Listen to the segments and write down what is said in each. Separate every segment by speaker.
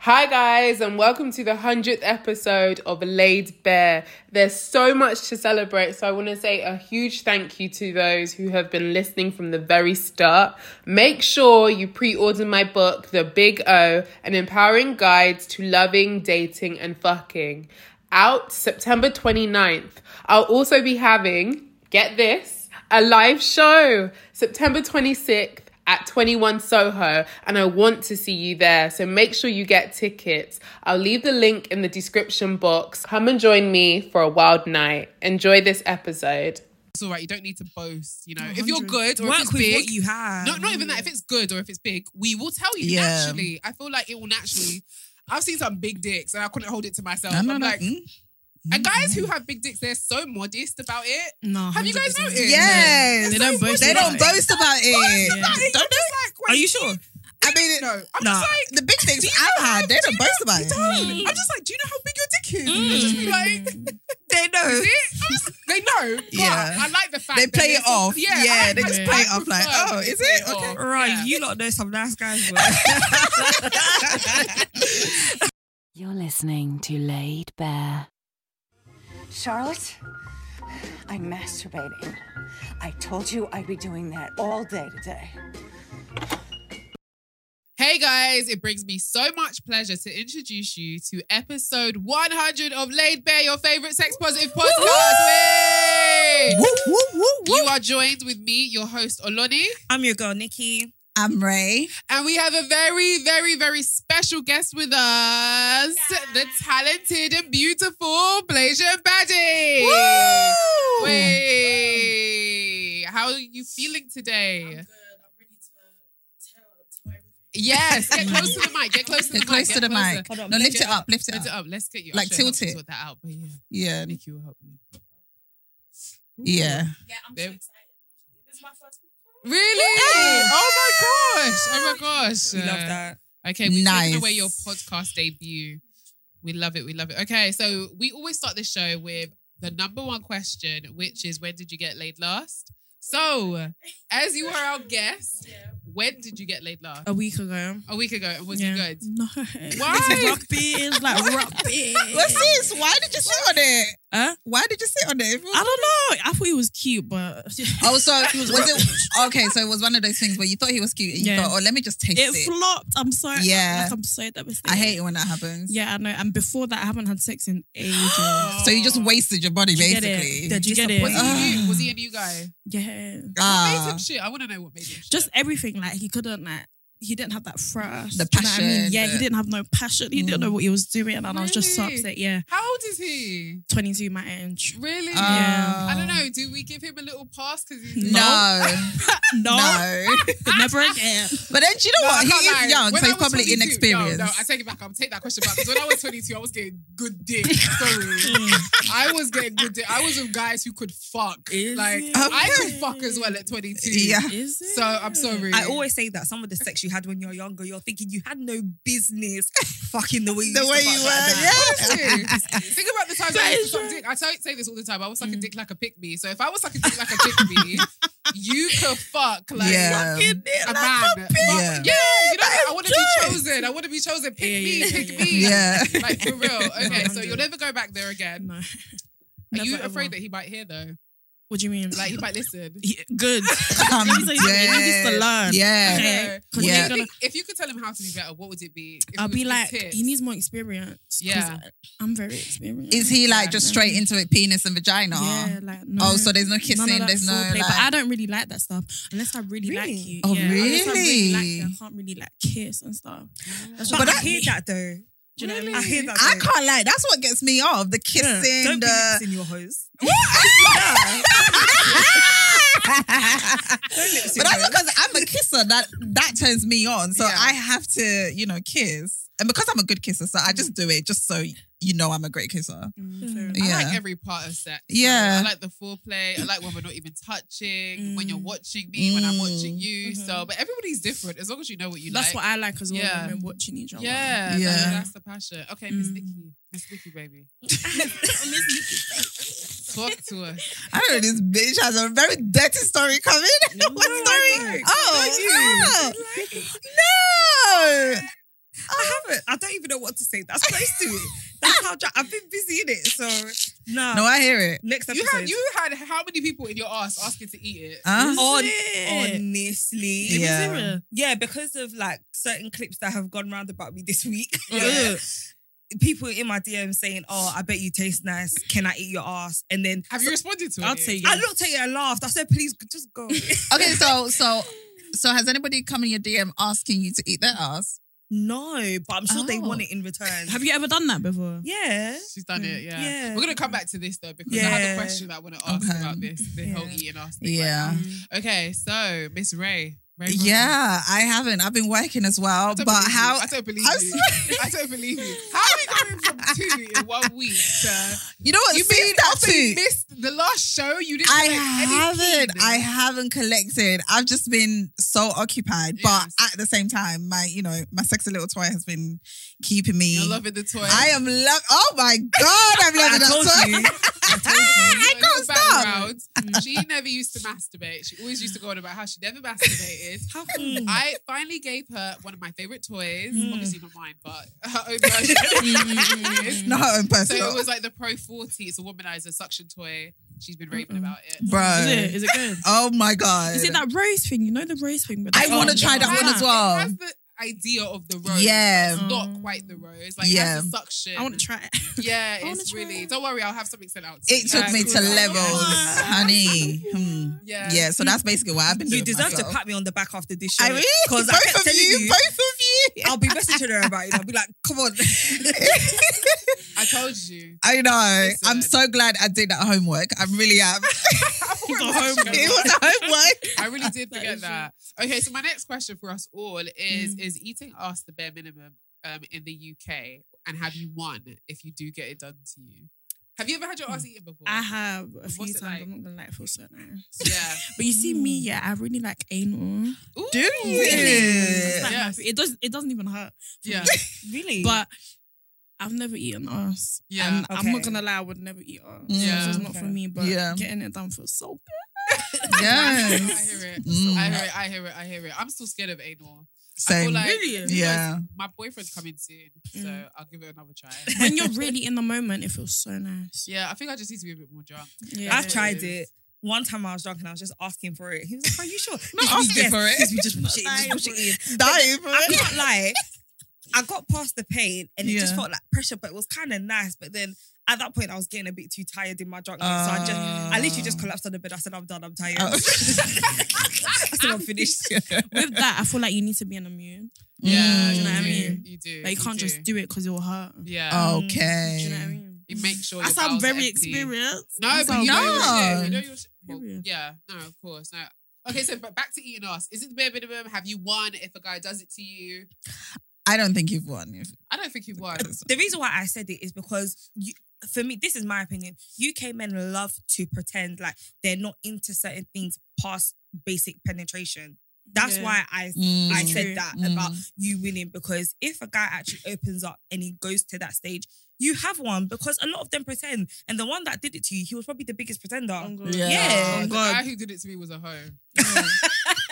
Speaker 1: Hi, guys, and welcome to the 100th episode of Laid Bare. There's so much to celebrate, so I want to say a huge thank you to those who have been listening from the very start. Make sure you pre order my book, The Big O An Empowering Guide to Loving, Dating, and Fucking, out September 29th. I'll also be having, get this, a live show September 26th at 21 Soho and I want to see you there. So make sure you get tickets. I'll leave the link in the description box. Come and join me for a wild night. Enjoy this episode. It's all right. You don't need to boast. You know, if you're good or
Speaker 2: Work
Speaker 1: if it's
Speaker 2: with
Speaker 1: big,
Speaker 2: what you have.
Speaker 1: No, not even that. If it's good or if it's big, we will tell you.
Speaker 2: Yeah.
Speaker 1: Naturally, I feel like it will naturally. I've seen some big dicks and I couldn't hold it to myself. I'm like,
Speaker 2: Mm.
Speaker 1: and guys who have big dicks, they're so modest about it.
Speaker 3: No.
Speaker 1: Have you guys
Speaker 3: 100%.
Speaker 1: noticed?
Speaker 2: Yes.
Speaker 3: They don't boast
Speaker 2: They
Speaker 3: about
Speaker 2: don't
Speaker 3: it.
Speaker 2: boast about it.
Speaker 1: Like, you're just like,
Speaker 2: Are
Speaker 1: wait,
Speaker 2: you sure? I mean, it-
Speaker 1: No, I'm
Speaker 2: nah.
Speaker 1: just like,
Speaker 2: the big things
Speaker 1: Do you
Speaker 2: I've
Speaker 1: know how-
Speaker 2: had, they
Speaker 1: do
Speaker 2: don't
Speaker 1: you
Speaker 2: boast about it. Mm.
Speaker 1: don't. I'm just like, do you know how big your dick is? They just be like,
Speaker 2: They know.
Speaker 1: is it? I'm just, they know. But
Speaker 2: Yeah.
Speaker 1: I like the fact
Speaker 2: They
Speaker 1: that
Speaker 2: play
Speaker 1: there's
Speaker 2: it
Speaker 1: some-
Speaker 2: off.
Speaker 1: Yeah,
Speaker 2: Yeah,
Speaker 1: I-
Speaker 2: they just
Speaker 1: I-
Speaker 2: play
Speaker 1: I
Speaker 2: it off like,
Speaker 1: prefer
Speaker 2: oh,
Speaker 1: they
Speaker 2: is
Speaker 1: play
Speaker 2: it? Okay.
Speaker 1: off.
Speaker 2: Right,
Speaker 1: Yeah.
Speaker 2: you lot know some nice guys.
Speaker 4: You're listening to Laid Bare.
Speaker 5: Charlotte, I'm masturbating. I told you I'd be doing that all day today.
Speaker 1: Hey guys, it brings me so much pleasure to introduce you to episode 100 of Laid Bare, your favorite sex positive podcast. Yay! You are joined with me, your host Oloni,
Speaker 3: I'm your girl, Nikki.
Speaker 2: I'm Ray.
Speaker 1: and we have a very, very, very special guest with us the talented and beautiful Blazion Baddy. Wait, how are you feeling today? Yes, get close to the mic. Get close to the mic.
Speaker 2: Get close
Speaker 1: get
Speaker 2: to the
Speaker 1: closer.
Speaker 2: mic.
Speaker 3: Hold on,
Speaker 2: No,
Speaker 3: lift
Speaker 2: lift it up. Lift
Speaker 1: Lift
Speaker 2: it
Speaker 1: it
Speaker 2: up.
Speaker 1: up. Let's get you.
Speaker 2: Like,
Speaker 1: I'm sure enough
Speaker 2: tilt
Speaker 1: to
Speaker 2: it.
Speaker 1: Sort that out, but yeah.
Speaker 2: Yeah.
Speaker 1: Nikki will help you.
Speaker 2: Yeah.
Speaker 3: Yeah, I'm
Speaker 1: Babe.
Speaker 3: excited. This is my first
Speaker 1: Really? Oh my gosh! Oh my gosh!
Speaker 3: We love that.
Speaker 1: Okay, we've
Speaker 2: Nice.
Speaker 1: taken away your podcast debut. We love it. We love it. Okay, so we always start this show with the number one question, which is when did you get laid last? So, as you are our guest, when did you get laid last?
Speaker 3: A week ago.
Speaker 1: A week ago. And was
Speaker 3: Yeah.
Speaker 1: it good?
Speaker 3: No.
Speaker 1: Why?
Speaker 3: Rubbing, like rubbing.
Speaker 2: What's this? Why did you sit on it?
Speaker 3: Huh?
Speaker 2: Why did you sit on it? If it was-
Speaker 3: I don't know. I thought he was cute, but
Speaker 2: Oh, so was it okay? So it was one of those things where you thought he was cute. And you
Speaker 3: Yeah.
Speaker 2: thought, oh, let me just taste
Speaker 3: it
Speaker 2: it.
Speaker 3: flopped. I'm sorry.
Speaker 2: Yeah.
Speaker 3: Like, I'm so devastated.
Speaker 2: I hate it when that happens.
Speaker 3: Yeah, I know. And before that, I haven't had sex in ages.
Speaker 2: So you just wasted your body,
Speaker 3: Did you get it?
Speaker 2: basically.
Speaker 3: Did you get it? Uh-huh.
Speaker 1: Was he a
Speaker 2: Ah.
Speaker 1: new? Was he a new guy?
Speaker 3: Yeah.
Speaker 1: What made
Speaker 2: Ah,
Speaker 1: him shit? I want to know what made him shit.
Speaker 3: Just everything. Like he couldn't like. He didn't have that thrust.
Speaker 2: The
Speaker 3: Do you know what I mean?
Speaker 2: passion,
Speaker 3: Yeah,
Speaker 2: the- Mm.
Speaker 3: he didn't have no passion. He didn't know what he was doing, and I was just so
Speaker 1: Really?
Speaker 3: upset. Yeah,
Speaker 1: How old is he?
Speaker 3: 22, my age.
Speaker 1: Really?
Speaker 2: Yeah.
Speaker 1: I don't know. Do we give him a little pass because he's
Speaker 2: Ah. no,
Speaker 3: No,
Speaker 2: no.
Speaker 3: never again.
Speaker 2: But then do you know
Speaker 1: No,
Speaker 2: what?
Speaker 1: I
Speaker 2: He
Speaker 1: can't
Speaker 2: is
Speaker 1: lie.
Speaker 2: young,
Speaker 1: When
Speaker 2: so
Speaker 1: I
Speaker 2: he's
Speaker 1: was
Speaker 2: probably
Speaker 1: 22
Speaker 2: inexperienced.
Speaker 1: No, no, I take it back. I'll take that question back. 'Cause when I was 22, I was getting good dick. Sorry.
Speaker 2: Hmm.
Speaker 1: I was getting good dick. I was with guys who could fuck.
Speaker 3: Is
Speaker 1: like,
Speaker 3: it?
Speaker 1: I could fuck as well at 22.
Speaker 2: yeah.
Speaker 3: Is it?
Speaker 1: So I'm sorry.
Speaker 6: I always say that some of the sex you had when you're younger, you're thinking you had no business fucking the way you
Speaker 2: The
Speaker 6: used to
Speaker 2: way
Speaker 6: fuck
Speaker 2: you
Speaker 6: back
Speaker 2: were,
Speaker 6: then.
Speaker 1: Honestly. Think about the times
Speaker 3: That
Speaker 1: I used
Speaker 3: is
Speaker 1: to suck
Speaker 3: right.
Speaker 1: dick. I tell- say this all the time. I was
Speaker 2: Hmm.
Speaker 1: sucking dick like a pick me. So if I was sucking dick like a pick me, you could fuck like
Speaker 2: yeah.
Speaker 1: a man. But- yeah.
Speaker 2: Yeah.
Speaker 1: you know, I want to be chosen. I want to be chosen. Pick
Speaker 3: Yeah,
Speaker 1: me,
Speaker 3: yeah,
Speaker 1: pick
Speaker 3: yeah,
Speaker 1: me.
Speaker 2: Yeah.
Speaker 1: Like for real. Okay, so
Speaker 3: 100.
Speaker 1: you'll never go back there again.
Speaker 3: No.
Speaker 1: Are
Speaker 3: Never
Speaker 1: you
Speaker 3: ever.
Speaker 1: afraid that he might hear though?
Speaker 3: What do you mean?
Speaker 1: Like he might listen.
Speaker 3: He- good.
Speaker 2: I'm
Speaker 3: He's like, he needs to
Speaker 2: dead.
Speaker 3: learn.
Speaker 2: Yeah.
Speaker 3: Okay.
Speaker 1: No. If
Speaker 2: Yeah.
Speaker 3: 'Cause he's
Speaker 1: you
Speaker 3: gonna-
Speaker 1: think- If you could tell him how to be better, what would it be? If
Speaker 3: I'll
Speaker 1: it was
Speaker 3: be
Speaker 1: just
Speaker 3: like,
Speaker 1: tips.
Speaker 3: he needs more experience. 'cause
Speaker 1: Yeah.
Speaker 3: I'm very experienced.
Speaker 2: Is he like just
Speaker 3: Yeah.
Speaker 2: straight into it, penis and vagina?
Speaker 3: Yeah, like no.
Speaker 2: Oh, so there's no kissing,
Speaker 3: None of that
Speaker 2: there's no,
Speaker 3: foreplay,
Speaker 2: like-
Speaker 3: But I don't really like that stuff unless I really,
Speaker 6: Really?
Speaker 3: like you.
Speaker 2: Oh,
Speaker 3: yeah. Unless I really like you,
Speaker 2: really?
Speaker 3: I can't really like kiss and stuff.
Speaker 6: But
Speaker 3: That's just
Speaker 6: I
Speaker 3: not me.
Speaker 6: hear that though.
Speaker 3: Do you know what I
Speaker 7: I
Speaker 3: mean?
Speaker 7: hear that.
Speaker 2: I
Speaker 7: though.
Speaker 2: can't lie. That's what gets me off. The
Speaker 7: Yeah.
Speaker 2: kissing.
Speaker 7: Don't be
Speaker 2: the...
Speaker 7: lipsing your hose.
Speaker 2: but that's because I'm a kisser. That that turns me on. So
Speaker 7: Yeah.
Speaker 2: I have to, you know, kiss. And because I'm a good kisser, so I just do it just so you know I'm a great kisser.
Speaker 1: I
Speaker 2: Yeah.
Speaker 1: like every part of sex.
Speaker 2: Yeah.
Speaker 1: I like the foreplay. I like when we're not even touching, when you're
Speaker 7: Mm.
Speaker 1: watching me, when I'm watching
Speaker 2: Mm.
Speaker 1: you. So,
Speaker 3: Mhm.
Speaker 1: but everybody's different as long as you know what you
Speaker 3: That's
Speaker 1: like.
Speaker 3: what I like as well.
Speaker 1: Yeah.
Speaker 3: Women watching
Speaker 7: Oh,
Speaker 3: each other.
Speaker 1: yeah, yeah.
Speaker 2: Yeah.
Speaker 1: that's the passion. Okay, Miss
Speaker 3: Mm.
Speaker 1: Nikki. Miss Nikki, baby. Talk to us.
Speaker 2: I know this bitch has a very dirty story coming. what story? Oh, oh. no.
Speaker 7: I haven't. I don't even know what to say. That's close to it. That's how dra- I've been busy in it. So no.
Speaker 2: No, I hear it.
Speaker 7: Next
Speaker 1: You
Speaker 7: episode.
Speaker 1: had you had how many people in your ass asking to eat it?
Speaker 2: Huh?
Speaker 7: On,
Speaker 3: Shit.
Speaker 7: honestly,
Speaker 3: Is it
Speaker 2: Yeah.
Speaker 3: serious?
Speaker 7: yeah, because of like certain clips that have gone round about me this week.
Speaker 1: Yeah.
Speaker 7: People in my DM saying, "Oh, I bet you taste nice. Can I eat your ass?" And then
Speaker 1: Have you responded to it?
Speaker 3: I'll tell you.
Speaker 7: I looked at it and laughed. I said, "Please, just go."
Speaker 2: Okay, so so so has anybody come in your DM asking you to eat their ass?
Speaker 7: no, but I'm sure they
Speaker 2: Oh.
Speaker 7: want it in return.
Speaker 3: Have you ever done that before?
Speaker 7: Yeah.
Speaker 1: She's done it, yeah.
Speaker 7: Yeah.
Speaker 1: We're gonna come back to this though because I have
Speaker 7: Yeah.
Speaker 1: a question that I want to ask
Speaker 2: Okay.
Speaker 1: about this, the whole
Speaker 7: Yeah.
Speaker 1: eating ass thing.
Speaker 2: Yeah.
Speaker 1: Okay, so Miss Ray. Ray Rosen.
Speaker 2: Yeah, I haven't. I've been working as well.
Speaker 1: I don't
Speaker 2: But
Speaker 1: believe you.
Speaker 2: how
Speaker 1: I don't believe
Speaker 2: I'm
Speaker 1: you. I don't believe you. How are we going from two in one week? To,
Speaker 2: you know what?
Speaker 1: you
Speaker 2: Seeing
Speaker 1: missed,
Speaker 2: that
Speaker 1: also
Speaker 2: too.
Speaker 1: missed the last show. You didn't.
Speaker 2: I
Speaker 1: collect any
Speaker 2: haven't.
Speaker 1: keys.
Speaker 2: I haven't collected. I've just been so occupied.
Speaker 1: Yes.
Speaker 2: But at the same time, my you know my sexy little toy has been keeping me.
Speaker 1: You're loving the toy.
Speaker 2: I am love. Oh my god, I'm loving
Speaker 7: I
Speaker 2: that
Speaker 7: told
Speaker 2: toy.
Speaker 7: you.
Speaker 1: I told you,
Speaker 2: Ah, I
Speaker 1: in
Speaker 2: can't
Speaker 1: your
Speaker 2: stop.
Speaker 1: background, Mm, She never used to masturbate. She always used to go on about how she never masturbated.
Speaker 7: How come?
Speaker 1: I finally gave her one of my favorite toys.
Speaker 7: Mm.
Speaker 1: Obviously not mine, but her own version.
Speaker 2: It's not her own
Speaker 1: so
Speaker 2: personal,
Speaker 1: it was like the Pro 40. It's a womanizer suction toy. She's been raving about it.
Speaker 3: Is
Speaker 2: bro.
Speaker 3: it? Is it good?
Speaker 2: Oh my god.
Speaker 3: Is it that rose thing? You know the rose thing. with
Speaker 2: I
Speaker 3: the-
Speaker 2: want
Speaker 3: Oh,
Speaker 2: to try that
Speaker 1: It
Speaker 2: one
Speaker 1: has-
Speaker 2: as well.
Speaker 1: It has the idea of the rose.
Speaker 2: Yeah.
Speaker 1: It's not quite the rose. Like
Speaker 2: Yeah.
Speaker 1: yeah. it's a suction.
Speaker 3: I want to try it.
Speaker 1: Yeah,
Speaker 3: wanna
Speaker 1: it's
Speaker 3: try
Speaker 1: really.
Speaker 3: it.
Speaker 1: Don't worry, I'll have something sent out.
Speaker 2: It took
Speaker 7: Oh,
Speaker 1: you.
Speaker 2: me to
Speaker 1: Yeah.
Speaker 2: levels, honey. Hmm.
Speaker 1: Yeah.
Speaker 2: Yeah, so that's basically what I've been doing.
Speaker 7: You deserve
Speaker 2: myself.
Speaker 7: to pat me on the back after this show.
Speaker 2: I mean,
Speaker 7: because
Speaker 2: both
Speaker 7: I kept
Speaker 2: of
Speaker 7: telling
Speaker 2: you,
Speaker 7: you,
Speaker 2: both of you.
Speaker 7: I'll be messaging her about it. I'll be like, "Come on."
Speaker 1: I told you.
Speaker 2: I know.
Speaker 1: Listen.
Speaker 2: I'm so glad I did that homework. I really am. it was a homework.
Speaker 1: I really did forget that. Okay, so my next question for us all
Speaker 3: Mm.
Speaker 1: is Is eating ass the bare minimum um, in the UK? And have you won if you do get it done to you? Have you ever had your ass eaten before?
Speaker 3: Mm. I have a few
Speaker 1: What's it
Speaker 3: times.
Speaker 1: like?
Speaker 3: I'm not gonna lie, it feels so nice.
Speaker 1: Yeah.
Speaker 3: But you see me,
Speaker 7: Hmm.
Speaker 3: yeah, I really like anal.
Speaker 1: Ooh.
Speaker 2: Do you?
Speaker 3: It's like
Speaker 1: Yes.
Speaker 3: my- It does. It doesn't even hurt. for
Speaker 1: Yeah.
Speaker 3: me.
Speaker 7: really?
Speaker 3: But I've never eaten ass.
Speaker 1: Yeah.
Speaker 3: And I'm not
Speaker 7: Okay.
Speaker 3: gonna lie, I would never eat ass.
Speaker 1: Yeah.
Speaker 3: It's just not for
Speaker 7: Okay.
Speaker 3: me. But
Speaker 2: Yeah.
Speaker 3: getting it done feels so good.
Speaker 1: I
Speaker 2: Yes.
Speaker 1: hear it.
Speaker 2: Mm.
Speaker 1: I hear it. I hear it. I hear it. I'm still scared of anal. I
Speaker 2: Same.
Speaker 1: feel like,
Speaker 3: Really?
Speaker 2: Yeah.
Speaker 1: My boyfriend's coming soon, so
Speaker 3: Mm.
Speaker 1: I'll give it another try.
Speaker 3: When you're really in the moment, it feels so nice.
Speaker 1: yeah, I think I just need to be a bit more drunk.
Speaker 3: Yeah.
Speaker 7: I've tried it. One time I was drunk and I was just asking for it. He was like, "Are you sure?"
Speaker 2: Not
Speaker 7: Yes,
Speaker 2: asking for it.
Speaker 7: yes, We just push it in, just push it in.
Speaker 2: Dying for
Speaker 7: I
Speaker 2: it.
Speaker 7: can't lie. I got past the pain and it just
Speaker 2: Yeah.
Speaker 7: felt like pressure, but it was kind of nice. But then at that point, I was getting a bit too tired in my drunkenness, so I just, I literally just
Speaker 2: Um,
Speaker 7: collapsed on the bed. I said, "I'm done. I'm tired.
Speaker 2: Oh.
Speaker 7: I said, I'm finished."
Speaker 3: With that, I feel like you need to be in a mood.
Speaker 1: Yeah,
Speaker 3: Do you know what I
Speaker 1: do.
Speaker 3: mean?
Speaker 1: Mm. You do.
Speaker 3: Like you can't just do it because it will hurt.
Speaker 1: Yeah,
Speaker 2: Okay.
Speaker 3: Do you know what I mean?
Speaker 1: you make sure.
Speaker 3: I
Speaker 1: your
Speaker 3: sound
Speaker 1: bowels are
Speaker 3: very
Speaker 1: empty.
Speaker 3: experienced.
Speaker 1: No,
Speaker 3: I
Speaker 1: but you
Speaker 3: sound
Speaker 1: know
Speaker 3: very-
Speaker 1: your shit. You
Speaker 2: No.
Speaker 1: know your shit. Well,
Speaker 3: Period.
Speaker 1: yeah, no, of course, no. Okay, so but back to eating ass. Is it the bare minimum? Have you won if a guy does it to you?
Speaker 2: I don't think you've won. If-
Speaker 1: I don't think you've won.
Speaker 7: the reason why I said it is because you, for me, this is my opinion. UK men love to pretend like they're not into certain things past basic penetration. That's
Speaker 3: Yeah.
Speaker 7: why I
Speaker 2: Mm.
Speaker 7: I
Speaker 3: True.
Speaker 7: said that
Speaker 2: Mm.
Speaker 7: about you winning because if a guy actually opens up and he goes to that stage, you have one because a lot of them pretend. And the one that did it to you, he was probably the biggest pretender.
Speaker 3: Oh, God.
Speaker 2: Yeah.
Speaker 7: Yeah.
Speaker 1: the
Speaker 7: God.
Speaker 1: guy who did it to me was a hoe.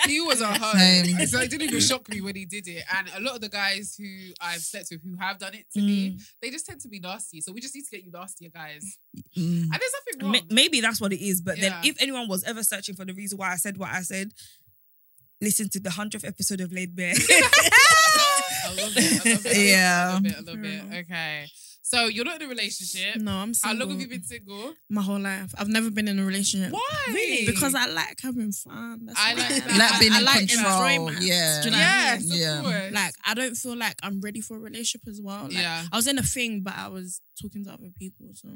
Speaker 1: he was a hoe.
Speaker 2: Same.
Speaker 1: So it didn't even shock me when he did it. And a lot of the guys who I've slept with who have done it to me,
Speaker 3: Mm.
Speaker 1: they just tend to be nasty. So we just need to get you nastier guys.
Speaker 2: Mm.
Speaker 1: And there's nothing
Speaker 7: Ma-
Speaker 1: wrong.
Speaker 7: maybe that's what it is. But
Speaker 1: Yeah.
Speaker 7: then, if anyone was ever searching for the reason why I said what I said, listen to the hundredth episode of Laid Bear.
Speaker 1: I love it. I love it. I love it. I
Speaker 2: Yeah.
Speaker 1: love it. I love it. Okay. So you're not in a relationship.
Speaker 3: No, I'm
Speaker 1: How
Speaker 3: Mm, single.
Speaker 1: long have you been single?
Speaker 3: My whole life. I've never been in a relationship.
Speaker 1: Why?
Speaker 7: Really?
Speaker 3: Because I like having fun. That's
Speaker 1: I
Speaker 3: why.
Speaker 1: like that.
Speaker 2: Not
Speaker 1: I-
Speaker 2: being
Speaker 1: I
Speaker 2: in
Speaker 1: like
Speaker 2: control.
Speaker 3: enjoyment.
Speaker 2: Yeah.
Speaker 3: Do you know what I
Speaker 1: Yes,
Speaker 3: mean?
Speaker 1: of
Speaker 2: Yeah.
Speaker 1: course.
Speaker 3: Like I don't feel like I'm ready for a relationship as well. Like,
Speaker 1: yeah.
Speaker 3: I was in a thing, but I was talking to other people. So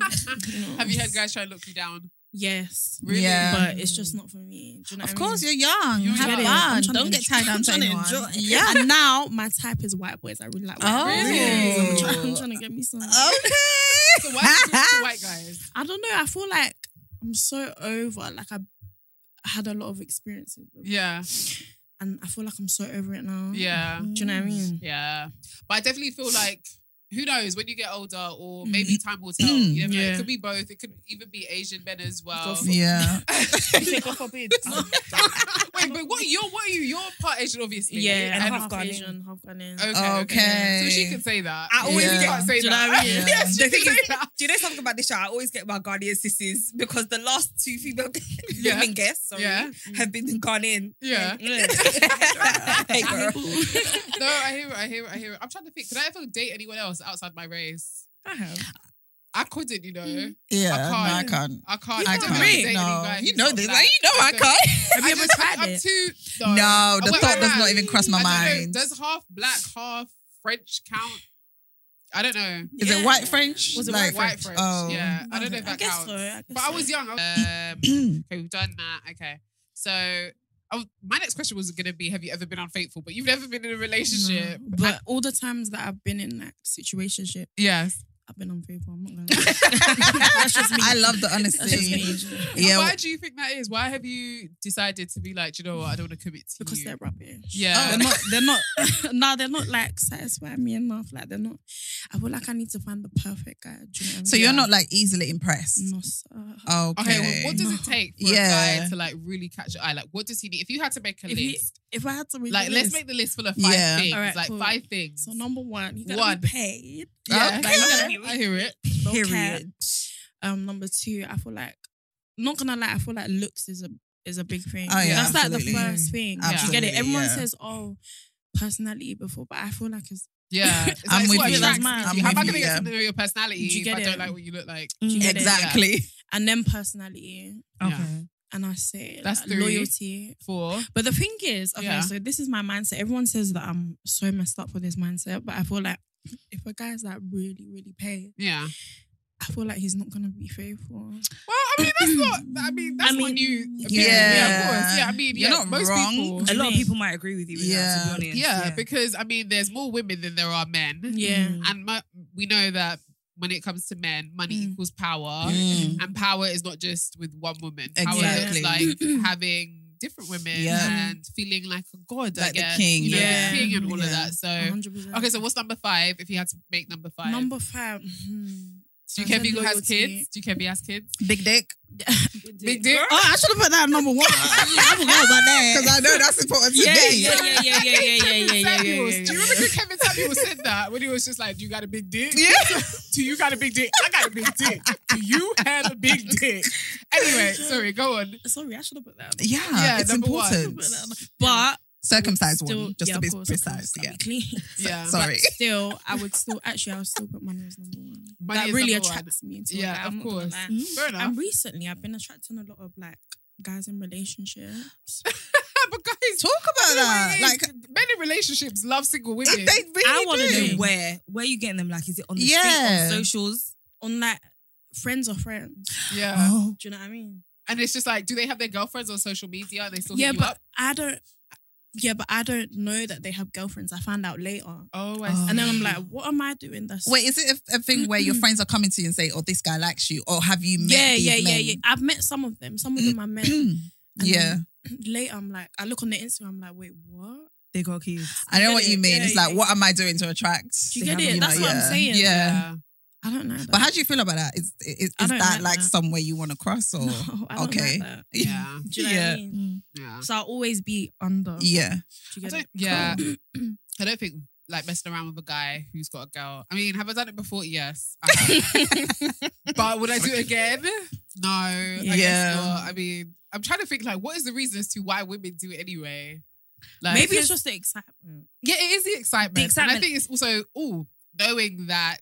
Speaker 3: know.
Speaker 1: Have you had guys try to look you down?
Speaker 3: yes,
Speaker 1: Really?
Speaker 2: Yeah.
Speaker 3: but it's just not for me. Do you know
Speaker 2: Of
Speaker 3: what
Speaker 2: course,
Speaker 3: I mean?
Speaker 2: you're young.
Speaker 1: You're
Speaker 2: Have
Speaker 1: young.
Speaker 3: I'm
Speaker 2: fun.
Speaker 3: trying to
Speaker 2: Don't get
Speaker 3: enjoy-
Speaker 2: tied down
Speaker 3: I'm
Speaker 2: to
Speaker 3: trying to
Speaker 2: anyone.
Speaker 3: enjoy.
Speaker 2: Yeah.
Speaker 3: and now my type is white boys. I really like white
Speaker 2: Oh.
Speaker 3: boys.
Speaker 1: Really?
Speaker 3: I'm trying, I'm trying to get me some.
Speaker 1: Oh.
Speaker 2: Okay.
Speaker 1: So why do you talk to white guys?
Speaker 3: I don't know. I feel like I'm so over. Like I had a lot of experiences, with-
Speaker 1: Yeah.
Speaker 3: and I feel like I'm so over it now.
Speaker 1: Yeah.
Speaker 3: Do you know what I mean?
Speaker 1: Yeah. But I definitely feel like who knows when you get older or maybe time will tell. You never know. It
Speaker 3: Mm. Yeah.
Speaker 1: could be both. It could even be Asian men as well.
Speaker 2: Yeah.
Speaker 7: God forbid. Um,
Speaker 1: Wait, but what you're what are you? You're part Asian, obviously.
Speaker 3: Yeah,
Speaker 7: And
Speaker 3: I'm
Speaker 7: half
Speaker 3: half
Speaker 7: Ghanaian.
Speaker 3: Asian, half Ghanaian.
Speaker 1: Okay, okay.
Speaker 2: Okay.
Speaker 1: So she can say that.
Speaker 7: I always
Speaker 1: You
Speaker 2: get-
Speaker 1: can't say
Speaker 3: Do you know
Speaker 1: that.
Speaker 3: what I mean?
Speaker 1: Yeah, she
Speaker 7: The
Speaker 1: can
Speaker 7: thing
Speaker 1: say
Speaker 7: is-
Speaker 1: that.
Speaker 7: Do you know something about this show? I always get my Ghanaian sisters because the last two female
Speaker 1: Yeah.
Speaker 7: women guests sorry,
Speaker 1: Yeah.
Speaker 7: have been Ghanaian.
Speaker 1: Yeah.
Speaker 7: hey, girl.
Speaker 1: No, I hear it. I hear it. I hear it. I'm trying to think. Could I ever date anyone else outside my race?
Speaker 7: I have.
Speaker 1: I couldn't, you know.
Speaker 2: Yeah.
Speaker 1: I
Speaker 2: No, I can't.
Speaker 1: I can't.
Speaker 2: I
Speaker 1: I don't
Speaker 2: can't.
Speaker 1: really date any
Speaker 2: No.
Speaker 1: guy.
Speaker 2: You
Speaker 1: who's
Speaker 2: know
Speaker 1: not
Speaker 2: this.
Speaker 1: black.
Speaker 2: Like, you know I
Speaker 1: don't-
Speaker 2: can't.
Speaker 1: I
Speaker 3: ever
Speaker 1: just-
Speaker 3: tried
Speaker 1: I'm
Speaker 3: it?
Speaker 1: too.
Speaker 2: No,
Speaker 1: Oh,
Speaker 2: the
Speaker 1: wait,
Speaker 2: thought
Speaker 1: wait,
Speaker 2: does not
Speaker 1: wait.
Speaker 2: even cross my
Speaker 1: I don't know.
Speaker 2: mind.
Speaker 1: Does half black, half French count? I don't know.
Speaker 2: Is it white French?
Speaker 3: Was it
Speaker 2: Like-
Speaker 1: White French.
Speaker 2: Oh.
Speaker 1: Yeah, I don't know if that
Speaker 3: Okay. I guess
Speaker 1: counts.
Speaker 3: so, I guess
Speaker 1: but I was
Speaker 3: so.
Speaker 1: young. Um, okay, we've done that. Okay, so oh, my next question was going to be: Have you ever been unfaithful? But you've never been in a relationship.
Speaker 3: No. But all the times that I've been in like situationship,
Speaker 1: Yes.
Speaker 3: I've been unfaithful. I'm not gonna lie.
Speaker 2: I love the
Speaker 3: That's just me.
Speaker 2: honesty.
Speaker 1: Yeah.
Speaker 2: Yeah.
Speaker 1: Why do you think that is? Why have you decided to be like, "Do you know what? I don't want to commit to
Speaker 3: Because
Speaker 1: you.
Speaker 3: they're rubbish.
Speaker 1: Yeah.
Speaker 3: They're not they're not no, they're not like satisfying me enough. Like they're not I feel like I need to find the perfect guy. Do you know what I
Speaker 2: So
Speaker 3: mean?
Speaker 2: you're not like easily impressed.
Speaker 3: No, sir.
Speaker 2: Okay.
Speaker 1: Okay, well, what does it
Speaker 3: No.
Speaker 1: take for a guy
Speaker 2: Oh, Yeah.
Speaker 1: to like really catch your eye? Like, what does he need? If you had to make a
Speaker 3: If he-
Speaker 1: list,
Speaker 3: If I had to read
Speaker 1: like,
Speaker 3: the
Speaker 1: let's
Speaker 3: list,
Speaker 1: make the list full of five
Speaker 2: Yeah.
Speaker 1: things.
Speaker 3: Alright,
Speaker 1: like,
Speaker 3: cool.
Speaker 1: five things.
Speaker 3: so number one, you gotta
Speaker 1: One.
Speaker 3: be paid.
Speaker 1: yeah,
Speaker 2: Okay.
Speaker 1: I hear it.
Speaker 3: No cap.
Speaker 2: Period.
Speaker 3: Um, number two, I feel like not gonna lie, I feel like looks is a is a big thing.
Speaker 2: Oh, yeah,
Speaker 3: That's
Speaker 2: absolutely.
Speaker 3: like the first thing. Like, you get
Speaker 2: Absolutely,
Speaker 3: it. Everyone
Speaker 2: yeah.
Speaker 3: says, "Oh, personality before," but I feel like it's
Speaker 1: Yeah, It's
Speaker 2: I'm
Speaker 1: it's
Speaker 2: with
Speaker 1: what
Speaker 3: you.
Speaker 1: attracts
Speaker 3: That's mine.
Speaker 1: me to
Speaker 3: I'm
Speaker 1: you. How am
Speaker 3: with
Speaker 1: I gonna
Speaker 2: you,
Speaker 1: get
Speaker 2: yeah.
Speaker 1: to know your personality
Speaker 3: Do you
Speaker 1: if
Speaker 3: get
Speaker 1: I don't
Speaker 3: it?
Speaker 1: like what you look like?
Speaker 3: Do you get it?
Speaker 2: Exactly.
Speaker 3: and then personality,
Speaker 1: Okay.
Speaker 3: and I say
Speaker 1: That's
Speaker 3: like,
Speaker 1: three.
Speaker 3: loyalty.
Speaker 1: Four.
Speaker 3: But the thing is, okay,
Speaker 1: Yeah.
Speaker 3: so this is my mindset. Everyone says that I'm so messed up with this mindset, but I feel like if a guy's like really, really paid,
Speaker 1: Yeah.
Speaker 3: I feel like he's not gonna be faithful.
Speaker 1: Well, I mean, that's not. I mean, that's
Speaker 3: I
Speaker 1: on
Speaker 3: mean,
Speaker 1: you. opinion. Yeah, of
Speaker 2: yeah.
Speaker 1: course. Yeah, I mean,
Speaker 2: You're
Speaker 1: yeah,
Speaker 2: not
Speaker 1: most
Speaker 2: wrong.
Speaker 1: people.
Speaker 7: A lot
Speaker 3: mean?
Speaker 7: of people might agree with you with that, to be honest.
Speaker 1: Yeah, because I mean, there's more women than there are men.
Speaker 3: Yeah.
Speaker 1: And mo- we know that when it comes to men, money
Speaker 3: Mm.
Speaker 1: equals power.
Speaker 2: Mm.
Speaker 1: And power is not just with one woman. Power
Speaker 2: Exactly.
Speaker 1: is like having different women
Speaker 2: Yeah.
Speaker 1: and feeling like a god, I
Speaker 2: Like the
Speaker 1: guess.
Speaker 2: king,
Speaker 1: You know,
Speaker 3: yeah.
Speaker 1: the king and all of
Speaker 2: Yeah.
Speaker 1: that. So,
Speaker 3: 100%.
Speaker 1: okay, so what's number five if you had to make number five?
Speaker 3: number five? hmm.
Speaker 1: Do you
Speaker 3: So I
Speaker 1: care if
Speaker 3: said
Speaker 1: you has
Speaker 3: loyalty.
Speaker 1: kids? Do you care if he has kids?
Speaker 2: Big dick.
Speaker 1: Big dick?
Speaker 3: Oh, I should have put that at number one. I forgot about that.
Speaker 2: Because I know that's important to
Speaker 3: Yeah,
Speaker 2: me.
Speaker 3: yeah, yeah, yeah, yeah, yeah, yeah, yeah, yeah, yeah, yeah,
Speaker 1: Samuels.
Speaker 3: yeah.
Speaker 1: Do you remember when Kevin Samuels said that when he was just like, "Do you got a big dick?
Speaker 2: Yeah.
Speaker 1: Do you got a big dick? I got a big dick. Do you have a big dick?" Anyway, sorry, go on.
Speaker 3: Sorry, I should have put that.
Speaker 2: Yeah,
Speaker 1: Yeah,
Speaker 2: Ah, it's
Speaker 1: number one.
Speaker 2: important.
Speaker 3: But
Speaker 2: Circumcised
Speaker 3: still,
Speaker 2: one, just
Speaker 3: yeah,
Speaker 2: to
Speaker 3: of
Speaker 2: be
Speaker 3: course, of
Speaker 2: precise.
Speaker 3: course,
Speaker 2: Yeah.
Speaker 3: that'd be clean.
Speaker 1: Yeah,
Speaker 2: Sorry.
Speaker 3: Still, I would still actually, I would still put money as number one.
Speaker 1: Money
Speaker 3: that
Speaker 1: is
Speaker 3: really
Speaker 1: number one.
Speaker 3: attracts me. Into
Speaker 1: Yeah,
Speaker 3: a guy,
Speaker 1: of
Speaker 3: I'm not gonna
Speaker 1: course. Hmm?
Speaker 3: lie.
Speaker 1: fair enough.
Speaker 3: Mm. And recently, I've been attracting a lot of like guys in relationships.
Speaker 1: but guys,
Speaker 2: Talk about that. uh, Like,
Speaker 1: many relationships love single women.
Speaker 2: if they really
Speaker 3: I wanna
Speaker 2: do.
Speaker 3: know.
Speaker 7: Where? Where you getting them? Like, is it on the
Speaker 2: Yeah.
Speaker 7: street, on socials?
Speaker 3: on like friends or friends.
Speaker 1: yeah,
Speaker 2: Oh,
Speaker 3: Do you know what I mean?
Speaker 1: and it's just like, do they have their girlfriends on social media? And they still
Speaker 3: yeah,
Speaker 1: hit you
Speaker 3: but
Speaker 1: up?
Speaker 3: I don't. Yeah, but I don't know that they have girlfriends. I found out later,
Speaker 1: oh, I
Speaker 2: Oh.
Speaker 1: see.
Speaker 3: and then I'm like, what am I doing? That's
Speaker 2: Wait, is it a, a thing where your friends are coming to you and say, "Oh, this guy likes you," or have you met?
Speaker 3: yeah,
Speaker 2: these
Speaker 3: yeah, yeah,
Speaker 2: men?
Speaker 3: yeah. I've met some of them. Some of them I met. And
Speaker 2: yeah,
Speaker 3: then Later, I'm like, I look on the Instagram. I'm like, wait, what?
Speaker 7: They got kids.
Speaker 2: I know what
Speaker 3: get
Speaker 2: you
Speaker 3: it.
Speaker 2: mean.
Speaker 3: Yeah,
Speaker 2: it's
Speaker 3: yeah,
Speaker 2: like, what am I doing to attract?
Speaker 3: Do you get
Speaker 7: haven't
Speaker 3: it?
Speaker 7: been
Speaker 3: That's
Speaker 7: like,
Speaker 3: what I'm
Speaker 2: yeah.
Speaker 3: saying.
Speaker 2: Yeah.
Speaker 3: I don't know. That.
Speaker 2: But how do you feel about that? Is is,
Speaker 3: I
Speaker 2: is
Speaker 3: don't
Speaker 2: that
Speaker 3: like
Speaker 2: like
Speaker 3: that.
Speaker 2: somewhere you want to cross or?
Speaker 3: No, I don't
Speaker 2: Okay.
Speaker 3: okay. Like that.
Speaker 1: yeah,
Speaker 3: Do you know
Speaker 2: Yeah. Mm.
Speaker 3: what I mean?
Speaker 1: yeah.
Speaker 3: So I'll always be under.
Speaker 2: yeah.
Speaker 3: Do you
Speaker 1: I
Speaker 3: get
Speaker 1: don't,
Speaker 3: it?
Speaker 1: yeah. I don't think like messing around with a guy who's got a girl. I mean, have I done it before? Yes. I have. but would I do it again? No. I guess
Speaker 2: Yeah.
Speaker 1: not. I mean, I'm trying to think like what is the reason as to why women do it anyway? Like
Speaker 3: Maybe it's just the excitement.
Speaker 1: Yeah, it is the excitement.
Speaker 3: The
Speaker 1: And I
Speaker 3: excitement.
Speaker 1: think it's also, oh, knowing that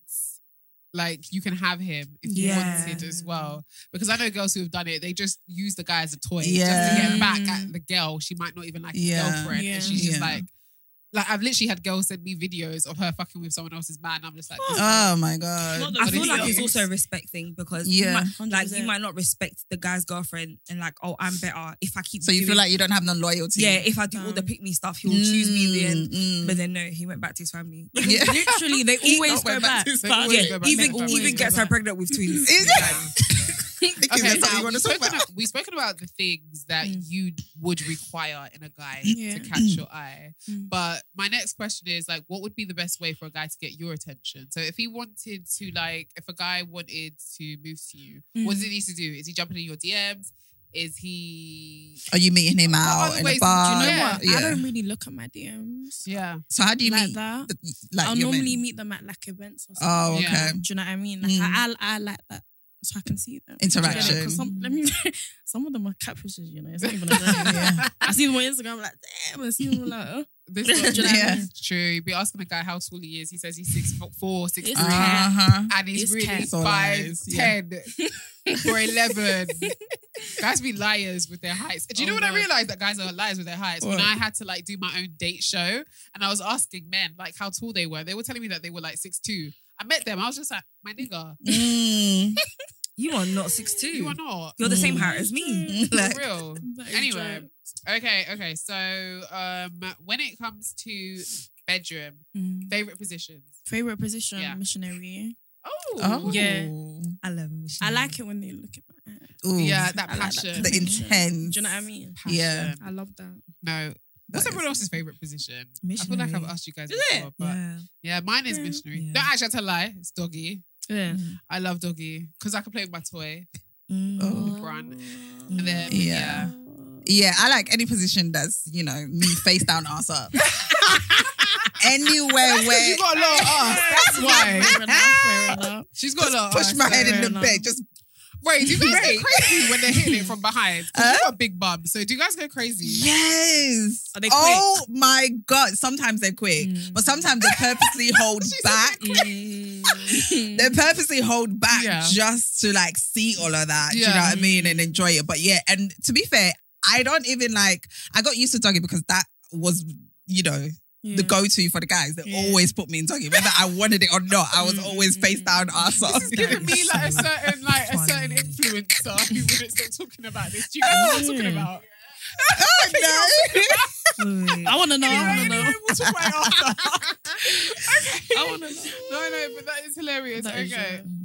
Speaker 1: Like you can have him if
Speaker 7: Yeah.
Speaker 1: you wanted as well. Because I know girls who have done it, they just use the guy as a toy just to
Speaker 2: Yeah.
Speaker 1: get back at the girl. She might not even like his
Speaker 2: Yeah.
Speaker 1: girlfriend.
Speaker 3: Yeah.
Speaker 1: And she's just
Speaker 2: Yeah.
Speaker 1: like like I've literally had girls send me videos of her fucking with someone else's man. I'm just like, this is-
Speaker 2: Oh my god.
Speaker 1: Not
Speaker 7: I feel
Speaker 1: But
Speaker 7: like
Speaker 1: it's-
Speaker 7: it's also a respect thing because
Speaker 2: Yeah.
Speaker 7: you might, like you
Speaker 3: 100%.
Speaker 7: might not respect the guy's girlfriend and like oh I'm better if I keep
Speaker 2: So you
Speaker 7: doing-
Speaker 2: feel like you don't have no loyalty? Mm,
Speaker 7: yeah if I do all the pick me stuff he'll choose me in the end but then no he went back to his family
Speaker 2: Yeah.
Speaker 3: Literally, they always
Speaker 2: Not
Speaker 3: go
Speaker 2: went back
Speaker 3: back.
Speaker 2: to his
Speaker 1: They
Speaker 2: family.
Speaker 1: always go back.
Speaker 7: even
Speaker 1: They always
Speaker 7: even
Speaker 1: go
Speaker 7: gets her
Speaker 1: back.
Speaker 7: pregnant with twins
Speaker 2: Is it?
Speaker 1: Okay,
Speaker 2: okay,
Speaker 1: now,
Speaker 2: you
Speaker 1: we've,
Speaker 2: want to talk
Speaker 1: spoken
Speaker 2: about?
Speaker 1: about, we've spoken about the things that
Speaker 3: Mm.
Speaker 1: you would require in a guy
Speaker 3: Yeah.
Speaker 1: to catch your eye.
Speaker 3: Mm.
Speaker 1: But my next question is like, what would be the best way for a guy to get your attention? So if he wanted to, like, if a guy wanted to move to you, what does he need to do? Is he jumping in your DMs? Is he?
Speaker 2: Are you meeting him
Speaker 1: other
Speaker 2: out in
Speaker 1: ways, do
Speaker 2: a
Speaker 1: you
Speaker 2: bar?
Speaker 1: know
Speaker 3: Yeah,
Speaker 1: what?
Speaker 3: I
Speaker 2: Yeah.
Speaker 3: don't really look at my DMs
Speaker 1: Yeah.
Speaker 2: So how do you
Speaker 3: like
Speaker 2: meet?
Speaker 3: that.
Speaker 2: the- Like
Speaker 3: I'll
Speaker 2: your men?
Speaker 3: normally meet them at like events or something.
Speaker 2: Oh, okay.
Speaker 1: Yeah.
Speaker 3: Do you know what I mean? Like
Speaker 2: Mm.
Speaker 3: I, I, I like that. So I can see them.
Speaker 2: Interaction.
Speaker 3: Yeah, 'cause some, let me, some of them are catfishes, you know. It's not even a joke.
Speaker 2: Yeah.
Speaker 3: I see them on Instagram, like, damn. I see them like, oh.
Speaker 1: This
Speaker 3: Do you know
Speaker 1: is
Speaker 3: what
Speaker 2: I mean?
Speaker 1: true. You'd be asking a guy how tall he is. He says he's six foot four, six
Speaker 3: It's
Speaker 1: foot
Speaker 3: cat.
Speaker 1: five,
Speaker 2: Uh-huh.
Speaker 1: and he's
Speaker 3: It's
Speaker 1: really
Speaker 3: cat.
Speaker 2: It's all
Speaker 1: five
Speaker 2: lies, yeah.
Speaker 1: ten or eleven. guys be liars with their heights. Do you know
Speaker 3: Oh,
Speaker 1: what I
Speaker 3: God.
Speaker 1: realized that guys are liars with their heights? When
Speaker 2: What?
Speaker 1: I had to like do my own date show, and I was asking men like how tall they were. They were telling me that they were like six two. I met them. I was just like, my nigga,
Speaker 2: Mm.
Speaker 7: you are not six two
Speaker 1: you are not.
Speaker 7: you're the same
Speaker 2: Mm.
Speaker 7: height as me
Speaker 1: For
Speaker 2: Like-
Speaker 1: real.
Speaker 3: That is
Speaker 1: Anyway,
Speaker 3: joke.
Speaker 1: okay, okay. So, um, when it comes to bedroom,
Speaker 3: Mm.
Speaker 1: favorite positions.
Speaker 3: Favorite position,
Speaker 1: Yeah.
Speaker 3: missionary.
Speaker 1: Oh,
Speaker 2: Oh.
Speaker 3: Yeah.
Speaker 7: I love him
Speaker 3: I like it when they look at my ass.
Speaker 2: Ooh.
Speaker 1: yeah, that
Speaker 3: I like that
Speaker 1: passion.
Speaker 2: The intense.
Speaker 3: Do you know what I mean?
Speaker 1: Passion.
Speaker 2: Yeah.
Speaker 3: I love that.
Speaker 1: No. What's
Speaker 2: That
Speaker 1: everyone
Speaker 2: is-
Speaker 1: else's favorite position? I feel like I've
Speaker 7: Missionary.
Speaker 1: asked you guys
Speaker 3: Is
Speaker 1: before, but yeah.
Speaker 7: yeah
Speaker 1: mine is
Speaker 3: Yeah. Mm.
Speaker 1: missionary.
Speaker 7: Yeah.
Speaker 1: No, actually, I tell a lie. It's doggy.
Speaker 3: Yeah.
Speaker 1: I love doggy because I can play with my toy.
Speaker 2: Oh.
Speaker 1: Run.
Speaker 3: Mm.
Speaker 1: And then,
Speaker 2: Yeah.
Speaker 1: yeah.
Speaker 2: Yeah, I like any position that's, you know, me face down, ass up. Anywhere
Speaker 1: Because
Speaker 2: where
Speaker 1: you got a lot of ass. That's why.
Speaker 3: Fair enough, fair enough.
Speaker 1: She's got
Speaker 2: just
Speaker 1: a lot of
Speaker 2: push
Speaker 1: ass.
Speaker 2: my head in
Speaker 3: fair
Speaker 2: the
Speaker 3: enough.
Speaker 2: bed. Just
Speaker 1: Wait, do you guys go crazy when they're hitting it from behind? 'Cause
Speaker 2: Huh?
Speaker 1: you got a big bum, so do you guys go crazy?
Speaker 2: yes.
Speaker 7: Are they
Speaker 2: Oh my god! Sometimes they're quick,
Speaker 3: Mm.
Speaker 2: but sometimes they purposely hold back.
Speaker 3: Mm.
Speaker 2: They purposely hold back
Speaker 1: Yeah.
Speaker 2: just to like see all of that. Do you
Speaker 1: Yeah.
Speaker 2: know what I mean? And enjoy it. But yeah, and to be fair, I don't even like. I got used to doggy because that was. You know,
Speaker 3: Yeah.
Speaker 2: the go to for the guys. They
Speaker 3: Mm. Yeah.
Speaker 2: always put me in doggy, whether I wanted it or not. I was
Speaker 3: Mm,
Speaker 2: always face
Speaker 3: mm.
Speaker 2: down, ass up.
Speaker 1: This is giving me like a certain like a certain
Speaker 7: Funny.
Speaker 1: influencer who wouldn't stop talking about this. Do you guys know what I'm talking
Speaker 3: Yeah.
Speaker 1: about?
Speaker 2: Oh, no.
Speaker 3: I want to know. I want to know.
Speaker 1: Anyway, we'll talk about it after. I want to No, no, but that is hilarious.
Speaker 3: That
Speaker 1: okay.
Speaker 3: is,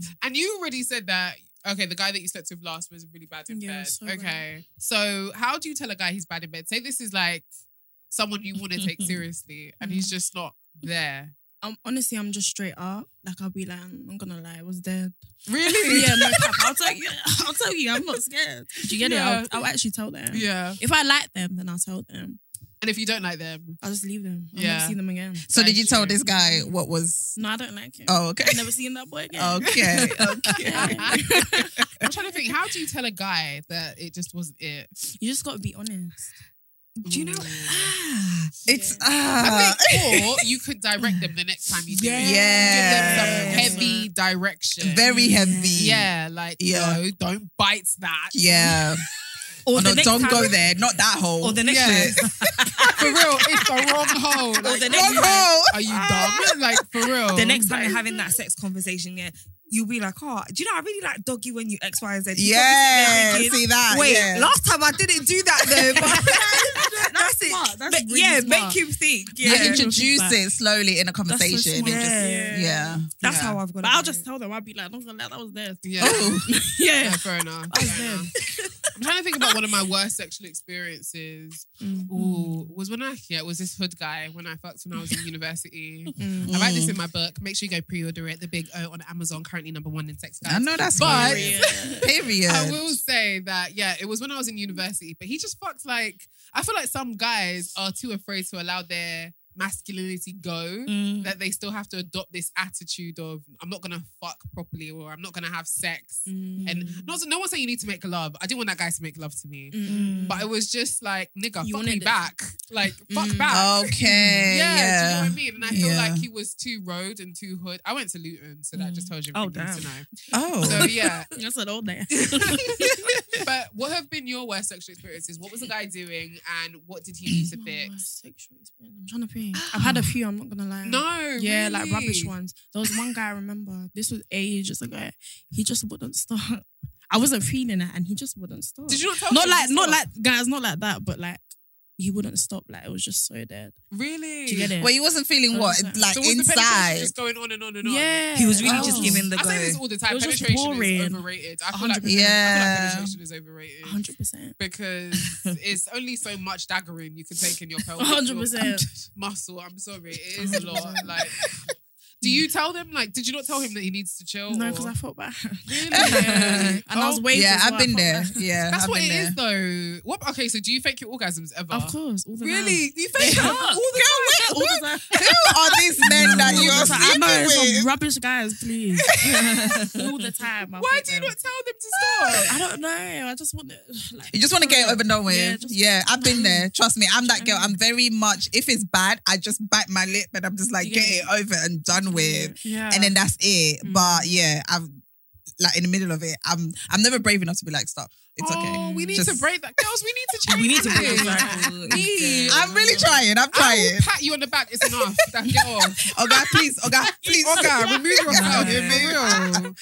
Speaker 3: uh,
Speaker 1: And you already said that. Okay, the guy that you slept with last was really bad in
Speaker 3: Yeah,
Speaker 1: bed.
Speaker 3: so bad.
Speaker 1: okay, so how do you tell a guy he's bad in bed? Say this is like someone you want to take seriously, and
Speaker 3: Mm-hmm.
Speaker 1: he's just not there.
Speaker 3: I'm Um, honestly, I'm just straight up. Like I'll be like, I'm not gonna lie, I was dead.
Speaker 1: Really?
Speaker 3: yeah, no cap. I'll tell you. I'll tell you. I'm not scared. Do you get
Speaker 1: Yeah.
Speaker 3: it? I'll, I'll actually tell them.
Speaker 1: Yeah.
Speaker 3: If I like them, then I'll tell them.
Speaker 1: And if you don't like them,
Speaker 3: I'll just leave them. I'll
Speaker 1: Yeah.
Speaker 3: never see them again.
Speaker 2: So
Speaker 1: That
Speaker 2: did
Speaker 1: is
Speaker 2: you tell
Speaker 1: true.
Speaker 2: this guy what was?
Speaker 3: No, I don't like him.
Speaker 2: Oh, okay.
Speaker 3: I've never seen that boy again.
Speaker 2: Okay.
Speaker 3: Yeah.
Speaker 2: Okay.
Speaker 1: I'm trying to think. How do you tell a guy that it just wasn't it?
Speaker 3: You just gotta be honest.
Speaker 7: do you know
Speaker 1: Ooh.
Speaker 2: it's
Speaker 1: I
Speaker 2: ah.
Speaker 1: think, Uh, or you could direct them the next time you do. it.
Speaker 2: Yeah.
Speaker 1: Give them some heavy direction.
Speaker 2: very heavy.
Speaker 1: Yeah, like
Speaker 2: Yeah.
Speaker 1: no, don't bite that.
Speaker 2: Yeah.
Speaker 7: or
Speaker 2: Oh,
Speaker 7: the
Speaker 2: no,
Speaker 7: next
Speaker 2: don't
Speaker 7: time-
Speaker 2: go there. Not that hole.
Speaker 7: or the next
Speaker 1: Yeah.
Speaker 7: time
Speaker 1: For real, it's the wrong hole. Like,
Speaker 7: the
Speaker 2: Wrong
Speaker 7: next time
Speaker 2: hole.
Speaker 1: are you dumb? Like for real.
Speaker 7: the next time you're having that sex conversation, yeah, you'll be like, oh, do you know, I really like doggy when you X, Y, and Z. You
Speaker 2: Yeah.
Speaker 7: probably sit there thinking,
Speaker 2: See that?
Speaker 7: Wait,
Speaker 2: yeah.
Speaker 7: last time I didn't do that though. But that's it.
Speaker 3: Smart. That's
Speaker 7: But
Speaker 3: really
Speaker 7: yeah,
Speaker 3: smart.
Speaker 7: make him think.
Speaker 2: You
Speaker 7: Yeah,
Speaker 3: should-
Speaker 2: introduce
Speaker 3: Feedback.
Speaker 2: it slowly in a
Speaker 3: That's so
Speaker 2: conversation.
Speaker 3: smart.
Speaker 2: and just-
Speaker 7: Yeah.
Speaker 2: yeah.
Speaker 7: that's
Speaker 1: Yeah.
Speaker 7: how I've got.
Speaker 3: But I'll just tell them. I'll be like, I'm not gonna lie, that was dead.
Speaker 1: Yeah.
Speaker 2: Oh,
Speaker 1: Yeah,
Speaker 3: yeah.
Speaker 1: fair enough.
Speaker 3: I was
Speaker 1: fair
Speaker 3: there.
Speaker 1: enough. I'm trying to think about one of my worst sexual experiences.
Speaker 7: Hmm.
Speaker 3: Mm.
Speaker 1: Ooh, was when I yeah, it was this hood guy when I fucked when I was in university.
Speaker 3: Mm.
Speaker 1: I write
Speaker 2: Hmm.
Speaker 1: this in my book. Make sure you go pre-order it. The Big O on Amazon, currently number one in sex guys.
Speaker 2: I know that's
Speaker 1: But-
Speaker 2: period. period.
Speaker 1: I will say that, yeah, it was when I was in university, but he just fucked like I feel like some guys are too afraid to allow their masculinity go
Speaker 3: Mm-hmm.
Speaker 7: Mm.
Speaker 1: that they still have to adopt this attitude of I'm not gonna fuck properly or I'm not gonna have sex.
Speaker 3: Mm.
Speaker 1: And not no one's saying you need to make love. I didn't want that guy to make love to me.
Speaker 3: Mm.
Speaker 1: But it was just like, nigga,
Speaker 3: You
Speaker 1: fuck
Speaker 3: wanted
Speaker 1: me
Speaker 3: it.
Speaker 1: back. Like, fuck
Speaker 3: Mm.
Speaker 1: back.
Speaker 2: Okay.
Speaker 1: Yeah,
Speaker 2: Yeah.
Speaker 1: do you know what I mean? And I feel
Speaker 2: Yeah.
Speaker 1: like he was too road and too hood. I went to Luton, so that just tells you
Speaker 3: Oh,
Speaker 1: everything you need
Speaker 3: damn.
Speaker 2: Oh.
Speaker 1: to know. So yeah.
Speaker 3: That's an old name.
Speaker 7: Mm.
Speaker 1: but what have been your worst sexual experiences? What was the guy doing and what did he do to fix?
Speaker 3: Oh, Sexual experience. I'm trying to think. I've had a few. I'm not gonna lie.
Speaker 1: No.
Speaker 3: Yeah, like rubbish
Speaker 1: really.
Speaker 3: ones. There was one guy I remember. This was ages ago. He just wouldn't stop. I wasn't feeling it, and he just wouldn't stop.
Speaker 1: Did you not tell
Speaker 3: not
Speaker 1: him
Speaker 3: like,
Speaker 1: to
Speaker 3: not
Speaker 1: stop?
Speaker 3: like guys, not like that, but like he wouldn't stop. Like it was just so dead.
Speaker 1: Really?
Speaker 3: Do you get it?
Speaker 2: Well, you wasn't feeling
Speaker 3: So
Speaker 2: what?
Speaker 3: it's
Speaker 2: Like
Speaker 1: So was the penetration
Speaker 2: inside.
Speaker 1: just going on and on and on?
Speaker 3: yeah,
Speaker 7: He was really just
Speaker 3: Oh.
Speaker 7: giving the
Speaker 1: I
Speaker 7: go.
Speaker 1: say this all the time.
Speaker 3: It was just
Speaker 1: penetration
Speaker 3: boring.
Speaker 1: is overrated. I feel, like,
Speaker 3: 100%.
Speaker 1: I feel
Speaker 2: Yeah.
Speaker 1: like penetration is overrated.
Speaker 3: 100. percent
Speaker 1: Because it's only so much daggering you can take in your pelvis.
Speaker 3: 100.
Speaker 1: your
Speaker 3: percent
Speaker 1: Muscle. I'm sorry. It is a lot. Like, do you tell them? Like, did you not tell him that he needs to chill?
Speaker 3: No,
Speaker 1: or-
Speaker 3: because I felt bad,
Speaker 1: Really?
Speaker 3: and I was
Speaker 1: Oh,
Speaker 3: waiting.
Speaker 2: yeah, I've been there. Yeah,
Speaker 1: That's
Speaker 2: I've
Speaker 1: what
Speaker 2: been
Speaker 1: it
Speaker 2: there.
Speaker 1: is, though. What? Okay, so do you fake your orgasms ever?
Speaker 3: Of course, all the
Speaker 1: Really? You fake it
Speaker 3: Yeah.
Speaker 1: up all the time.
Speaker 3: All the time.
Speaker 2: Who are these men that you
Speaker 3: All
Speaker 2: are
Speaker 3: the time. I know it's
Speaker 2: sleeping
Speaker 3: some
Speaker 2: with?
Speaker 3: rubbish guys, please. all the time. I
Speaker 1: Why
Speaker 3: think
Speaker 1: do you
Speaker 3: them.
Speaker 1: not tell them to stop?
Speaker 3: I don't know. I just want to. Like, uh,
Speaker 2: You just want to get it over and done with.
Speaker 3: Yeah,
Speaker 2: Yeah,
Speaker 3: just-
Speaker 2: I've been there. Trust me, I'm that girl. I'm very much. If it's bad, I just bite my lip and I'm just like, get
Speaker 3: Yeah.
Speaker 2: it over and done with,
Speaker 3: Yeah.
Speaker 2: and then that's it.
Speaker 3: Mm.
Speaker 2: But yeah, I'm like in the middle of it. I'm I'm never brave enough to be like, stop. It's okay.
Speaker 1: Oh, we need
Speaker 2: Just-
Speaker 1: to break that. Girls, we need to change
Speaker 3: We need to break
Speaker 1: this.
Speaker 3: that.
Speaker 1: Please.
Speaker 2: I'm really trying. I'm
Speaker 1: I
Speaker 2: trying.
Speaker 1: will pat you on the back. It's enough. That get off.
Speaker 2: Oh God, please. Oh God, please.
Speaker 1: Oh God, remove yourself.
Speaker 3: Yeah.
Speaker 1: For real.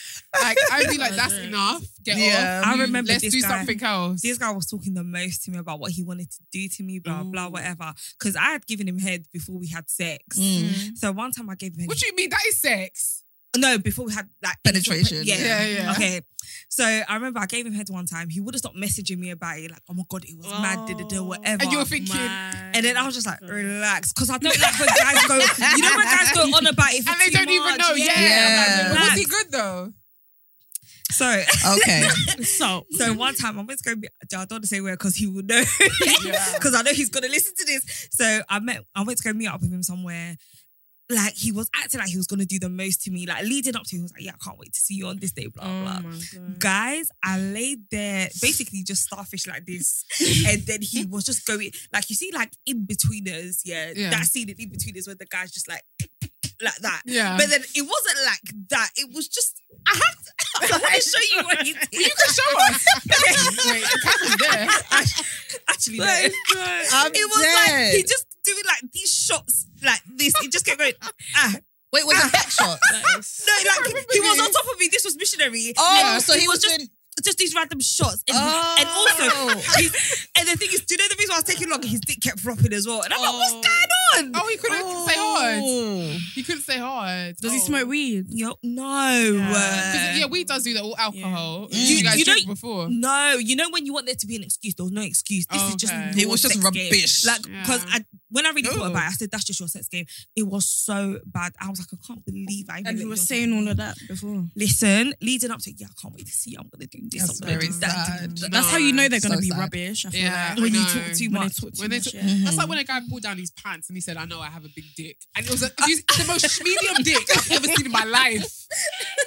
Speaker 1: Like I'd be like, that's enough. Get
Speaker 2: Yeah.
Speaker 1: off.
Speaker 7: I
Speaker 1: You-
Speaker 7: remember
Speaker 1: Let's
Speaker 7: this
Speaker 1: do
Speaker 7: guy.
Speaker 1: something else.
Speaker 7: This guy was talking the most to me about what he wanted to do to me, blah, blah,
Speaker 1: Ooh.
Speaker 7: whatever. Because I had given him head before we had sex.
Speaker 2: Mm.
Speaker 7: So one time I gave him
Speaker 1: What do you mean? That is sex.
Speaker 7: No, before we had like any sort of-
Speaker 2: Penetration,
Speaker 7: yeah.
Speaker 1: Yeah, yeah.
Speaker 7: Okay. So I remember I gave him head one time. He would have stopped messaging me about it, like, oh my god, it was mad, did it, whatever.
Speaker 1: Oh. And you're thinking.
Speaker 7: And then I was just like, relax, because I don't like when guys go. You know when guys go on about it, for
Speaker 1: And they
Speaker 7: too
Speaker 1: don't even
Speaker 7: much?
Speaker 1: know. Yeah.
Speaker 2: Yeah.
Speaker 1: I'm like, but was he
Speaker 7: Relax.
Speaker 1: good though?
Speaker 7: So,
Speaker 2: Okay.
Speaker 3: so
Speaker 7: so one time I'm just going to be. I don't want to say where because he would know.
Speaker 1: Yeah.
Speaker 7: because I know he's gonna listen to this. So I met, I went to go meet up with him somewhere. Like he was acting like he was gonna do the most to me. Like leading up to, he was like, "Yeah, I can't wait to see you on this day." Blah
Speaker 1: Oh
Speaker 7: blah. Guys, I laid there basically just starfish like this, and then he was just going like you see, like in betweeners, yeah,
Speaker 1: Yeah.
Speaker 7: that scene in in betweeners where the guys just like like that.
Speaker 1: Yeah.
Speaker 7: But then it wasn't like that. It was just I have to. I want to show you what he did.
Speaker 1: you can show us. Wait, the camera's there.
Speaker 7: Actually, no.
Speaker 2: I'm
Speaker 7: it was
Speaker 2: dead.
Speaker 7: like he just doing like these shots like this. He just kept going. Ah,
Speaker 2: Wait, was it back shot?
Speaker 1: Ah!
Speaker 7: no, like he was on top of me. This was missionary.
Speaker 2: Oh,
Speaker 7: Yeah.
Speaker 2: so he was
Speaker 7: just
Speaker 2: doing-
Speaker 7: just these random shots. And, and also, his- and the thing is, do you know the reason why I was taking long? His dick kept dropping as well. And I'm like, what's going on?
Speaker 1: Oh, he couldn't say
Speaker 2: Oh.
Speaker 7: Oh.
Speaker 1: hard. He couldn't say hard.
Speaker 3: does he
Speaker 1: Oh.
Speaker 3: smoke weed?
Speaker 7: Yo, no.
Speaker 1: 'Cause,
Speaker 7: uh,
Speaker 1: Yeah, we does do that all alcohol.
Speaker 3: Yeah.
Speaker 1: You,
Speaker 7: You-
Speaker 1: guys
Speaker 7: you
Speaker 1: drink
Speaker 7: don't-
Speaker 1: before.
Speaker 7: No, you know when you want there to be an excuse, there was no excuse. This is just
Speaker 1: Oh, Okay.
Speaker 7: your
Speaker 2: It was just
Speaker 7: sex game.
Speaker 2: rubbish.
Speaker 7: Like,
Speaker 1: Yeah.
Speaker 7: because I when I really
Speaker 2: Ooh.
Speaker 7: thought about it, I said that's just your sex game. It was so bad. I was like, I can't believe I.
Speaker 3: And
Speaker 7: really
Speaker 3: he was
Speaker 7: just-
Speaker 3: saying all of that before.
Speaker 7: Listen, leading up to yeah, I can't wait to see. you. I'm gonna do this.
Speaker 2: That's
Speaker 7: I'm gonna
Speaker 2: very
Speaker 7: do that.
Speaker 2: sad.
Speaker 1: No.
Speaker 3: That's how you know they're
Speaker 2: So
Speaker 3: gonna be
Speaker 2: sad.
Speaker 3: rubbish. I feel
Speaker 1: Yeah,
Speaker 3: like.
Speaker 1: I
Speaker 3: when you
Speaker 1: know.
Speaker 3: talk too
Speaker 7: When they
Speaker 3: much.
Speaker 7: talk
Speaker 3: When
Speaker 1: When they
Speaker 3: they talk
Speaker 1: t-
Speaker 3: too much. yeah.
Speaker 1: That's like when a guy pulled down his pants and he said, "I know I have a big dick," and it was a, it was the most medium dick I've ever seen in my life.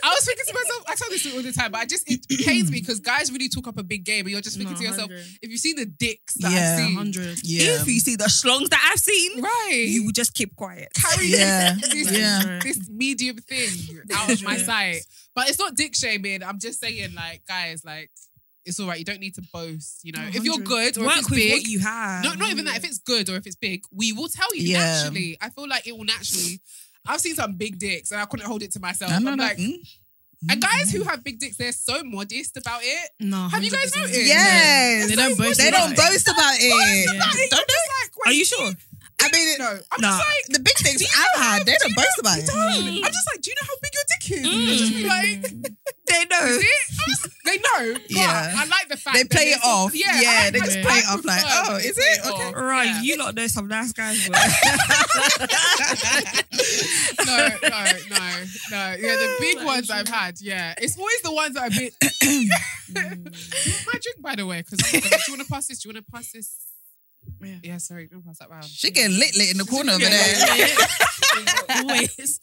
Speaker 1: I was thinking to myself, I tell this to you all the time, but I just it pains me because guys really talk up a big game, and you're just thinking to yourself, if you see the dicks that
Speaker 2: Yeah,
Speaker 1: I've seen,
Speaker 3: hundred.
Speaker 2: Yeah.
Speaker 7: If you see the schlongs that I've seen,
Speaker 1: right?
Speaker 7: you will just keep quiet.
Speaker 1: carry
Speaker 2: Yeah.
Speaker 1: this,
Speaker 2: Yeah.
Speaker 1: this medium thing out of my
Speaker 3: Yeah.
Speaker 1: sight. But it's not dick shaming. I'm just saying, like, guys, like, it's all right. You don't need to boast. You know, if you're
Speaker 3: 100.
Speaker 1: good or if
Speaker 7: Work
Speaker 1: it's
Speaker 7: with
Speaker 1: big,
Speaker 7: what you have.
Speaker 1: no, not even that. If it's good or if it's big, we will tell you.
Speaker 2: Yeah.
Speaker 1: Naturally, I feel like it will naturally. I've seen some big dicks and I couldn't hold it to myself. I'm, like,
Speaker 2: Mm-hmm. Hmm?
Speaker 1: and guys who have big dicks, they're so modest about it.
Speaker 3: No.
Speaker 1: Have you guys
Speaker 3: 100%.
Speaker 1: noticed?
Speaker 2: Yes.
Speaker 3: They don't boast.
Speaker 2: They don't
Speaker 3: about it.
Speaker 2: boast about it.
Speaker 3: Yeah.
Speaker 2: Don't they?
Speaker 7: Are you sure?
Speaker 2: I mean,
Speaker 1: No, I'm
Speaker 7: Nah.
Speaker 1: just like,
Speaker 2: the big things I've had, they don't boast about it. Mm.
Speaker 1: I'm just like, do you know how big your dick is? They Just be like,
Speaker 7: They know.
Speaker 1: Is it? I was- they know. But
Speaker 2: Yeah.
Speaker 1: I like the fact
Speaker 2: They
Speaker 1: that
Speaker 2: play
Speaker 1: they
Speaker 2: it
Speaker 1: sort of-
Speaker 2: off. Yeah,
Speaker 1: I-
Speaker 2: they
Speaker 1: I
Speaker 2: just
Speaker 1: quite
Speaker 2: play it off like,
Speaker 1: prefer
Speaker 2: oh,
Speaker 1: that they
Speaker 2: is
Speaker 1: play
Speaker 2: it? Okay.
Speaker 1: off.
Speaker 7: Right,
Speaker 1: Yeah.
Speaker 7: you lot know some nice guys. Bro.
Speaker 1: No, no, no, no. Yeah, the big ones I've had. Yeah, it's always the ones that are a bit. My drink, by the way, because do you want to pass this? Do you want to pass this?
Speaker 3: Yeah.
Speaker 1: Yeah, sorry, don't pass that round.
Speaker 2: She getting lit lit in the corner over there.
Speaker 3: Always.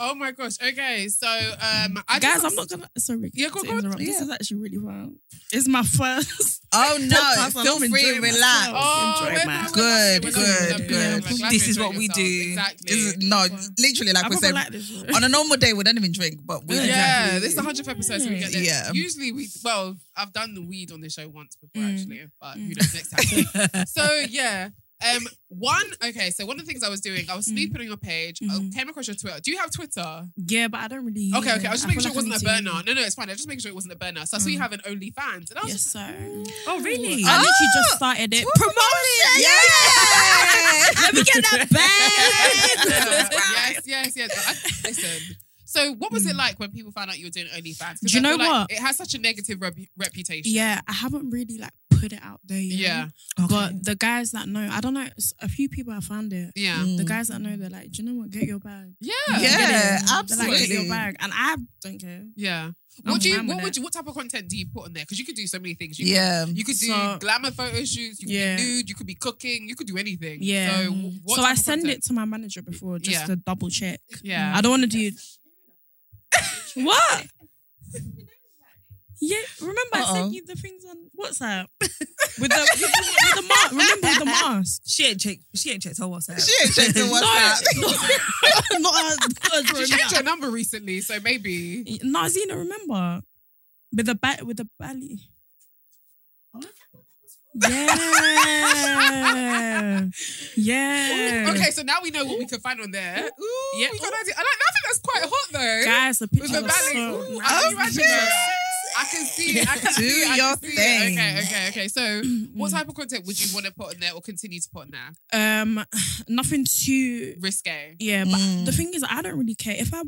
Speaker 1: Oh my gosh. Okay, so um, I just
Speaker 3: Guys, I'm not gonna. Sorry,
Speaker 1: Yeah, go-
Speaker 3: to
Speaker 1: go on.
Speaker 3: interrupt. This
Speaker 1: Yeah.
Speaker 3: is actually really wild. It's my first.
Speaker 2: Oh no,
Speaker 3: podcast.
Speaker 2: feel
Speaker 3: I'm
Speaker 2: free,
Speaker 3: enjoying
Speaker 2: relax.
Speaker 3: myself.
Speaker 1: Oh,
Speaker 3: Enjoy
Speaker 1: we're-
Speaker 3: my-
Speaker 1: we're lovely,
Speaker 2: Good,
Speaker 1: we're lovely,
Speaker 2: good,
Speaker 1: we're
Speaker 2: good.
Speaker 1: lovely. I'm glad
Speaker 7: This
Speaker 1: you're
Speaker 7: is what
Speaker 1: enjoying
Speaker 7: we
Speaker 1: yourself.
Speaker 7: do.
Speaker 1: Exactly.
Speaker 2: This is- no, literally, like
Speaker 3: I
Speaker 2: we
Speaker 3: probably
Speaker 2: said,
Speaker 3: like this. one.
Speaker 2: on a normal day we don't even drink, but we
Speaker 1: yeah, this is the hundredth episode, so we
Speaker 3: Hmm.
Speaker 1: get this.
Speaker 2: Yeah.
Speaker 1: Usually we well, I've done the weed on this show once before
Speaker 3: Mm.
Speaker 1: actually, but who knows next time. so yeah. Um one okay, so one of the things I was doing, I was
Speaker 3: Mm.
Speaker 1: sleeping on your page,
Speaker 3: Mhm.
Speaker 1: I came across your Twitter. Do you have Twitter?
Speaker 3: Yeah, but I don't really. use
Speaker 1: Okay, okay. I was just making
Speaker 3: feel
Speaker 1: sure it
Speaker 3: like I
Speaker 1: wasn't a
Speaker 3: need to-
Speaker 1: burner. No, no, it's fine. I was just making sure it wasn't a burner. So I saw you
Speaker 3: Mm.
Speaker 1: have an OnlyFans. And I was
Speaker 3: Yes,
Speaker 1: just
Speaker 3: sir.
Speaker 7: Oh, really?
Speaker 3: I literally
Speaker 1: Ah!
Speaker 3: just started it. Promote it.
Speaker 2: Yeah.
Speaker 3: Let me get that
Speaker 1: yes,
Speaker 3: bag.
Speaker 1: yes, yes, yes. I- listen. So what was it like when people found out you were doing OnlyFans? 'Cause
Speaker 3: Hmm. Do you
Speaker 1: I
Speaker 3: know
Speaker 1: feel like It
Speaker 3: what?
Speaker 1: has such a negative repu- reputation.
Speaker 3: yeah, I haven't really like put it out there yet.
Speaker 1: Yeah.
Speaker 3: But the guys that know, I don't know. s- A few people have found it.
Speaker 1: Yeah.
Speaker 3: The guys that know, they're like, do you know what? Get your bag.
Speaker 1: Yeah.
Speaker 3: Get it.
Speaker 2: Yeah,
Speaker 3: They're Like, get
Speaker 2: absolutely.
Speaker 3: your bag, and I don't care.
Speaker 1: Yeah.
Speaker 3: I'm
Speaker 1: What do you?
Speaker 3: fine with
Speaker 1: What would
Speaker 3: it.
Speaker 1: you? What type of content do you put on there? Because you could do so many things. You
Speaker 2: yeah.
Speaker 1: Could, you could do
Speaker 3: So-
Speaker 1: glamour photo shoots. You could
Speaker 3: Yeah.
Speaker 1: be nude. You could be cooking. You could do anything.
Speaker 3: Yeah. Mm.
Speaker 1: So, w- what
Speaker 3: so
Speaker 1: type
Speaker 3: I
Speaker 1: of
Speaker 3: send
Speaker 1: content?
Speaker 3: it to my manager before just
Speaker 1: Yeah.
Speaker 3: to double check.
Speaker 1: Yeah.
Speaker 3: I don't want to do. what? Yeah, remember I
Speaker 2: Uh-oh.
Speaker 3: sent you the things on WhatsApp with the with the, with the mask. Remember with the mask?
Speaker 7: She ain't checked. She ain't checked her WhatsApp.
Speaker 2: She ain't checked her WhatsApp.
Speaker 3: No, no, not
Speaker 1: She changed her number recently, so maybe.
Speaker 3: No, Zena, remember with the bat with the belly. Yeah, yeah.
Speaker 1: Okay, so now we know what we can find on there. Ooh,
Speaker 3: Yeah.
Speaker 1: we got an idea. I, like, I think that's quite hot though.
Speaker 3: guys, the
Speaker 1: With
Speaker 3: pictures
Speaker 1: the
Speaker 3: are so
Speaker 1: ballet. Ooh, I
Speaker 3: nice.
Speaker 1: can imagine that. I can see it. I can
Speaker 2: Do
Speaker 1: see it. I
Speaker 2: your
Speaker 1: can see it.
Speaker 2: thing.
Speaker 1: Okay, okay, okay. So, what
Speaker 3: Mm.
Speaker 1: type of content would you want to put on there or continue to put on there?
Speaker 3: Um, nothing too.
Speaker 1: Risque.
Speaker 3: Yeah, but
Speaker 2: Mm.
Speaker 3: the thing is, I don't really care if I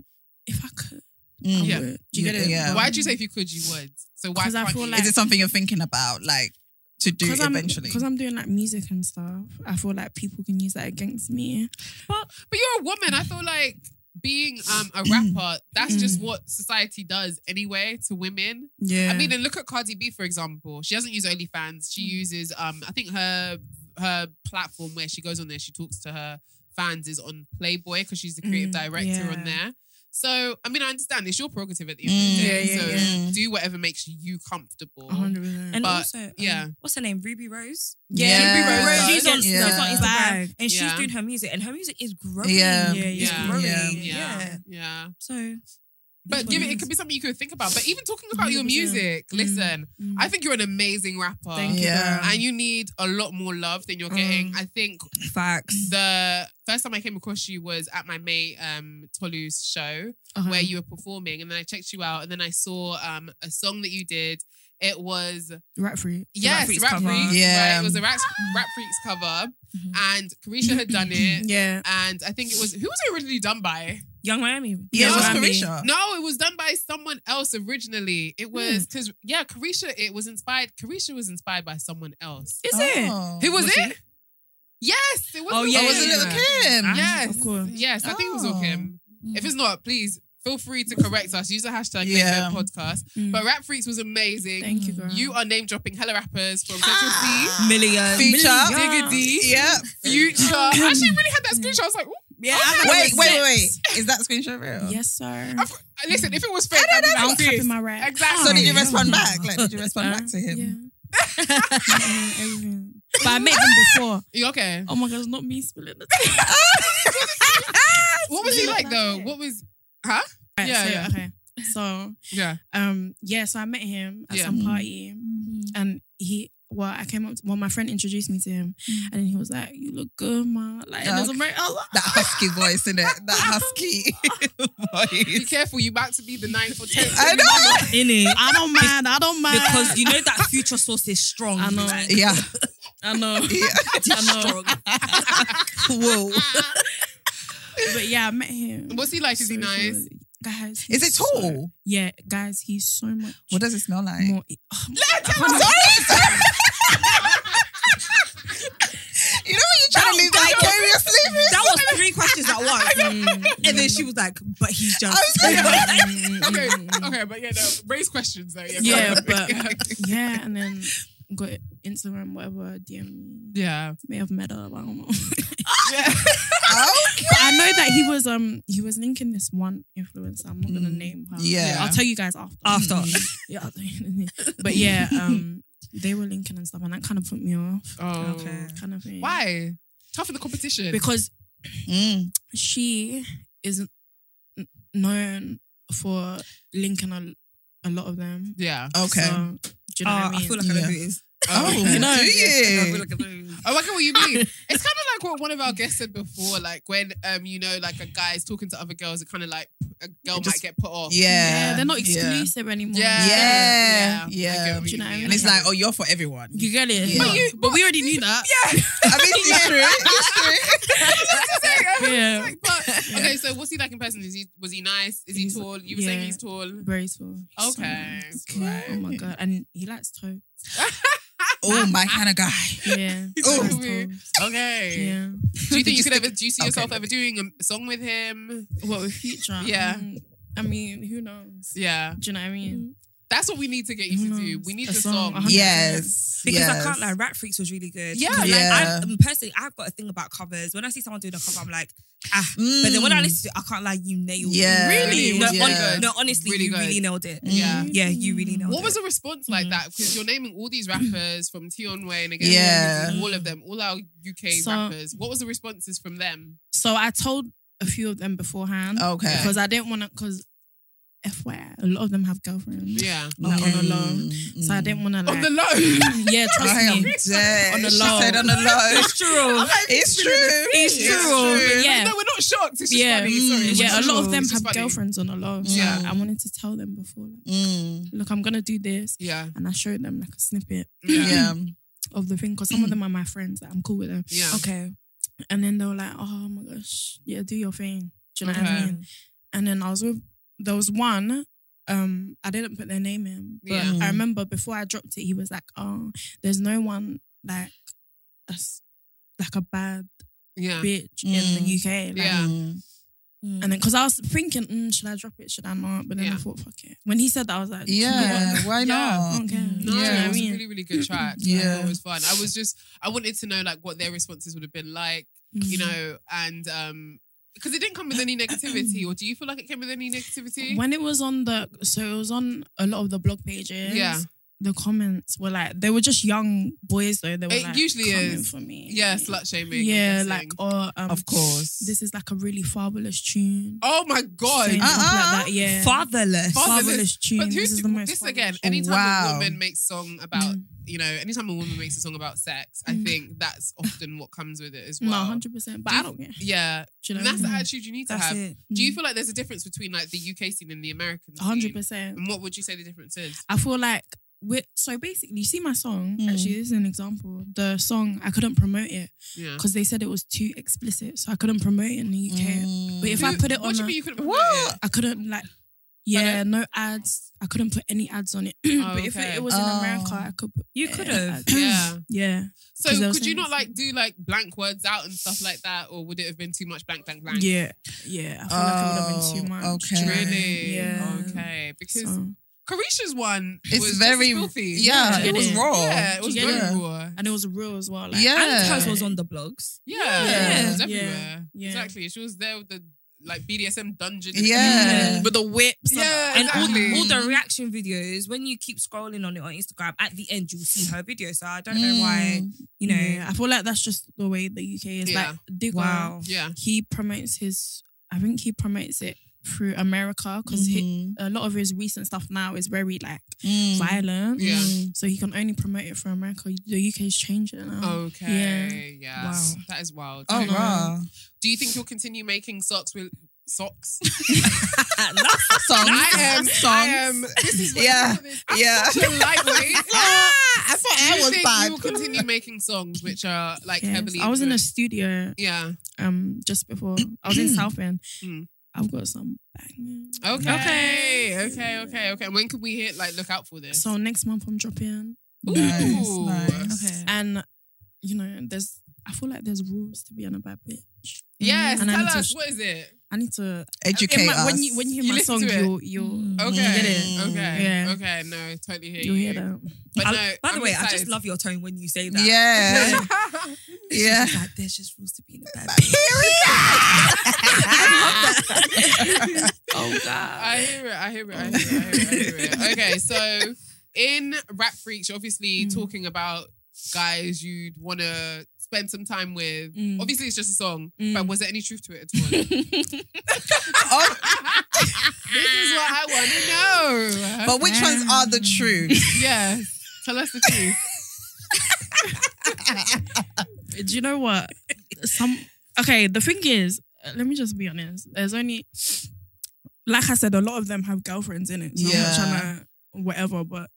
Speaker 3: if I could.
Speaker 2: Mm.
Speaker 1: Yeah.
Speaker 3: I would. Do you get it?
Speaker 2: Yeah.
Speaker 1: Why would you say if you could, you would? So why
Speaker 3: 'Cause I
Speaker 1: can't
Speaker 3: feel
Speaker 1: you?
Speaker 3: like-
Speaker 2: Is it something you're thinking about, like to do
Speaker 3: Because I'm
Speaker 2: eventually?
Speaker 3: because I'm doing like music and stuff. I feel like people can use that against me.
Speaker 1: But you're a woman. I feel like being um, a rapper, that's just what society does anyway to women.
Speaker 3: Yeah,
Speaker 1: I mean, and look at Cardi B for example. She doesn't use OnlyFans. She uses um, I think her her platform where she goes on there, she talks to her fans is on Playboy because she's the creative
Speaker 3: Mm,
Speaker 1: director on
Speaker 3: yeah.
Speaker 1: there. So I mean, I understand it's your prerogative at the end of the
Speaker 2: Mm,
Speaker 1: day.
Speaker 2: yeah,
Speaker 1: so
Speaker 2: yeah, yeah. Oh,
Speaker 1: do whatever makes you comfortable.
Speaker 3: A hundred percent.
Speaker 7: And
Speaker 1: But,
Speaker 7: also, um,
Speaker 1: yeah.
Speaker 7: what's her name? Ruby Rose.
Speaker 2: Yeah. Yeah.
Speaker 7: She's on,
Speaker 2: Yeah.
Speaker 7: she's on Instagram
Speaker 3: Bag.
Speaker 7: and she's
Speaker 1: Yeah.
Speaker 7: doing her music, and her music is growing.
Speaker 2: Yeah.
Speaker 3: Yeah,
Speaker 7: It's
Speaker 1: yeah,
Speaker 7: growing.
Speaker 2: yeah.
Speaker 7: Yeah.
Speaker 1: yeah, yeah.
Speaker 7: So,
Speaker 1: But
Speaker 7: what
Speaker 1: give
Speaker 7: it
Speaker 1: it, it
Speaker 7: is.
Speaker 1: could be something you could think about. But even talking about your
Speaker 3: 100%.
Speaker 1: music,
Speaker 3: Mm.
Speaker 1: listen,
Speaker 3: Mm.
Speaker 1: I think you're an amazing rapper.
Speaker 3: Thank you.
Speaker 2: Yeah.
Speaker 7: Mm-hmm.
Speaker 3: girl.
Speaker 1: And you need a lot more love than you're getting.
Speaker 7: Mm.
Speaker 1: I think
Speaker 7: facts.
Speaker 1: the first time I came across you was at my mate um Tolu's show
Speaker 3: Uh-huh.
Speaker 7: Mm.
Speaker 1: where you were performing and then I checked you out and then I saw um a song that you did. It was
Speaker 3: right for it.
Speaker 1: yes,
Speaker 7: Freaks
Speaker 1: Rap
Speaker 7: cover.
Speaker 1: Freaks.
Speaker 2: Yeah.
Speaker 1: right? It was a Rap, Rap Freaks cover
Speaker 7: Mhm.
Speaker 1: and Carisha had done it.
Speaker 3: Yeah,
Speaker 1: And I think it was who was it originally done by?
Speaker 7: Young Miami.
Speaker 2: yeah,
Speaker 1: No,
Speaker 2: it was
Speaker 1: I mean-
Speaker 7: Uh.
Speaker 2: Carisha.
Speaker 1: No, it was done by someone else originally. It
Speaker 7: Hmm.
Speaker 1: was because yeah, Carisha. It was inspired. Carisha was inspired by someone else.
Speaker 3: is it?
Speaker 2: Oh.
Speaker 1: Who was,
Speaker 7: Was
Speaker 1: it? Yes, it was.
Speaker 7: Oh,
Speaker 1: Lil
Speaker 7: yeah,
Speaker 2: Oh, was it
Speaker 1: Kim.
Speaker 2: Little Kim?
Speaker 7: Ah.
Speaker 1: Yes,
Speaker 3: Of course.
Speaker 1: yes. I think it was Lil
Speaker 2: Oh.
Speaker 1: Kim. If it's not, please feel free to correct us. Use the hashtag yeah.
Speaker 2: Yeah.
Speaker 1: podcast.
Speaker 3: Mm.
Speaker 1: But Rap Freaks was amazing.
Speaker 3: Mm-hmm. Thank you, girl.
Speaker 1: You are name dropping hella rappers from Central C,
Speaker 7: Ah.
Speaker 2: Oh.
Speaker 7: Million.
Speaker 2: Feature.
Speaker 1: Digga D,
Speaker 2: Yeah.
Speaker 1: Future. I actually really had that screenshot. I was like, Ooh.
Speaker 7: Yeah.
Speaker 2: Wait, wait, wait, wait. Is that screenshot real?
Speaker 3: yes, sir.
Speaker 1: I've- listen, if it was fake, I'd be
Speaker 3: I was
Speaker 1: like,
Speaker 3: capping
Speaker 1: this.
Speaker 3: my rap.
Speaker 1: Exactly.
Speaker 2: So did you
Speaker 7: Oh,
Speaker 2: respond
Speaker 7: yeah.
Speaker 2: back? Like, did you respond
Speaker 3: Huh?
Speaker 2: back to him?
Speaker 3: Yeah. Mm, everything. But I met them before.
Speaker 1: You okay?
Speaker 3: Oh my god, it's not me spilling the tea.
Speaker 1: What was he
Speaker 3: Yeah,
Speaker 1: like
Speaker 3: that's
Speaker 1: though?
Speaker 3: it.
Speaker 1: What was? Huh?
Speaker 3: Right,
Speaker 1: Yeah,
Speaker 3: so,
Speaker 1: yeah.
Speaker 3: Okay. So,
Speaker 1: Yeah.
Speaker 3: um, yeah, so I met him at
Speaker 1: Yeah.
Speaker 2: Mm-hmm.
Speaker 1: Mm-hmm.
Speaker 3: some party, and he, well, I came up. To, well, my friend introduced me to him,
Speaker 1: Mm-hmm.
Speaker 3: and then he was like, "You look good, ma." Like, and it was a very, I was
Speaker 2: That husky voice, in it? That husky
Speaker 1: Be
Speaker 2: voice.
Speaker 1: careful. You about to be the ninth or tenth.
Speaker 2: I know.
Speaker 7: In it.
Speaker 3: like, I don't mind. I don't mind
Speaker 7: Because you know that future source is strong.
Speaker 3: I know.
Speaker 7: Like,
Speaker 2: Yeah.
Speaker 3: I know, I know.
Speaker 7: strong.
Speaker 2: Whoa.
Speaker 3: But yeah, I met him.
Speaker 1: What's he like? Is he
Speaker 3: So
Speaker 1: nice?
Speaker 3: good. Guys,
Speaker 2: Is it
Speaker 3: he's so-
Speaker 2: tall?
Speaker 3: yeah, guys, he's so much.
Speaker 2: What does it smell like?
Speaker 3: more? Oh,
Speaker 2: Sorry. you know when you're trying to live
Speaker 7: That-
Speaker 2: vicariously through
Speaker 7: That was three questions at once. Mm. And then she was like, but he's just.
Speaker 2: I was like-
Speaker 1: Okay, okay, but yeah, no, raise questions though. Yeah, go
Speaker 3: yeah,
Speaker 1: on.
Speaker 3: but yeah, and then got Instagram, whatever, DM me.
Speaker 1: yeah,
Speaker 3: May have met her, but I don't know.
Speaker 1: yeah.
Speaker 2: someone.
Speaker 3: But I know that he was um he was linking this one influencer. I'm not gonna
Speaker 2: Mm.
Speaker 3: name her.
Speaker 2: Yeah.
Speaker 3: I'll tell you guys after.
Speaker 7: After.
Speaker 3: yeah, I'll tell you. but yeah, um, they were linking and stuff, and that kind of put me off.
Speaker 1: Oh.
Speaker 7: Okay.
Speaker 3: Kind of thing.
Speaker 1: Why? Tough in the competition.
Speaker 3: Because
Speaker 2: Mm.
Speaker 3: she isn't n- known for linking a, a lot of them.
Speaker 1: yeah.
Speaker 2: Okay.
Speaker 3: So, do you know
Speaker 7: Oh,
Speaker 3: what I mean?
Speaker 7: I feel like I know
Speaker 2: Yeah.
Speaker 7: who it is.
Speaker 2: oh,
Speaker 1: okay.
Speaker 3: you know,
Speaker 2: do
Speaker 7: Yeah, I
Speaker 2: you?
Speaker 7: feel like I know who it is.
Speaker 1: Oh, I get what you mean. it's kind of like what one of our guests said before, like when um you know like a guy's talking to other girls, it kind of like a girl
Speaker 2: just-
Speaker 1: might get put off.
Speaker 2: yeah.
Speaker 3: yeah, they're not
Speaker 2: Yeah.
Speaker 3: exclusive anymore.
Speaker 1: Yeah.
Speaker 2: Yeah.
Speaker 1: I
Speaker 2: Yeah.
Speaker 1: get what
Speaker 3: Do you know what I
Speaker 1: mean.
Speaker 2: And it's like, oh, you're for everyone.
Speaker 3: You get it.
Speaker 2: Yeah. But
Speaker 1: you-
Speaker 3: but we already knew that.
Speaker 2: I mean, it's true. It's true.
Speaker 3: Yeah.
Speaker 1: Like, but okay, so what's he like in person? Is he was he nice? Is he
Speaker 3: He's-
Speaker 1: tall? You were saying
Speaker 3: yeah.
Speaker 1: he's tall.
Speaker 3: Very tall. He's so
Speaker 1: Okay.
Speaker 3: nice.
Speaker 1: Right.
Speaker 3: Oh my god. And he likes toe.
Speaker 2: Oh, my kind of guy.
Speaker 3: Yeah. he
Speaker 2: Oh.
Speaker 3: likes toes.
Speaker 1: Okay.
Speaker 3: Yeah.
Speaker 1: Do you think you
Speaker 2: Just
Speaker 1: could ever? Do you see
Speaker 2: okay,
Speaker 1: yourself
Speaker 2: let
Speaker 1: ever doing a song with him?
Speaker 3: What with future?
Speaker 1: Yeah.
Speaker 3: Mm, I mean, who knows?
Speaker 1: Yeah,
Speaker 3: Do you know what I mean?
Speaker 1: that's what we need to get you
Speaker 3: Who
Speaker 1: to do.
Speaker 3: knows?
Speaker 1: We need
Speaker 3: A
Speaker 1: the
Speaker 3: song,
Speaker 1: song.
Speaker 3: a hundred-
Speaker 2: Yes.
Speaker 7: Because
Speaker 2: yes.
Speaker 7: I can't lie, Rat Freaks was really good.
Speaker 1: Yeah.
Speaker 7: Like,
Speaker 2: Yeah.
Speaker 7: I, um, personally, I've got a thing about covers. When I see someone doing a cover, I'm like, ah. But then when I
Speaker 2: Mm.
Speaker 7: listen to it, I can't lie, you nailed
Speaker 2: Yeah.
Speaker 7: it.
Speaker 2: Really?
Speaker 7: No,
Speaker 2: Yeah.
Speaker 7: hon- no, honestly,
Speaker 1: Really
Speaker 7: you
Speaker 1: good.
Speaker 7: really nailed it.
Speaker 1: Yeah.
Speaker 7: Yeah, you really nailed
Speaker 1: What was
Speaker 7: it.
Speaker 1: the response like
Speaker 3: Mm-hmm.
Speaker 7: Mhm.
Speaker 1: that? Because you're naming all these rappers from Tion Wayne again,
Speaker 2: Yeah.
Speaker 1: all of them, all our UK
Speaker 3: So-
Speaker 1: rappers. What was the responses from them?
Speaker 3: So I told a few of them beforehand
Speaker 2: Mm, Okay.
Speaker 3: because I didn't want to. Because FYI, a lot of them have girlfriends.
Speaker 1: Yeah,
Speaker 3: Like
Speaker 2: Mm,
Speaker 3: on the low.
Speaker 2: mm.
Speaker 3: So I didn't want to like.
Speaker 1: on the low.
Speaker 3: yeah, trust
Speaker 2: I am
Speaker 3: me.
Speaker 2: dead.
Speaker 3: On the
Speaker 2: She
Speaker 3: low.
Speaker 2: said on the low.
Speaker 7: It's true.
Speaker 2: It's true. It's
Speaker 3: true. But yeah.
Speaker 1: No, we're not shocked. It's just
Speaker 3: Yeah.
Speaker 1: funny. Sorry.
Speaker 2: Mm.
Speaker 1: It's
Speaker 3: Yeah, a
Speaker 1: just
Speaker 3: lot
Speaker 1: funny.
Speaker 3: of them
Speaker 1: It's just
Speaker 3: have
Speaker 1: funny.
Speaker 3: girlfriends on the low. So
Speaker 2: Yeah.
Speaker 3: I wanted to tell them before, like,
Speaker 2: Mm.
Speaker 3: look, I'm gonna do this.
Speaker 1: Yeah.
Speaker 3: And I showed them like a snippet
Speaker 1: Yeah.
Speaker 2: Yeah.
Speaker 3: of the thing because some of them are my friends. Like, I'm cool with them.
Speaker 1: Yeah.
Speaker 3: Okay. And then they were like, oh my gosh, yeah, do your thing. Do you know what I
Speaker 7: Uh-huh.
Speaker 1: Okay.
Speaker 3: mean? And then I was with, there was one, um, I didn't put their name in, but
Speaker 1: Yeah. Mm.
Speaker 3: I remember before I dropped it, he was like, oh, there's no one like that's like a bad
Speaker 1: Yeah.
Speaker 3: bitch in the
Speaker 2: Mm.
Speaker 3: UK. Like,
Speaker 1: Yeah.
Speaker 2: Mm.
Speaker 3: And then, because I was thinking, mm, should I drop it? Should I not? But then
Speaker 1: Yeah.
Speaker 3: I thought, fuck it. When he said that, I was like, you know
Speaker 2: Yeah.
Speaker 3: what?
Speaker 1: Yeah.
Speaker 2: Why
Speaker 3: I
Speaker 2: not?
Speaker 3: don't care.
Speaker 1: No,
Speaker 3: Do you know what
Speaker 1: it
Speaker 3: I
Speaker 1: was a
Speaker 3: mean?
Speaker 1: really, really good track.
Speaker 2: Yeah.
Speaker 1: Like, it was fun. I was just, I wanted to know like what their responses would have been like,
Speaker 2: Mm.
Speaker 1: you
Speaker 3: Mm-hmm.
Speaker 1: know, and um, because it didn't come with any negativity, or do you feel like it came with any negativity?
Speaker 3: When it was on the, so it was on a lot of the blog pages.
Speaker 1: Yeah.
Speaker 3: The comments were like, they were just young boys though. They were
Speaker 1: It
Speaker 3: like,
Speaker 1: usually
Speaker 3: coming
Speaker 1: is.
Speaker 3: for me.
Speaker 1: yeah, slut shaming. I'm
Speaker 3: Yeah,
Speaker 1: guessing.
Speaker 3: like, or, um,
Speaker 2: Of course.
Speaker 3: this is like a really fabulous tune.
Speaker 1: oh my god.
Speaker 3: Saying stuff
Speaker 2: Uh-uh.
Speaker 3: Like that. Yeah.
Speaker 7: Fatherless.
Speaker 1: Fatherless.
Speaker 3: Fabulous tune.
Speaker 1: But
Speaker 3: this
Speaker 1: who's
Speaker 3: is the most
Speaker 1: this again?
Speaker 3: fabulous tune.
Speaker 1: Anytime a
Speaker 2: Wow.
Speaker 1: woman makes song about,
Speaker 3: Mm.
Speaker 1: you know, anytime a woman makes a song about sex, I
Speaker 3: Mm.
Speaker 1: think that's often what comes with it as
Speaker 3: No,
Speaker 1: well.
Speaker 3: 100%. But
Speaker 1: Do
Speaker 3: I
Speaker 1: you-
Speaker 3: don't care.
Speaker 1: Yeah,
Speaker 3: Do you know
Speaker 1: and
Speaker 3: what I
Speaker 1: that's the
Speaker 3: mean? Mm.
Speaker 1: attitude you need to
Speaker 7: That's
Speaker 1: have.
Speaker 7: it.
Speaker 1: Do you feel like there's a difference between like the UK scene and the American? scene?
Speaker 3: 100%.
Speaker 1: And what would you say the difference is?
Speaker 3: Mm. I feel like we so basically, you see my song.
Speaker 2: Mm.
Speaker 3: Actually, this is an example. The song I couldn't promote it
Speaker 1: Yeah.
Speaker 3: because they said it was too explicit, so I couldn't promote it in the UK.
Speaker 2: Mm.
Speaker 3: But if I
Speaker 1: Who-
Speaker 3: put it
Speaker 1: what
Speaker 3: on
Speaker 1: do you
Speaker 3: a-
Speaker 1: mean you couldn't promote
Speaker 2: What?
Speaker 1: it?
Speaker 3: I couldn't like, yeah, no ads. I couldn't put any ads on it. but if
Speaker 1: okay.
Speaker 3: it, it was in
Speaker 2: Oh.
Speaker 3: America, I could. Put,
Speaker 7: You
Speaker 3: yeah,
Speaker 7: could've.
Speaker 3: ads.
Speaker 1: Yeah.
Speaker 3: yeah,
Speaker 1: So
Speaker 3: 'Cause they were
Speaker 1: could you
Speaker 3: saying
Speaker 1: not like
Speaker 3: something.
Speaker 1: do like blank words out and stuff like that, or would it have been too much blank, blank, blank?
Speaker 3: yeah, yeah. I feel like it would have been
Speaker 2: Oh,
Speaker 3: too much.
Speaker 2: okay.
Speaker 3: Do you know what I mean?
Speaker 1: Really?
Speaker 3: Yeah.
Speaker 1: Okay. Because
Speaker 3: So-
Speaker 1: Carisha's one
Speaker 2: It's
Speaker 1: was
Speaker 2: very-
Speaker 1: just filthy.
Speaker 2: Yeah,
Speaker 3: Yeah.
Speaker 2: it was
Speaker 3: Yeah.
Speaker 2: raw.
Speaker 1: Yeah, it was
Speaker 3: Yeah.
Speaker 1: very
Speaker 2: Yeah.
Speaker 1: raw.
Speaker 3: and it was real as well. Like,
Speaker 2: Yeah.
Speaker 7: And Toast was on the blogs.
Speaker 1: Yeah,
Speaker 2: Yeah.
Speaker 1: it was
Speaker 3: Yeah.
Speaker 1: everywhere.
Speaker 3: Yeah.
Speaker 1: Exactly. She was there with the like BDSM dungeon.
Speaker 2: Yeah.
Speaker 3: with the whips. and-
Speaker 1: Yeah,
Speaker 7: And all,
Speaker 1: exactly.
Speaker 7: all
Speaker 3: Mm-hmm.
Speaker 7: the reaction videos, when you keep scrolling on it on Instagram, at the end you'll see her video. So I don't
Speaker 2: Mm.
Speaker 7: know why, you know.
Speaker 3: Yeah, I feel like that's just the way the UK is.
Speaker 1: Yeah.
Speaker 3: Like, Digger,
Speaker 7: Wow.
Speaker 1: Yeah.
Speaker 3: he promotes his. I think he promotes it through America because
Speaker 2: Mhm.
Speaker 3: a lot of his recent stuff now is very like
Speaker 2: Mm.
Speaker 3: violent.
Speaker 1: Yeah.
Speaker 3: So he can only promote it for America. The UK's changing it now.
Speaker 1: Oh, Okay. Yeah.
Speaker 3: Oh, Wow.
Speaker 1: That is wild.
Speaker 2: Oh,
Speaker 1: Okay.
Speaker 2: raw.
Speaker 1: Do you think you'll continue making socks with socks?
Speaker 2: Songs.
Speaker 1: I am.
Speaker 2: Songs.
Speaker 1: I am. This is what
Speaker 2: Yeah.
Speaker 1: this is- I'm
Speaker 2: Yeah.
Speaker 1: such a lightweight.
Speaker 2: Ah, I thought
Speaker 1: Do
Speaker 2: I
Speaker 1: you
Speaker 2: was
Speaker 1: think
Speaker 2: bad.
Speaker 1: You will continue making songs which are like
Speaker 3: Yes.
Speaker 1: heavily.
Speaker 3: I was in a
Speaker 1: influenced-
Speaker 3: studio
Speaker 1: Yeah.
Speaker 3: um just before I was in Southend.
Speaker 1: Mm.
Speaker 3: I've got some banging.
Speaker 1: Okay. Okay. Okay. Okay. Okay. When can we hit like look out for this?
Speaker 3: So next month I'm dropping,
Speaker 2: Nice,
Speaker 1: Ooh.
Speaker 2: nice.
Speaker 7: Okay.
Speaker 3: and you know, there's I feel like there's rules to being a bad bitch.
Speaker 1: Yes.
Speaker 3: Mm-hmm. And I
Speaker 1: tell
Speaker 3: need to
Speaker 1: us
Speaker 3: sh-
Speaker 1: what is it?
Speaker 3: I need to
Speaker 2: Educate
Speaker 3: In my-
Speaker 2: us. Mm.
Speaker 3: When you when you hear
Speaker 1: You
Speaker 3: my
Speaker 1: listen
Speaker 3: song,
Speaker 1: to it. Mm.
Speaker 3: you'll you'll
Speaker 1: Okay.
Speaker 3: get it.
Speaker 1: Okay.
Speaker 3: Mm-hmm. Yeah.
Speaker 1: Okay. No. Totally hear
Speaker 3: You'll
Speaker 1: you.
Speaker 3: hear that.
Speaker 1: But
Speaker 7: I-
Speaker 1: no.
Speaker 7: by the
Speaker 1: I'm
Speaker 7: way, I
Speaker 1: excited.
Speaker 7: just love your tone when you say that.
Speaker 2: yeah.
Speaker 1: Yeah.
Speaker 2: Yeah.
Speaker 7: She's like, there's just rules to being a bad bitch.
Speaker 2: Period.
Speaker 3: oh god.
Speaker 1: I hear it. I hear it. I hear it. I hear it. I hear it. Okay, so in Rap Freaks, you're obviously
Speaker 3: Mm.
Speaker 1: talking about guys you'd want to spend some time with.
Speaker 3: Mm.
Speaker 1: Obviously, it's just a song,
Speaker 3: Mm.
Speaker 1: but was there any truth to it at all? this
Speaker 2: Oh,
Speaker 1: is what I want to know.
Speaker 2: but which ones are the true?
Speaker 1: yeah, tell us the truth.
Speaker 3: Do you know what? Some okay. The thing is, uh, let me just be honest. There's only, like I said, a lot of them have girlfriends in it. So I'm
Speaker 2: Yeah.
Speaker 3: not trying to whatever, but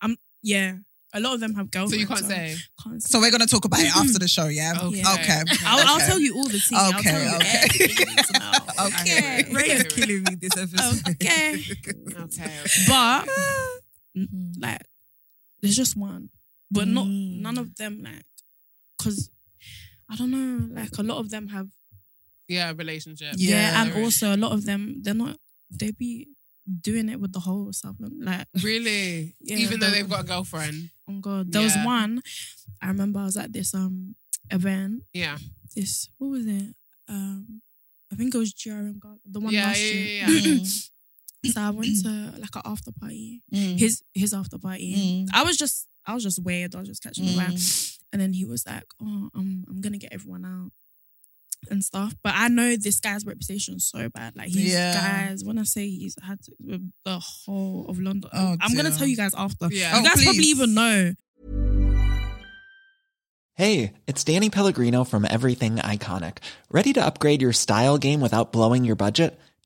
Speaker 3: I'm yeah. A lot of them have girlfriends.
Speaker 1: So you can't say.
Speaker 3: Can't say.
Speaker 2: So we're gonna talk about it after the show, yeah?
Speaker 1: Okay.
Speaker 2: Okay.
Speaker 3: I'll, I'll
Speaker 2: Okay.
Speaker 3: tell you all the tea. I'll
Speaker 2: Okay,
Speaker 3: tell you
Speaker 2: okay.
Speaker 3: everything you need to know. Um,
Speaker 1: I
Speaker 2: Okay.
Speaker 1: hear it.
Speaker 7: Ray
Speaker 1: I
Speaker 7: is
Speaker 1: hear it.
Speaker 7: killing me this episode.
Speaker 3: Okay.
Speaker 1: Okay.
Speaker 3: But n- like, there's just one, but not
Speaker 7: Mm.
Speaker 3: none of them like, cause I don't know. Like a lot of them have
Speaker 1: Yeah, relationship.
Speaker 3: yeah,
Speaker 2: Yeah.
Speaker 3: and also a lot of them they're not they be doing it with the whole South London. Like
Speaker 1: Really?
Speaker 3: Yeah,
Speaker 1: Even though
Speaker 3: the-
Speaker 1: they've got a girlfriend.
Speaker 3: oh god, there
Speaker 1: Yeah.
Speaker 3: was one. I remember I was at this um event.
Speaker 1: Yeah.
Speaker 3: This what was it? Um, I think it was GRM Gala, the one
Speaker 1: Yeah,
Speaker 3: last
Speaker 1: yeah,
Speaker 3: year.
Speaker 1: yeah, yeah.
Speaker 3: so I went to like an after party.
Speaker 2: Mm.
Speaker 3: His his after party.
Speaker 2: Mm.
Speaker 3: I was just I was just weird. I was just catching the vibe. And then he was like, "Oh, I'm I'm gonna get everyone out." And stuff, but I know this guy's reputation so bad. Like he's
Speaker 2: Yeah.
Speaker 3: guys. When I say he's had to, with the whole of London,
Speaker 2: Oh,
Speaker 3: I'm gonna
Speaker 2: dear.
Speaker 3: tell you guys after.
Speaker 1: Yeah.
Speaker 2: Oh,
Speaker 3: you guys probably
Speaker 2: please.
Speaker 3: even know.
Speaker 8: Hey, it's Danny Pellegrino from Everything Iconic. Ready to upgrade your style game without blowing your budget?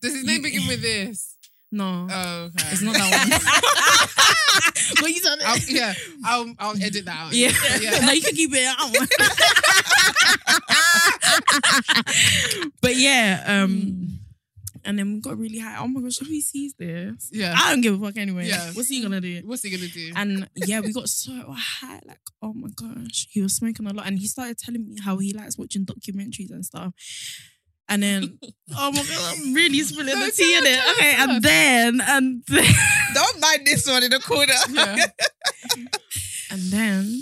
Speaker 1: Does his name begin with this?
Speaker 3: No,
Speaker 7: Uh.
Speaker 1: Oh, okay.
Speaker 3: it's not that one. but you don't.
Speaker 1: I'll, yeah, I'll, I'll edit that out.
Speaker 3: Yeah.
Speaker 1: yeah.
Speaker 3: no, you can keep it out. but yeah,
Speaker 7: Mm.
Speaker 3: um, and then we got really high. Oh my gosh, if he sees this,
Speaker 1: Yeah.
Speaker 3: I don't give a fuck anyway.
Speaker 1: Yeah.
Speaker 3: What's he gonna do?
Speaker 1: What's he gonna do?
Speaker 3: And yeah, we got so high, like, oh my gosh. He was smoking a lot and he started telling me how he likes watching documentaries and stuff. And then, oh my god, I'm really spilling
Speaker 1: No,
Speaker 3: the tea in
Speaker 1: tell
Speaker 3: it.
Speaker 1: us,
Speaker 3: Okay,
Speaker 1: tell us.
Speaker 3: and then, and then.
Speaker 2: Don't mind this one in the corner.
Speaker 1: yeah.
Speaker 3: And then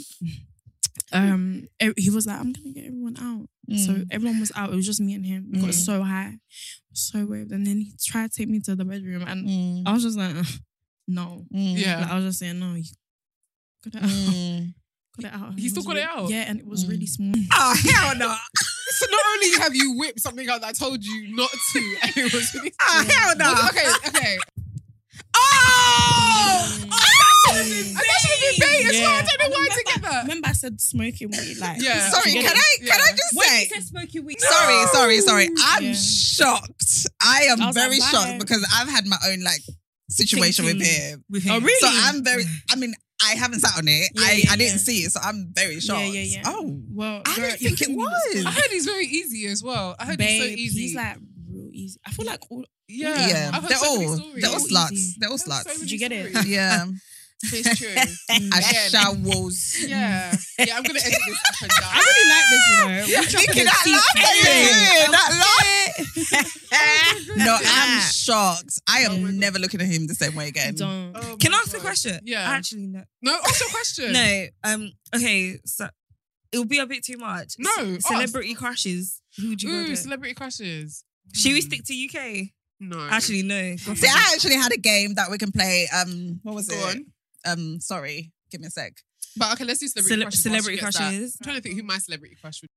Speaker 3: um e- he was like, I'm gonna get everyone out. So everyone was out, it was just me and him. We got
Speaker 2: Mm.
Speaker 3: so high, so waved. And then he tried to take me to the bedroom and
Speaker 2: Mm.
Speaker 3: I was just like, "Ugh, no.
Speaker 1: Yeah.
Speaker 3: Like, I was just saying, no, you got it out.
Speaker 2: Mm.
Speaker 3: Got it out. And
Speaker 1: He still
Speaker 3: was
Speaker 1: got it
Speaker 3: re-
Speaker 1: out?
Speaker 3: Yeah, and it was
Speaker 2: Mm.
Speaker 3: really small.
Speaker 7: Oh, hell no.
Speaker 1: So not only have you whipped something out that I told you not to, and it was really
Speaker 7: Oh, hell no.
Speaker 1: okay, okay. Hmm.
Speaker 7: Oh!
Speaker 1: And that should be bait as well. I don't know why to get that.
Speaker 3: Remember I said smoking weed like
Speaker 1: Yeah.
Speaker 2: Sorry,
Speaker 3: Forget
Speaker 2: can
Speaker 3: it.
Speaker 2: I can I
Speaker 1: Yeah.
Speaker 2: just
Speaker 7: When
Speaker 2: say
Speaker 7: you said smoky weed.
Speaker 2: Sorry, sorry, sorry. I'm
Speaker 3: Yeah.
Speaker 2: shocked. I am
Speaker 3: I was
Speaker 2: very
Speaker 3: like,
Speaker 2: shocked
Speaker 3: why?
Speaker 2: because I've had my own like situation with
Speaker 7: Thinking.
Speaker 2: him.
Speaker 7: With
Speaker 3: Oh
Speaker 7: him.
Speaker 3: really?
Speaker 2: So I'm very I mean, I haven't sat on it.
Speaker 3: Yeah,
Speaker 2: I,
Speaker 3: yeah,
Speaker 2: I didn't
Speaker 3: yeah.
Speaker 2: see it, so I'm very shocked.
Speaker 3: Yeah, yeah, yeah.
Speaker 2: Oh.
Speaker 3: Well
Speaker 2: I
Speaker 3: girl,
Speaker 2: didn't think it was.
Speaker 1: I heard he's very easy as well. I heard
Speaker 3: Babe,
Speaker 1: he's so easy.
Speaker 3: he's like real easy. I feel like all
Speaker 1: yeah,
Speaker 2: Yeah.
Speaker 1: I've heard
Speaker 2: They're
Speaker 1: so many
Speaker 2: all
Speaker 1: stories.
Speaker 2: they're all
Speaker 3: They're all
Speaker 2: sluts.
Speaker 3: easy.
Speaker 2: They're all
Speaker 1: I've heard so
Speaker 2: sluts.
Speaker 1: many
Speaker 3: Did you get it?
Speaker 1: stories.
Speaker 2: Yeah. Mm.
Speaker 1: It's true. Again.
Speaker 2: Asha Wolves.
Speaker 1: Yeah, yeah. I'm gonna edit this up and down.
Speaker 3: I really like this, you know.
Speaker 2: Yeah, Nikki, that laugh that you did, that laugh. no, I'm shocked. I am never looking at him the same way again.
Speaker 3: Don't.
Speaker 1: Oh my
Speaker 7: Can I ask a
Speaker 1: God.
Speaker 7: question?
Speaker 1: Yeah.
Speaker 7: Actually, no.
Speaker 1: No, ask your question.
Speaker 7: No. Um. Okay. So it'll be a bit too much.
Speaker 1: No, Mm,
Speaker 7: Ce-
Speaker 1: ask.
Speaker 7: Celebrity crushes. Who would you go
Speaker 1: Ooh,
Speaker 7: with?
Speaker 1: celebrity crushes.
Speaker 7: Should we stick to UK?
Speaker 1: No.
Speaker 7: Actually, no. Go
Speaker 2: See,
Speaker 7: for it.
Speaker 2: I actually had a game that we can play. Um, what was
Speaker 1: Go
Speaker 2: it?
Speaker 1: on.
Speaker 2: Um, sorry, give me a sec.
Speaker 1: But okay, let's do celebrity
Speaker 7: Cele-
Speaker 1: crushes. whilst
Speaker 7: celebrity
Speaker 1: she gets that.
Speaker 7: crushes.
Speaker 1: I'm trying to think who my celebrity crush would.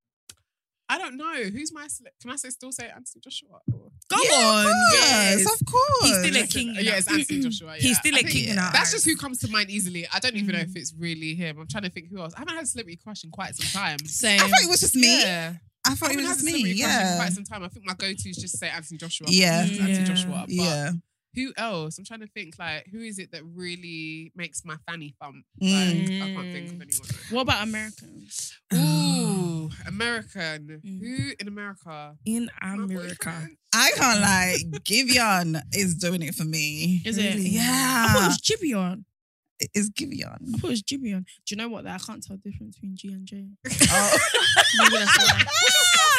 Speaker 1: I don't know who's my. Cele- Can I say still say Anthony Joshua? Or-
Speaker 7: Go
Speaker 2: Yeah,
Speaker 7: on.
Speaker 2: Of course,
Speaker 7: Yes.
Speaker 2: of course.
Speaker 7: He's still a king. in
Speaker 1: Yeah,
Speaker 7: our-
Speaker 1: it's Anthony Joshua. Yeah.
Speaker 7: He's still
Speaker 1: I
Speaker 7: a
Speaker 1: think
Speaker 7: king in our
Speaker 1: That's
Speaker 7: eyes.
Speaker 1: just who comes to mind easily. I don't even know
Speaker 3: Mm.
Speaker 1: if it's really him. I'm trying to think who else. I haven't had a celebrity crush in quite some time.
Speaker 3: Same.
Speaker 2: I thought it was just me.
Speaker 1: Yeah.
Speaker 2: I thought
Speaker 1: I
Speaker 2: it
Speaker 1: haven't had
Speaker 2: was
Speaker 1: a
Speaker 2: just me.
Speaker 1: celebrity crush in
Speaker 2: Yeah,
Speaker 1: quite some time. I think my go-to is just say Anthony Joshua.
Speaker 2: Yeah.
Speaker 1: It's Anthony
Speaker 3: Yeah.
Speaker 1: Joshua. But
Speaker 2: yeah.
Speaker 1: Who else? I'm trying to think. Like, who is it that really makes my fanny thump? Like,
Speaker 2: Mm.
Speaker 1: I can't think of anyone.
Speaker 3: What Mm. about Americans?
Speaker 1: Ooh, American. Who in America?
Speaker 7: in
Speaker 1: My
Speaker 7: America.
Speaker 1: boyfriend?
Speaker 2: I can't like Giveon is doing it for me.
Speaker 3: Is it? I thought it
Speaker 2: Yeah.
Speaker 3: was Gibby on.
Speaker 2: It's Giveon.
Speaker 3: I thought it was Gibby on. Do you know what? Like, I can't tell the difference between G and J.
Speaker 2: Oh.
Speaker 3: Maybe that's why.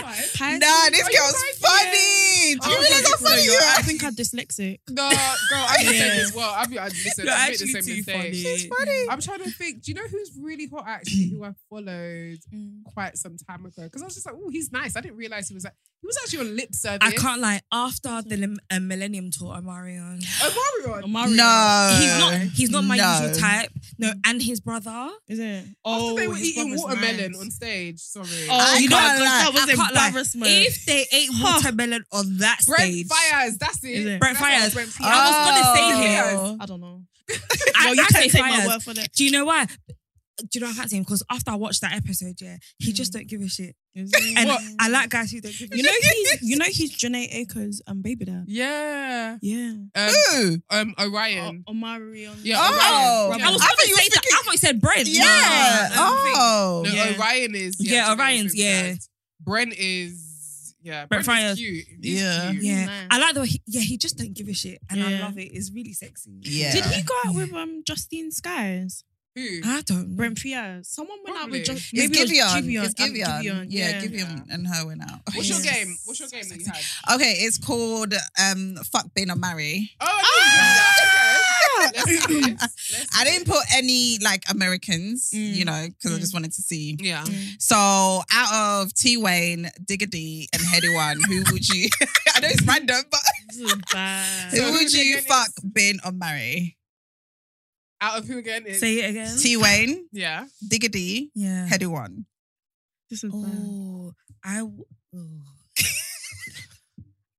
Speaker 1: What?
Speaker 3: Pisces?
Speaker 2: nah, this
Speaker 3: Are you
Speaker 2: girl's
Speaker 3: Pisces?
Speaker 2: funny. Do you
Speaker 3: Oh,
Speaker 2: realize how
Speaker 3: okay,
Speaker 2: funny
Speaker 3: no,
Speaker 2: you
Speaker 3: you're-
Speaker 2: are?
Speaker 3: I think I'm dyslexic.
Speaker 1: No, girl, I'm the
Speaker 3: Yeah.
Speaker 1: same as well. I've, I've, listen, I've made the same mistake.
Speaker 2: She's funny.
Speaker 1: I'm trying to think. Do you know who's really hot actually? Who I followed quite some time ago? Because I was just like, oh, he's nice. I didn't realize he was like he was actually on lip service.
Speaker 7: I can't lie. After the lim- uh, Millennium Tour, Omarion,
Speaker 1: Oh, Marion.
Speaker 3: Omarion.
Speaker 2: No.
Speaker 7: he's not he's not my
Speaker 2: No.
Speaker 7: usual type. No, and his brother.
Speaker 3: Is it?
Speaker 1: After they were
Speaker 3: his
Speaker 1: eating
Speaker 3: brother's
Speaker 1: watermelon
Speaker 3: nice.
Speaker 1: on stage. Sorry. Uh,
Speaker 3: Oh,
Speaker 2: I
Speaker 3: you know
Speaker 2: can't lie.
Speaker 3: what? That was
Speaker 7: I can't lie.
Speaker 3: embarrassment.
Speaker 7: If they ate watermelon on that
Speaker 1: Brent
Speaker 7: stage,
Speaker 1: Fires, that's it.
Speaker 3: Is it?
Speaker 7: Brent
Speaker 1: That's what
Speaker 7: Fires. Uh,
Speaker 1: Brent Fires.
Speaker 2: Oh.
Speaker 7: I
Speaker 1: was gonna say
Speaker 3: Oh. I don't know.
Speaker 7: I,
Speaker 3: Well, you
Speaker 7: I
Speaker 3: can't
Speaker 7: said
Speaker 3: take
Speaker 7: Fires.
Speaker 3: my word for that.
Speaker 7: Do you know why? Do you know I can't say him? Because after I watched that episode, yeah, he just don't give a shit.
Speaker 3: Is
Speaker 7: And
Speaker 3: it?
Speaker 7: I like guys who don't give a
Speaker 3: You know
Speaker 7: shit.
Speaker 3: he's you know he's Janae Aiko's um baby dad.
Speaker 1: Yeah.
Speaker 3: Yeah.
Speaker 1: Um,
Speaker 2: Ooh.
Speaker 1: um
Speaker 3: O-
Speaker 1: Orion.
Speaker 3: Omarion.
Speaker 1: Yeah,
Speaker 2: Oh.
Speaker 1: Orion.
Speaker 7: I was
Speaker 2: I
Speaker 7: going
Speaker 2: thought
Speaker 7: to
Speaker 2: you were
Speaker 7: say that. I thought you said bread.
Speaker 2: Yeah.
Speaker 7: No.
Speaker 2: Oh.
Speaker 1: No,
Speaker 3: Yeah.
Speaker 1: Orion is.
Speaker 7: Yeah,
Speaker 1: Janae's
Speaker 7: Orion's,
Speaker 1: baby
Speaker 7: yeah.
Speaker 1: dad. Brent is. Yeah. Brent,
Speaker 7: Brent Fires.
Speaker 1: Is cute. He's
Speaker 2: Yeah.
Speaker 1: cute.
Speaker 7: Yeah.
Speaker 3: Nice.
Speaker 7: I like the way he, yeah, he just don't give a shit. And I
Speaker 3: Yeah.
Speaker 7: love it. It's really sexy.
Speaker 2: Yeah.
Speaker 3: Did he go out with um Justine Skies?
Speaker 1: Who?
Speaker 7: I don't know.
Speaker 3: Brent Fias? Someone went out with
Speaker 1: Probably.
Speaker 2: It's
Speaker 3: just maybe it was
Speaker 2: Giveon. It's
Speaker 7: Uh,
Speaker 3: um,
Speaker 2: Giveon. Yeah,
Speaker 3: yeah.
Speaker 2: Giveon and her went out.
Speaker 1: What's your
Speaker 3: Yes.
Speaker 1: game? What's your game that you had?
Speaker 2: Okay, it's called um, Fuck Bin or Marry.
Speaker 1: Oh, I didn't do that. Okay. Let's see this. Let's
Speaker 2: I
Speaker 1: see
Speaker 2: didn't put any like Americans,
Speaker 3: Mm.
Speaker 2: you know, because I
Speaker 3: Mm.
Speaker 2: just wanted to see.
Speaker 1: this. Yeah.
Speaker 2: So out of T Wayne, Diggity, and Heady One, who would you? I know it's random, but
Speaker 3: This is bad.
Speaker 2: who
Speaker 1: who
Speaker 2: would
Speaker 1: is
Speaker 2: you
Speaker 1: again is-
Speaker 2: fuck, bin, or marry?
Speaker 1: Out of who again? Is,
Speaker 7: Say it again.
Speaker 2: T Wayne,
Speaker 1: yeah.
Speaker 2: Diggity,
Speaker 7: yeah.
Speaker 2: Heady One.
Speaker 3: This is bad.
Speaker 7: Oh, I. w- oh.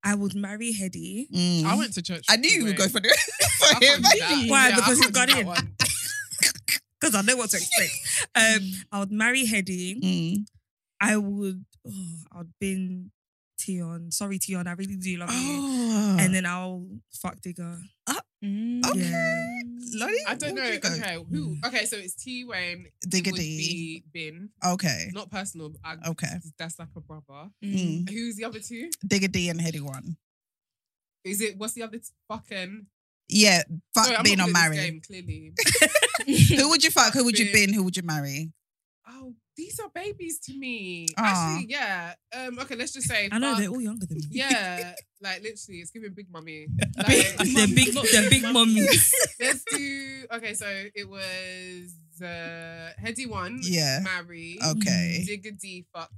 Speaker 7: I would marry Hedy.
Speaker 2: Mm.
Speaker 1: I went to church.
Speaker 2: I knew you would go for, the,
Speaker 1: I
Speaker 2: for
Speaker 1: can't
Speaker 2: him.
Speaker 1: do that.
Speaker 7: Why?
Speaker 1: I
Speaker 7: Because
Speaker 1: can't
Speaker 7: he got
Speaker 1: do that
Speaker 7: in.
Speaker 1: one.
Speaker 7: Because I know what to expect. um, I would marry Hedy.
Speaker 2: Mm.
Speaker 7: I would. Oh, I would bin Tion. Sorry, Tion. I really do love you.
Speaker 2: Oh, Uh,
Speaker 7: And then I'll fuck Digger.
Speaker 3: Mm.
Speaker 2: Okay.
Speaker 7: Yeah.
Speaker 2: Lottie,
Speaker 1: I don't
Speaker 2: who
Speaker 1: know.
Speaker 2: would you go?
Speaker 1: Okay, who? Okay, so it's T Wayne. Would
Speaker 2: Diggity.
Speaker 1: be Bin.
Speaker 2: E. Okay. Oh.
Speaker 1: Not personal. But I,
Speaker 2: Okay.
Speaker 1: That's like a brother.
Speaker 3: Mm.
Speaker 2: Mm.
Speaker 1: Who's the other two?
Speaker 2: Diggity and Heady One.
Speaker 1: Is it? What's the other t- fucking?
Speaker 2: Yeah, fuck,
Speaker 1: Sorry, I'm
Speaker 2: bin,
Speaker 1: not
Speaker 2: or
Speaker 1: good at this
Speaker 2: marry.
Speaker 1: Game, clearly.
Speaker 2: Who would you fuck? Who would you
Speaker 1: Bin.
Speaker 2: bin? Who would you marry?
Speaker 1: oh, these are babies to me.
Speaker 2: Aw.
Speaker 1: Actually, yeah. Um. Okay, let's just say.
Speaker 7: I know
Speaker 1: fuck-
Speaker 7: they're all younger than me.
Speaker 1: Yeah, like literally, it's giving big mummy.
Speaker 7: Big-
Speaker 1: Like,
Speaker 7: the big, the big mummies.
Speaker 1: Let's do. Okay, so it was uh, Heady one.
Speaker 2: Yeah.
Speaker 1: Marry.
Speaker 2: Okay.
Speaker 1: Diggity fuck.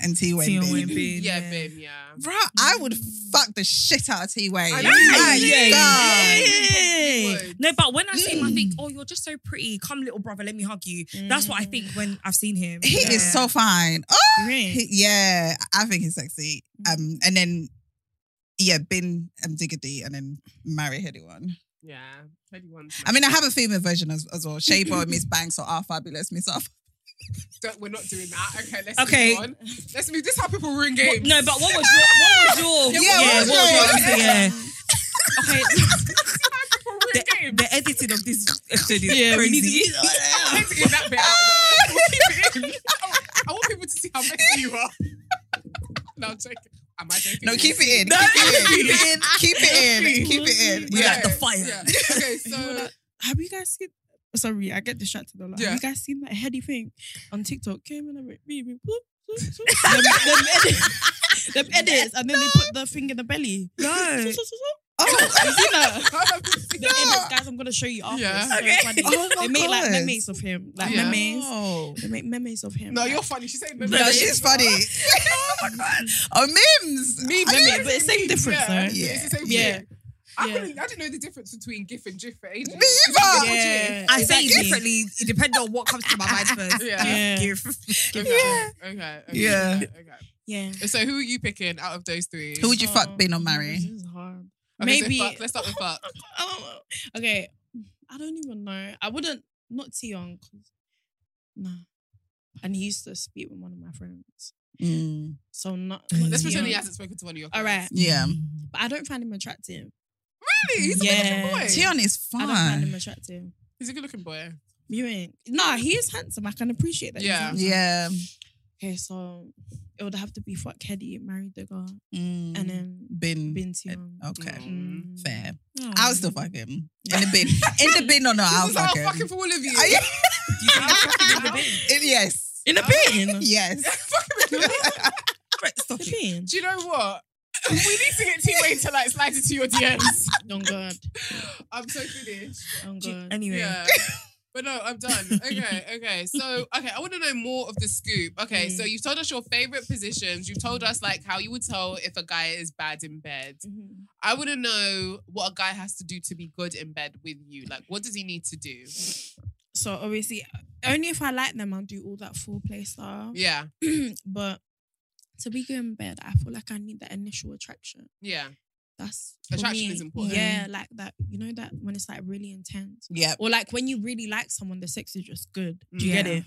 Speaker 2: And T Wayne.
Speaker 7: Tion
Speaker 2: bin.
Speaker 7: Wayne bin,
Speaker 1: Yeah, Bim. Yeah.
Speaker 2: Bro, I would fuck the shit out of T Wayne.
Speaker 1: I
Speaker 2: My
Speaker 1: know you
Speaker 2: God.
Speaker 1: would.
Speaker 7: Yay.
Speaker 1: Would.
Speaker 7: No, but when I see him, I think, oh, you're just so pretty. Come, little brother, let me hug you. That's what I think when I've seen him.
Speaker 2: Mm. He
Speaker 7: Yeah.
Speaker 2: is so fine. Oh,
Speaker 3: Really?
Speaker 2: he- yeah, I think he's sexy. Um, and then yeah, bin um, Diggity, and then marry Heady One.
Speaker 1: Yeah. Heady one.
Speaker 2: I mean, I have a female version as, as well. Shea Boy, Miss Banks, or our fabulous Miss Alpha.
Speaker 1: Don't- we're not doing that. Okay. Let's
Speaker 7: Okay.
Speaker 1: move on. Let's move. This is how people ruin
Speaker 7: What-
Speaker 1: games.
Speaker 7: No, but what was your? What was your?
Speaker 2: Yeah, what was yours?
Speaker 7: yeah. Okay,
Speaker 1: people ruin
Speaker 7: the,
Speaker 1: games.
Speaker 7: the editing of this episode is
Speaker 3: Yeah, we
Speaker 7: crazy.
Speaker 1: I need to get that bit out. There. We'll keep it in. I want people to see how messy you are. no, I'm joking. Am I joking?
Speaker 2: No, keep it in. Keep it in. Keep it in. Keep it in.
Speaker 7: We
Speaker 2: Yeah.
Speaker 7: like the fire.
Speaker 1: Yeah. Okay, so
Speaker 3: Have you guys seen? Sorry, I get distracted a lot.
Speaker 1: Yeah.
Speaker 3: Have you guys seen that heady thing on TikTok? Came in and went, beep, beep, whoop, whoop, whoop. them, them edits, them edits, and then they put the thing in the belly.
Speaker 7: No.
Speaker 2: oh,
Speaker 3: You seen that? The
Speaker 1: No.
Speaker 3: edits, guys. I'm gonna show you after.
Speaker 1: Yeah.
Speaker 3: It's So
Speaker 7: Okay.
Speaker 3: funny.
Speaker 2: Oh my
Speaker 3: they make like
Speaker 2: God.
Speaker 3: memes of him, like
Speaker 1: Yeah.
Speaker 3: memes.
Speaker 2: Oh.
Speaker 3: They make memes of him.
Speaker 1: No,
Speaker 3: like,
Speaker 1: you're funny. She's saying
Speaker 2: No, she's funny. oh my god. Oh, memes.
Speaker 3: Me,
Speaker 2: I
Speaker 3: meme,
Speaker 2: don't-
Speaker 3: but it's same difference,
Speaker 1: Yeah,
Speaker 3: though.
Speaker 1: yeah. It's the same
Speaker 3: Yeah.
Speaker 1: thing. I,
Speaker 3: Yeah.
Speaker 1: couldn't- I didn't know the difference between GIF and GIF for ages.
Speaker 2: Me either.
Speaker 3: Yeah,
Speaker 7: I say it
Speaker 3: exactly.
Speaker 7: differently depending on what comes to my mind first.
Speaker 1: Yeah.
Speaker 3: Yeah.
Speaker 7: Give, give.
Speaker 1: Okay.
Speaker 2: Yeah.
Speaker 1: Okay. okay,
Speaker 2: Yeah.
Speaker 1: Okay. okay.
Speaker 3: Yeah.
Speaker 1: So who are you picking out of those three?
Speaker 2: Who would you
Speaker 3: Oh,
Speaker 2: fuck, bin or
Speaker 3: This
Speaker 2: marry?
Speaker 3: is hard.
Speaker 1: Okay, so
Speaker 3: Maybe-
Speaker 1: fuck. Let's start with fuck.
Speaker 3: I don't know. Okay, I don't even know. I wouldn't not too young. 'cause- Nah, and he used to speak with one of my friends,
Speaker 2: Mm.
Speaker 3: so not.
Speaker 7: Mm.
Speaker 3: not
Speaker 1: Let's
Speaker 3: too
Speaker 1: pretend he
Speaker 3: young.
Speaker 1: hasn't spoken to one of your.
Speaker 3: All right,
Speaker 2: Yeah.
Speaker 3: but I don't find him attractive.
Speaker 1: Really? He's a
Speaker 3: Yeah.
Speaker 1: good looking boy.
Speaker 2: Tion is
Speaker 3: I don't find him
Speaker 2: fun.
Speaker 3: attractive.
Speaker 1: He's a good looking boy.
Speaker 3: You ain't. Nah, he is handsome. I can appreciate that. he's
Speaker 1: Yeah.
Speaker 3: handsome.
Speaker 2: Yeah.
Speaker 3: okay, so it would have to be fuck Keddy, marry the girl,
Speaker 2: Mm.
Speaker 3: and then
Speaker 2: bin.
Speaker 3: Binti.
Speaker 2: Okay.
Speaker 3: Mm.
Speaker 2: Fair. I'll still fuck him. In the bin. In the bin or no,
Speaker 3: Ah,
Speaker 2: I'll
Speaker 1: This is how
Speaker 2: fuck
Speaker 1: I'm
Speaker 2: him.
Speaker 1: fucking for all of you.
Speaker 2: Are you-
Speaker 7: fucking in the
Speaker 2: yes.
Speaker 3: in a bin.
Speaker 2: Yes.
Speaker 7: Stop
Speaker 3: In a
Speaker 7: it.
Speaker 3: bin.
Speaker 1: Do you know what? we need to get T-Way to like slide into your DMs.
Speaker 3: Oh God.
Speaker 1: I'm so finished.
Speaker 3: Oh
Speaker 7: Do you-
Speaker 3: God.
Speaker 7: Anyway.
Speaker 1: Yeah. But no, I'm done. Okay, okay. So, okay, I want to know more of the scoop. Okay,
Speaker 3: Mm.
Speaker 1: so you've told us your favorite positions. You've told us like how you would tell if a guy is bad in bed.
Speaker 3: Mhm.
Speaker 1: I want to know what a guy has to do to be good in bed with you. Like, what does he need to do?
Speaker 3: So obviously, only if I like them, I'll do all that foreplay stuff.
Speaker 1: Yeah,
Speaker 3: but to be good in bed, I feel like I need that initial attraction.
Speaker 1: yeah.
Speaker 3: That's for
Speaker 1: Attraction
Speaker 3: me.
Speaker 1: is important.
Speaker 3: Yeah, like that. You know that when it's like really intense,
Speaker 2: Yep.
Speaker 3: or like when you really like someone, the sex is just good. Do you get
Speaker 1: Yeah.
Speaker 3: it?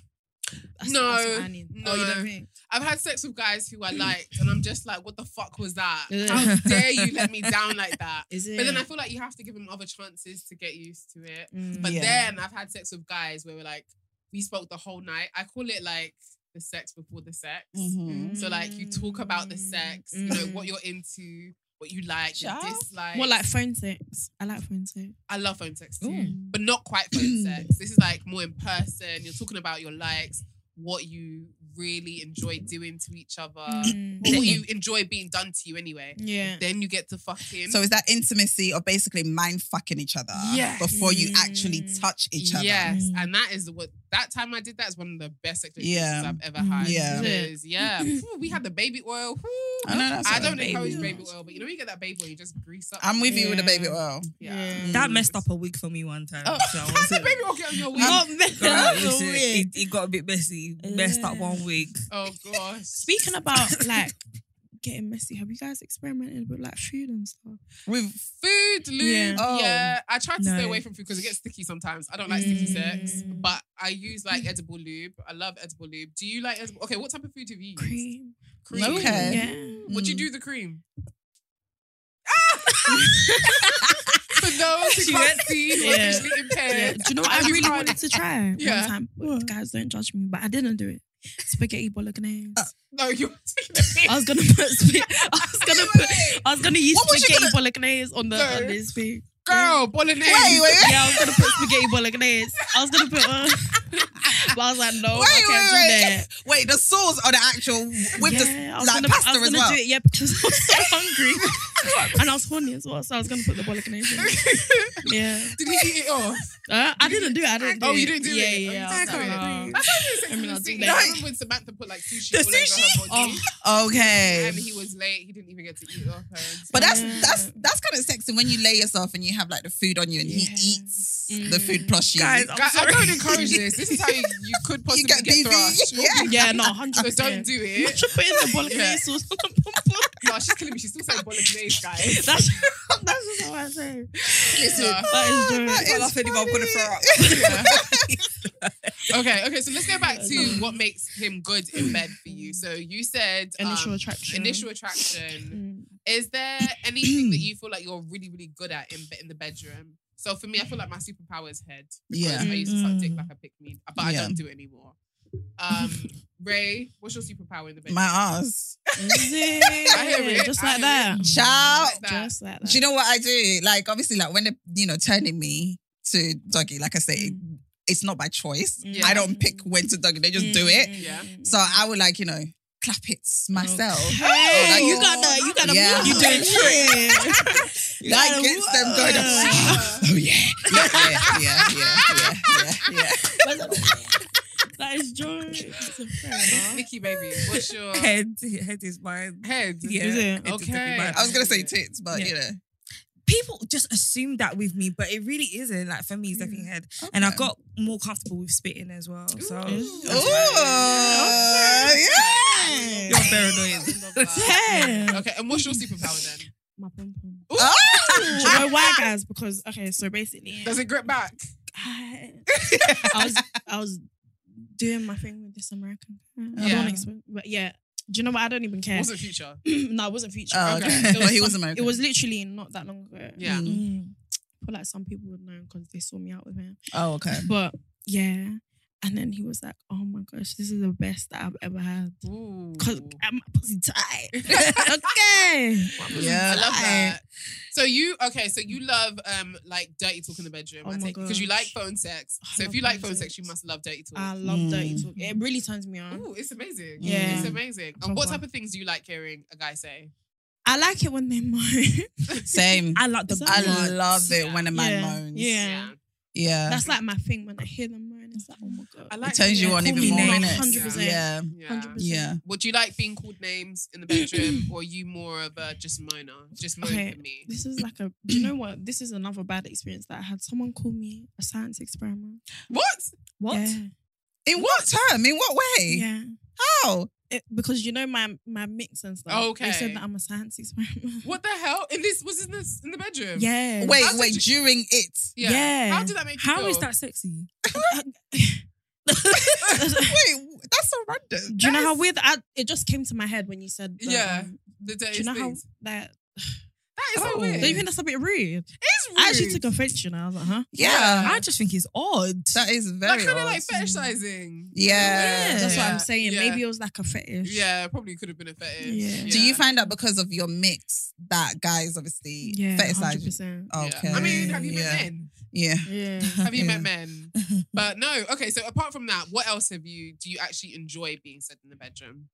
Speaker 3: That's,
Speaker 1: Mm. No,
Speaker 3: that's what I need. Oh, you
Speaker 1: no.
Speaker 3: don't think?
Speaker 1: I've had sex with guys who I liked, and I'm just like, what the fuck was that?
Speaker 3: Ugh.
Speaker 1: How dare you let me down like that?
Speaker 3: Is it?
Speaker 1: But then I feel like you have to give him other chances to get used to it.
Speaker 3: Mm.
Speaker 1: But
Speaker 2: Yeah.
Speaker 1: then I've had sex with guys where we're like, we spoke the whole night. I call it like the sex before the sex.
Speaker 2: Mm-hmm.
Speaker 1: So like you talk about the sex, you know,
Speaker 3: Mm.
Speaker 1: what you're into, what you like, your
Speaker 2: Child.
Speaker 1: dislike.
Speaker 3: More like phone sex. I like phone sex.
Speaker 1: I love phone sex too,
Speaker 3: Ooh.
Speaker 1: but not quite phone sex. This is like more in person. You're talking about your likes, what you really enjoy doing to each other,
Speaker 3: Mm.
Speaker 1: or what you enjoy being done to you anyway.
Speaker 3: Yeah.
Speaker 1: Then you get to fucking.
Speaker 2: So it's that intimacy of basically mind fucking each other
Speaker 1: Yes.
Speaker 2: before you actually
Speaker 3: Mm.
Speaker 2: touch each other.
Speaker 1: Yes,
Speaker 3: Mm.
Speaker 1: and that is what that time I did. That's one of the best experiences
Speaker 2: Yeah.
Speaker 1: I've ever had.
Speaker 2: Yeah.
Speaker 1: because, yeah. Whew, we had the baby oil. Whew.
Speaker 2: I know that's
Speaker 1: I
Speaker 2: what
Speaker 1: don't
Speaker 2: the baby
Speaker 1: encourage
Speaker 2: oil
Speaker 1: baby
Speaker 2: is.
Speaker 1: oil, but you know when you get that baby oil, you just grease up.
Speaker 2: I'm with you Mm. with the baby
Speaker 3: Yeah.
Speaker 2: oil.
Speaker 1: Yeah,
Speaker 7: That messed up a wig for me one time.
Speaker 1: Oh.
Speaker 7: So I
Speaker 1: How's the
Speaker 7: wasn't-
Speaker 1: baby oil get on your wig?
Speaker 7: Um, Girl,
Speaker 3: That's
Speaker 7: listen,
Speaker 3: a
Speaker 7: it, it got a bit messy. Messed up one wig.
Speaker 1: Oh gosh.
Speaker 3: Speaking about like getting messy, have you guys experimented with like food and stuff?
Speaker 2: With
Speaker 1: Food, lube. Yeah,
Speaker 3: Yeah.
Speaker 2: Oh.
Speaker 1: I try to stay
Speaker 7: No.
Speaker 1: away from food because it gets sticky sometimes. I don't like sticky sex,
Speaker 3: Mm.
Speaker 1: but I use like edible lube. I love edible lube. Do you like edible? Okay, what type of food have you used?
Speaker 3: Cream.
Speaker 1: Cream.
Speaker 2: Okay.
Speaker 3: Yeah.
Speaker 1: Would you
Speaker 2: Mm.
Speaker 1: do the cream? For those who
Speaker 7: She
Speaker 1: can't see, who are
Speaker 3: Yeah.
Speaker 1: visually
Speaker 3: Yeah.
Speaker 1: impaired.
Speaker 3: Do you know what I
Speaker 1: You
Speaker 3: really
Speaker 1: can't-
Speaker 3: wanted to try
Speaker 1: Yeah.
Speaker 3: one time? Guys, don't judge me, but I didn't do it. Spaghetti bolognese.
Speaker 2: Uh.
Speaker 1: No, you're
Speaker 3: I was gonna put. sp- I was gonna put. I was gonna use
Speaker 2: What was she
Speaker 3: spaghetti bolognese on the
Speaker 1: No.
Speaker 3: on this thing.
Speaker 1: girl, bolognese.
Speaker 2: Wait, wait,
Speaker 3: Yeah, I was gonna put spaghetti bolognese. I was gonna put. Uh, but I was like, no,
Speaker 2: Wait,
Speaker 3: I can't
Speaker 2: wait,
Speaker 3: do
Speaker 2: wait.
Speaker 3: that.
Speaker 2: Wait, the sauce or the actual with
Speaker 3: Yeah, I
Speaker 2: the like
Speaker 3: was gonna, I
Speaker 2: pasta
Speaker 3: was
Speaker 2: as
Speaker 3: gonna
Speaker 2: well.
Speaker 3: do it, yeah, because I was so hungry and I was horny as well, so I was gonna put the bolognese. in. yeah,
Speaker 1: Did he eat it off?
Speaker 3: uh, I didn't do it. I didn't. Do
Speaker 1: Oh,
Speaker 3: it.
Speaker 1: you didn't do
Speaker 3: yeah,
Speaker 1: it. Oh,
Speaker 3: Yeah,
Speaker 1: you
Speaker 3: yeah.
Speaker 1: didn't do
Speaker 3: I was like,
Speaker 1: That's how it is.
Speaker 3: I mean, I'll do
Speaker 1: Like,
Speaker 3: that.
Speaker 1: I remember when Samantha put like sushi
Speaker 2: The
Speaker 1: all over her
Speaker 2: sushi?
Speaker 1: body,
Speaker 2: Okay.
Speaker 1: and he was late. He didn't even get to eat it off her.
Speaker 2: But that's
Speaker 3: Yeah.
Speaker 2: that's that's kind of sexy when you lay yourself and you have like the food on you and
Speaker 3: Yeah.
Speaker 2: he eats the food plus you.
Speaker 7: Guys,
Speaker 1: Guys, I
Speaker 7: sorry.
Speaker 1: don't encourage this. This is how you, you could possibly
Speaker 2: get
Speaker 1: get,
Speaker 2: BV.
Speaker 1: thrashed.
Speaker 2: Yeah.
Speaker 3: oh. yeah, no, hundred
Speaker 1: So don't
Speaker 3: percent.
Speaker 1: do it.
Speaker 3: Put in the bolognese
Speaker 1: Yeah.
Speaker 3: sauce. on the bolognese.
Speaker 1: No, she's killing me. She's still saying bolognese, guys.
Speaker 3: that's that's just how I say. it.
Speaker 1: No.
Speaker 3: That is true.
Speaker 2: ah, That
Speaker 7: Can't
Speaker 2: is
Speaker 7: laugh anymore, I'm gonna throw up.
Speaker 1: Yeah. okay, okay. So let's go back to what makes him good in bed for you. So you said um,
Speaker 3: Initial attraction.
Speaker 1: Initial attraction.
Speaker 3: Mm.
Speaker 1: Is there anything that you feel like you're really, really good at in be- in the bedroom? So for me, I feel like my superpower is head. because
Speaker 2: Yeah.
Speaker 1: I used to suck dick like a pick me, but I
Speaker 2: Yeah.
Speaker 1: don't do it anymore. Um, Ray, what's your superpower in the bedroom?
Speaker 2: my ass.
Speaker 3: Is
Speaker 1: I hear
Speaker 3: it?
Speaker 1: it.
Speaker 3: Just
Speaker 1: I
Speaker 3: like
Speaker 1: hear
Speaker 3: that.
Speaker 1: it.
Speaker 2: Ciao.
Speaker 1: Like that.
Speaker 3: Just like that.
Speaker 2: Do you know what I do? Like obviously, like when they're you know turning me to doggy, like I say, it- it's not by choice.
Speaker 3: Mm.
Speaker 2: I don't pick when to doggy; they just do it.
Speaker 1: Yeah.
Speaker 2: So I would like you know clap it myself.
Speaker 3: Oh. Hey,
Speaker 2: Like,
Speaker 3: you gotta, you gotta
Speaker 2: Yeah.
Speaker 3: move. You doing tricks.
Speaker 2: That gets them going.
Speaker 1: Yeah.
Speaker 2: Oh yeah, yeah, yeah, yeah, yeah, yeah, yeah, yeah.
Speaker 3: that is joy. It's a fair enough.
Speaker 1: Uh, Nikki, baby, what's your head?
Speaker 7: Head, head is mine. Yeah.
Speaker 3: Is it?
Speaker 7: Head is
Speaker 1: Okay.
Speaker 7: definitely mine.
Speaker 2: I was gonna say tits, but
Speaker 7: Yeah.
Speaker 2: you know.
Speaker 7: people just assume that with me, but it really isn't. Like for me,
Speaker 2: Mm.
Speaker 7: it's definitely head. And I
Speaker 2: Okay.
Speaker 7: got more comfortable with spitting as well. So
Speaker 3: Ooh.
Speaker 7: that's
Speaker 2: Oh,
Speaker 7: why-
Speaker 2: yeah.
Speaker 7: you're paranoid.
Speaker 3: Damn.
Speaker 1: Okay, and what's your superpower then?
Speaker 3: My pom pom. Do
Speaker 2: Oh!
Speaker 3: you know why, guys? Because okay, so basically,
Speaker 1: Does it grip back?
Speaker 3: I, I was, I was doing my thing with this American. I
Speaker 1: Yeah.
Speaker 3: don't explain, but yeah. Do you know what? I don't even care.
Speaker 1: What's the future?
Speaker 3: no, it wasn't future.
Speaker 2: Oh, okay.
Speaker 3: It
Speaker 2: But he was
Speaker 3: some-
Speaker 2: American.
Speaker 3: It was literally not that long ago.
Speaker 1: Yeah.
Speaker 2: Mm.
Speaker 3: Mm. I feel like some people would know because they saw me out with him.
Speaker 2: Oh, okay.
Speaker 3: But yeah, And then he was like, "Oh my gosh, this is the best that I've ever had."
Speaker 1: Ooh.
Speaker 3: Cause I'm a pussy tight. okay.
Speaker 2: Yeah.
Speaker 1: I love that. So you okay? So you love um like dirty talk in the bedroom,
Speaker 3: Oh
Speaker 1: I
Speaker 3: my
Speaker 1: take because you like
Speaker 3: gosh.
Speaker 1: phone sex.
Speaker 3: I
Speaker 1: So if
Speaker 3: love
Speaker 1: you like
Speaker 3: phone
Speaker 1: phone sex,
Speaker 3: sex. Uh-huh.
Speaker 1: you must love dirty
Speaker 3: I
Speaker 1: talk.
Speaker 3: love dirty
Speaker 2: Mm.
Speaker 3: talk. It really turns me on.
Speaker 1: Ooh, it's amazing.
Speaker 3: Yeah.
Speaker 1: it's amazing. And what
Speaker 3: Proper.
Speaker 1: type of things do you like hearing a guy say?
Speaker 3: I like it when they moan.
Speaker 2: Same.
Speaker 7: I like the
Speaker 3: Is that
Speaker 2: I
Speaker 3: Moans.
Speaker 2: love it when a man
Speaker 3: yeah.
Speaker 2: moans.
Speaker 3: Yeah.
Speaker 2: Yeah.
Speaker 3: That's like my thing when I hear them moan. It's like, oh my God.
Speaker 1: I
Speaker 2: it
Speaker 1: like
Speaker 2: turns you
Speaker 1: yeah,
Speaker 2: on even
Speaker 3: call me
Speaker 2: more,
Speaker 3: name,
Speaker 2: innit?
Speaker 3: 100%.
Speaker 2: Yeah.
Speaker 1: Yeah.
Speaker 3: 100%.
Speaker 2: Yeah.
Speaker 1: Would you like being called names in the bedroom, or are you more of a just moaner, just moan
Speaker 3: Okay.
Speaker 1: for me?
Speaker 3: This is like a, do you know what? This is another bad experience that I had. Someone called me a science experiment.
Speaker 1: What?
Speaker 7: What?
Speaker 3: Yeah.
Speaker 2: In what term? In what way?
Speaker 3: yeah.
Speaker 2: How?
Speaker 3: It- because you know my my mix and stuff. They
Speaker 1: Oh, Okay.
Speaker 3: said that I'm a science experiment.
Speaker 1: What the hell? In this was in this in the bedroom?
Speaker 3: Yeah.
Speaker 2: Wait,
Speaker 1: How did
Speaker 2: wait,
Speaker 1: you-
Speaker 2: during it.
Speaker 1: Yeah.
Speaker 3: Yeah.
Speaker 1: How did that make you
Speaker 7: How
Speaker 1: feel?
Speaker 7: is that sexy?
Speaker 2: wait, that's so random.
Speaker 3: Do you know how weird I, it just came to my head when you said the,
Speaker 1: Yeah.
Speaker 3: um,
Speaker 1: The
Speaker 3: do
Speaker 1: dirty
Speaker 3: you know how
Speaker 1: things.
Speaker 3: that
Speaker 1: That is so
Speaker 7: Oh.
Speaker 1: weird.
Speaker 3: don't you think that's a bit rude?
Speaker 1: It's rude.
Speaker 3: I actually took offense, you know. I was like, huh?
Speaker 2: Yeah.
Speaker 7: I just think it's odd.
Speaker 2: That is very
Speaker 1: like kind of
Speaker 2: odd.
Speaker 1: like fetishizing.
Speaker 2: Yeah.
Speaker 3: That's what
Speaker 1: Yeah.
Speaker 3: I'm saying.
Speaker 1: Yeah.
Speaker 3: Maybe it was like a fetish.
Speaker 1: Yeah, probably could have been a fetish.
Speaker 3: Yeah.
Speaker 2: Do you find that because of your mix that guys obviously
Speaker 3: Yeah.
Speaker 2: fetishize you?
Speaker 3: 100%.
Speaker 1: Yeah.
Speaker 2: Okay.
Speaker 1: I mean, have you
Speaker 2: yeah.
Speaker 1: met men?
Speaker 2: Yeah.
Speaker 3: Yeah.
Speaker 1: Have you
Speaker 2: Yeah.
Speaker 1: met men? But no. Okay, so apart from that, what else have you? Do you actually enjoy being said in the bedroom?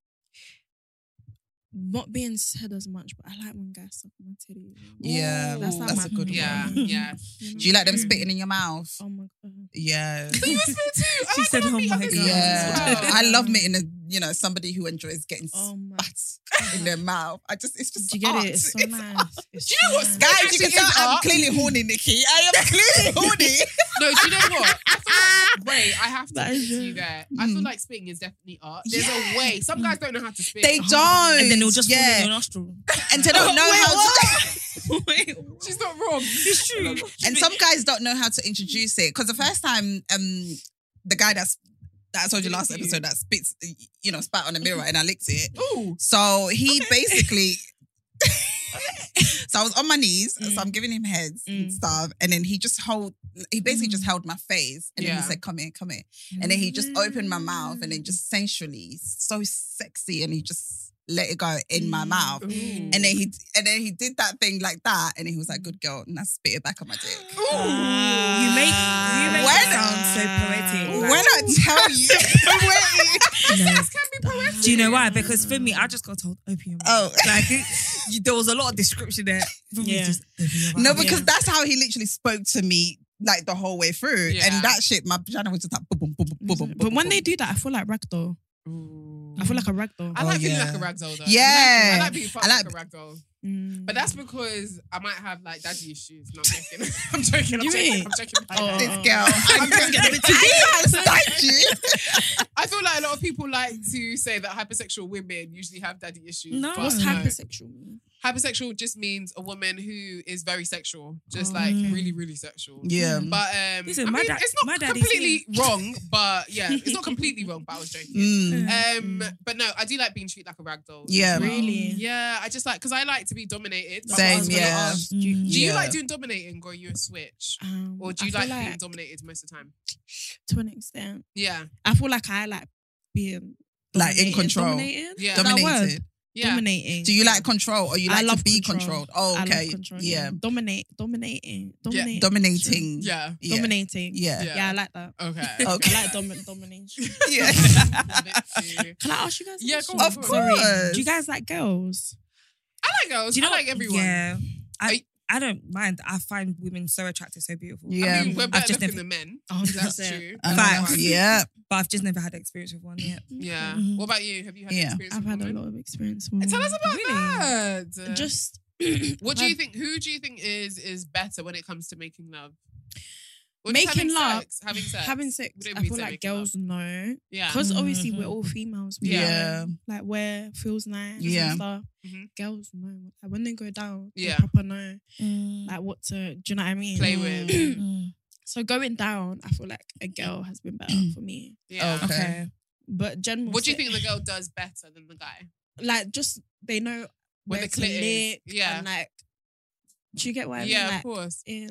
Speaker 3: Not being said as much, but I like when guys suck my titty.
Speaker 2: Yeah.
Speaker 3: That's not
Speaker 2: that's
Speaker 3: my
Speaker 2: a good
Speaker 1: Yeah,
Speaker 2: one.
Speaker 1: yeah.
Speaker 2: Do you like
Speaker 1: Mm.
Speaker 2: them spitting in your mouth?
Speaker 3: Oh my god.
Speaker 2: Yeah.
Speaker 1: So you spit too.
Speaker 7: She
Speaker 1: I
Speaker 7: said,
Speaker 1: wanna
Speaker 7: "Oh
Speaker 1: meet
Speaker 7: my
Speaker 1: other
Speaker 7: God."
Speaker 1: girls as
Speaker 2: Yeah.
Speaker 1: well.
Speaker 2: I love meeting a you know, somebody who enjoys getting
Speaker 3: Oh my.
Speaker 2: spat in their mouth. I just it's just
Speaker 3: Do you get
Speaker 2: art.
Speaker 3: it? It's so
Speaker 2: It's
Speaker 3: nice. It's
Speaker 1: Do you know
Speaker 3: so
Speaker 1: what's
Speaker 3: nice.
Speaker 2: Guys, you
Speaker 1: Actually,
Speaker 2: can tell
Speaker 1: it's
Speaker 2: I'm
Speaker 1: art.
Speaker 2: clearly horny, Nikki. I am clearly horny.
Speaker 1: No, do you know what? I feel like, wait, I have to
Speaker 3: That
Speaker 1: give
Speaker 3: is
Speaker 1: you
Speaker 3: it.
Speaker 1: that. I feel like spitting is definitely art. There's a way. Some guys don't know how to spit.
Speaker 2: They don't.
Speaker 7: And then it'll just fall in
Speaker 2: yeah.
Speaker 7: your nostril.
Speaker 2: and they don't know how to.
Speaker 1: She's not wrong.
Speaker 7: It's true.
Speaker 2: and some guys don't know how to introduce it because the first time um the guy that's that I told you last episode that spits you know spat on the mirror and I licked it
Speaker 1: Ooh.
Speaker 2: so he basically so I was on my knees
Speaker 1: Mm.
Speaker 2: so I'm giving him heads and
Speaker 3: Mm.
Speaker 2: stuff and then he just hold he basically just held my face and then
Speaker 1: Mm. Yeah.
Speaker 2: he said come here come here and then he just opened my mouth and then just sensually so sexy and he just let it go in
Speaker 1: Mm.
Speaker 2: my mouth
Speaker 1: Ooh.
Speaker 2: and then he and then he did that thing like that and he was like good girl and I spit it back on my dick
Speaker 7: You make you make
Speaker 2: When-
Speaker 7: it sound so poetic.
Speaker 2: When
Speaker 7: Like,
Speaker 2: I tell you,
Speaker 7: no.
Speaker 1: This can be poetic.
Speaker 7: Do you know why? Because for me, I just got told open your
Speaker 2: Oh.
Speaker 7: mouth. like it, you, there was a lot of description there. For me,
Speaker 3: Yeah.
Speaker 7: just open your mouth.
Speaker 2: no, because that's how he literally spoke to me like the whole way through,
Speaker 1: Yeah.
Speaker 2: and that shit, my vagina was just like boom, boom, boom, boom, boom.
Speaker 3: But when they do that, I feel like ragdoll. I feel like a ragdoll.
Speaker 1: Ah. I
Speaker 2: Oh,
Speaker 1: like being
Speaker 2: yeah.
Speaker 1: like a ragdoll though.
Speaker 2: Yeah.
Speaker 1: I like being fucked
Speaker 2: I like-
Speaker 1: like, a ragdoll.
Speaker 3: Mm.
Speaker 1: But that's because I might have like daddy issues. No, I'm joking. I'm joking. I'm
Speaker 3: You
Speaker 1: joking.
Speaker 3: mean?
Speaker 1: I'm joking. I'm
Speaker 3: Oh.
Speaker 2: this
Speaker 1: joking.
Speaker 2: girl, I'm just getting I can't stand you.
Speaker 1: I feel like a lot of people like to say that hypersexual women usually have daddy issues.
Speaker 7: No.
Speaker 1: but
Speaker 3: what's
Speaker 1: no.
Speaker 3: hypersexual mean?
Speaker 1: Hypersexual just means a woman who is very sexual, just like really, really sexual.
Speaker 2: Yeah.
Speaker 3: Mm.
Speaker 1: But um,
Speaker 7: Listen,
Speaker 1: I
Speaker 7: my
Speaker 1: mean,
Speaker 7: dad-
Speaker 1: it's
Speaker 7: my
Speaker 1: not
Speaker 7: dad is
Speaker 1: completely wrong, but yeah, it's not completely wrong. But I was joking.
Speaker 2: Mm.
Speaker 1: Um, but no, I do like being treated like a ragdoll.
Speaker 2: Yeah.
Speaker 3: Really?
Speaker 1: Yeah, I just like because I like to be dominated. That's what I
Speaker 2: Same,
Speaker 1: was gonna
Speaker 2: yeah.
Speaker 1: ask. Do
Speaker 2: Yeah.
Speaker 1: you like doing dominating, or are you a switch,
Speaker 3: Um,
Speaker 1: or do you
Speaker 3: I
Speaker 1: like,
Speaker 3: feel
Speaker 1: being dominated most of the time?
Speaker 3: to an extent?
Speaker 1: Yeah,
Speaker 3: I feel like I like being
Speaker 2: Like in
Speaker 3: dominated-
Speaker 2: control.
Speaker 3: Dominated?
Speaker 1: yeah,
Speaker 3: Dom-
Speaker 2: Dominated.
Speaker 1: yeah.
Speaker 3: Dominating.
Speaker 2: Do you like control or you
Speaker 3: I
Speaker 2: like to
Speaker 3: love
Speaker 2: be
Speaker 3: control.
Speaker 2: controlled? Oh,
Speaker 3: I
Speaker 2: okay.
Speaker 3: love control.
Speaker 2: yeah.
Speaker 3: Dominate. Dominating. Dominating.
Speaker 2: Dominating.
Speaker 1: yeah.
Speaker 2: Yeah.
Speaker 3: Dominating.
Speaker 2: Yeah.
Speaker 3: yeah. I like that.
Speaker 1: Okay.
Speaker 2: Okay.
Speaker 3: I like domin- domination.
Speaker 2: Yeah.
Speaker 3: Can I ask you guys? a
Speaker 1: Yeah,
Speaker 3: question?
Speaker 1: go on,
Speaker 2: of
Speaker 1: go on.
Speaker 2: course.
Speaker 3: Do you guys like girls?
Speaker 1: I like girls.
Speaker 7: Do you know
Speaker 1: I like
Speaker 7: what-
Speaker 1: everyone.
Speaker 7: Yeah,
Speaker 1: Are
Speaker 7: I
Speaker 1: you-
Speaker 7: I don't mind. I find women so attractive, so beautiful.
Speaker 2: Yeah.
Speaker 1: I mean, we're
Speaker 7: I've
Speaker 1: better
Speaker 7: just
Speaker 1: looking
Speaker 7: never-
Speaker 1: than men.
Speaker 3: Oh,
Speaker 1: That's true.
Speaker 2: I know.
Speaker 7: Facts.
Speaker 2: Yeah.
Speaker 7: but I've just never had experience with one yet.
Speaker 1: Yeah.
Speaker 7: Mhm.
Speaker 1: What about you? Have you had
Speaker 2: Yeah.
Speaker 1: experience?
Speaker 3: I've
Speaker 1: with
Speaker 3: had a
Speaker 1: women?
Speaker 3: lot of experience. with
Speaker 1: Tell us
Speaker 3: women.
Speaker 1: about that.
Speaker 3: Just
Speaker 1: what do
Speaker 3: I've-
Speaker 1: you think? Who do you think is is better when it comes to making love? Or just
Speaker 3: making
Speaker 1: having
Speaker 3: love,
Speaker 1: sex, having sex,
Speaker 3: having sex.
Speaker 1: Wouldn't
Speaker 3: I
Speaker 1: we
Speaker 3: feel
Speaker 1: say
Speaker 3: like
Speaker 1: making love?
Speaker 3: girls know
Speaker 1: Yeah. Mm-hmm.
Speaker 3: because obviously
Speaker 7: Mhm.
Speaker 3: we're all females. we
Speaker 1: Yeah.
Speaker 3: know, like where feels nice.
Speaker 2: Yeah.
Speaker 3: and stuff.
Speaker 1: Mhm.
Speaker 3: Girls know like, when they go down. They
Speaker 1: Yeah.
Speaker 3: proper know
Speaker 7: Mm.
Speaker 3: like what to. Do you know what I mean?
Speaker 1: Play with.
Speaker 7: Mm.
Speaker 3: So going down, I feel like a girl has been better for me.
Speaker 1: Yeah.
Speaker 2: Okay.
Speaker 7: Okay.
Speaker 3: But general,
Speaker 1: What do you
Speaker 3: sex-
Speaker 1: think the girl does better than the guy?
Speaker 3: Like just they know
Speaker 1: Where
Speaker 3: where,
Speaker 1: the
Speaker 3: the
Speaker 1: clit
Speaker 3: clip
Speaker 1: is. Yeah.
Speaker 3: and like. Do you get what I mean?
Speaker 1: yeah,
Speaker 3: Like,
Speaker 1: of course.
Speaker 3: in.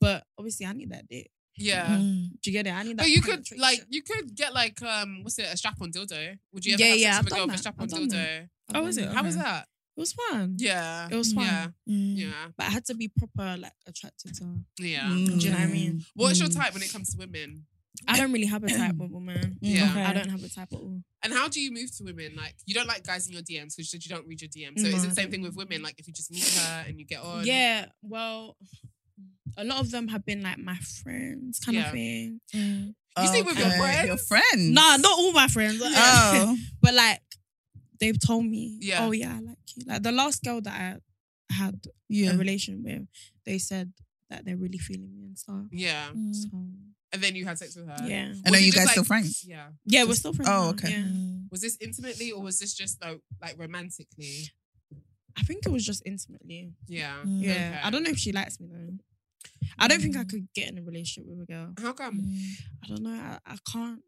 Speaker 3: But obviously, I need that dick.
Speaker 1: Yeah.
Speaker 3: Mm. Do you get it? I need that.
Speaker 1: But you could
Speaker 3: penetration.
Speaker 1: like you could get like um what's it a strap on dildo? Would you ever
Speaker 3: Yeah,
Speaker 1: have
Speaker 3: yeah,
Speaker 1: sex
Speaker 3: I've
Speaker 1: with a girl
Speaker 3: done
Speaker 1: with a
Speaker 3: that.
Speaker 1: strap on
Speaker 3: I've done that.
Speaker 1: dildo?
Speaker 3: Oh, is it?
Speaker 1: How was
Speaker 3: Okay.
Speaker 1: that?
Speaker 3: It was fun.
Speaker 1: Yeah.
Speaker 3: It was fun.
Speaker 1: Yeah.
Speaker 3: Mm.
Speaker 1: Yeah.
Speaker 3: But I had to be proper, like, attracted to her.
Speaker 1: Yeah.
Speaker 7: Mm.
Speaker 3: Do you know what I mean?
Speaker 1: What's your type when it comes to women?
Speaker 3: I don't really have a type of woman.
Speaker 1: Yeah.
Speaker 3: I don't have a type at all.
Speaker 1: And how do you move to women? Like you don't like guys in your DMs because you said you don't read your DMs. So
Speaker 3: No,
Speaker 1: is it
Speaker 3: I
Speaker 1: the same
Speaker 3: don't.
Speaker 1: thing with women? Like if you just meet her and you get on.
Speaker 3: Mm-hmm. Yeah, well, a lot of them have been like my friends, kind
Speaker 1: Yeah. Mm.
Speaker 3: of thing.
Speaker 1: You sleep with your
Speaker 2: Okay.
Speaker 1: friends?
Speaker 2: Your friends?
Speaker 3: Nah, not all my friends.
Speaker 2: Oh.
Speaker 3: but like they've told me,
Speaker 1: Yeah.
Speaker 3: oh yeah, I like you. Like the last girl that I had a
Speaker 2: yeah.
Speaker 3: relation with, they said that they're really feeling me and stuff.
Speaker 1: Yeah.
Speaker 2: Mm.
Speaker 3: So
Speaker 1: And then you had sex with her.
Speaker 3: yeah,
Speaker 2: And
Speaker 1: Was
Speaker 2: are
Speaker 1: it
Speaker 2: you
Speaker 1: just
Speaker 2: guys
Speaker 1: like- Mm.
Speaker 2: still friends?
Speaker 1: Yeah.
Speaker 3: yeah, we're still friends.
Speaker 2: Oh,
Speaker 3: now,
Speaker 2: okay.
Speaker 3: yeah.
Speaker 1: Was this intimately or was this just like like romantically?
Speaker 3: I think it was just intimately.
Speaker 1: Yeah.
Speaker 2: Mm.
Speaker 3: Yeah,
Speaker 1: Okay.
Speaker 3: I don't know if she likes me though. I don't think I could get in a relationship with a girl.
Speaker 1: How come?
Speaker 3: I don't know. I, I can't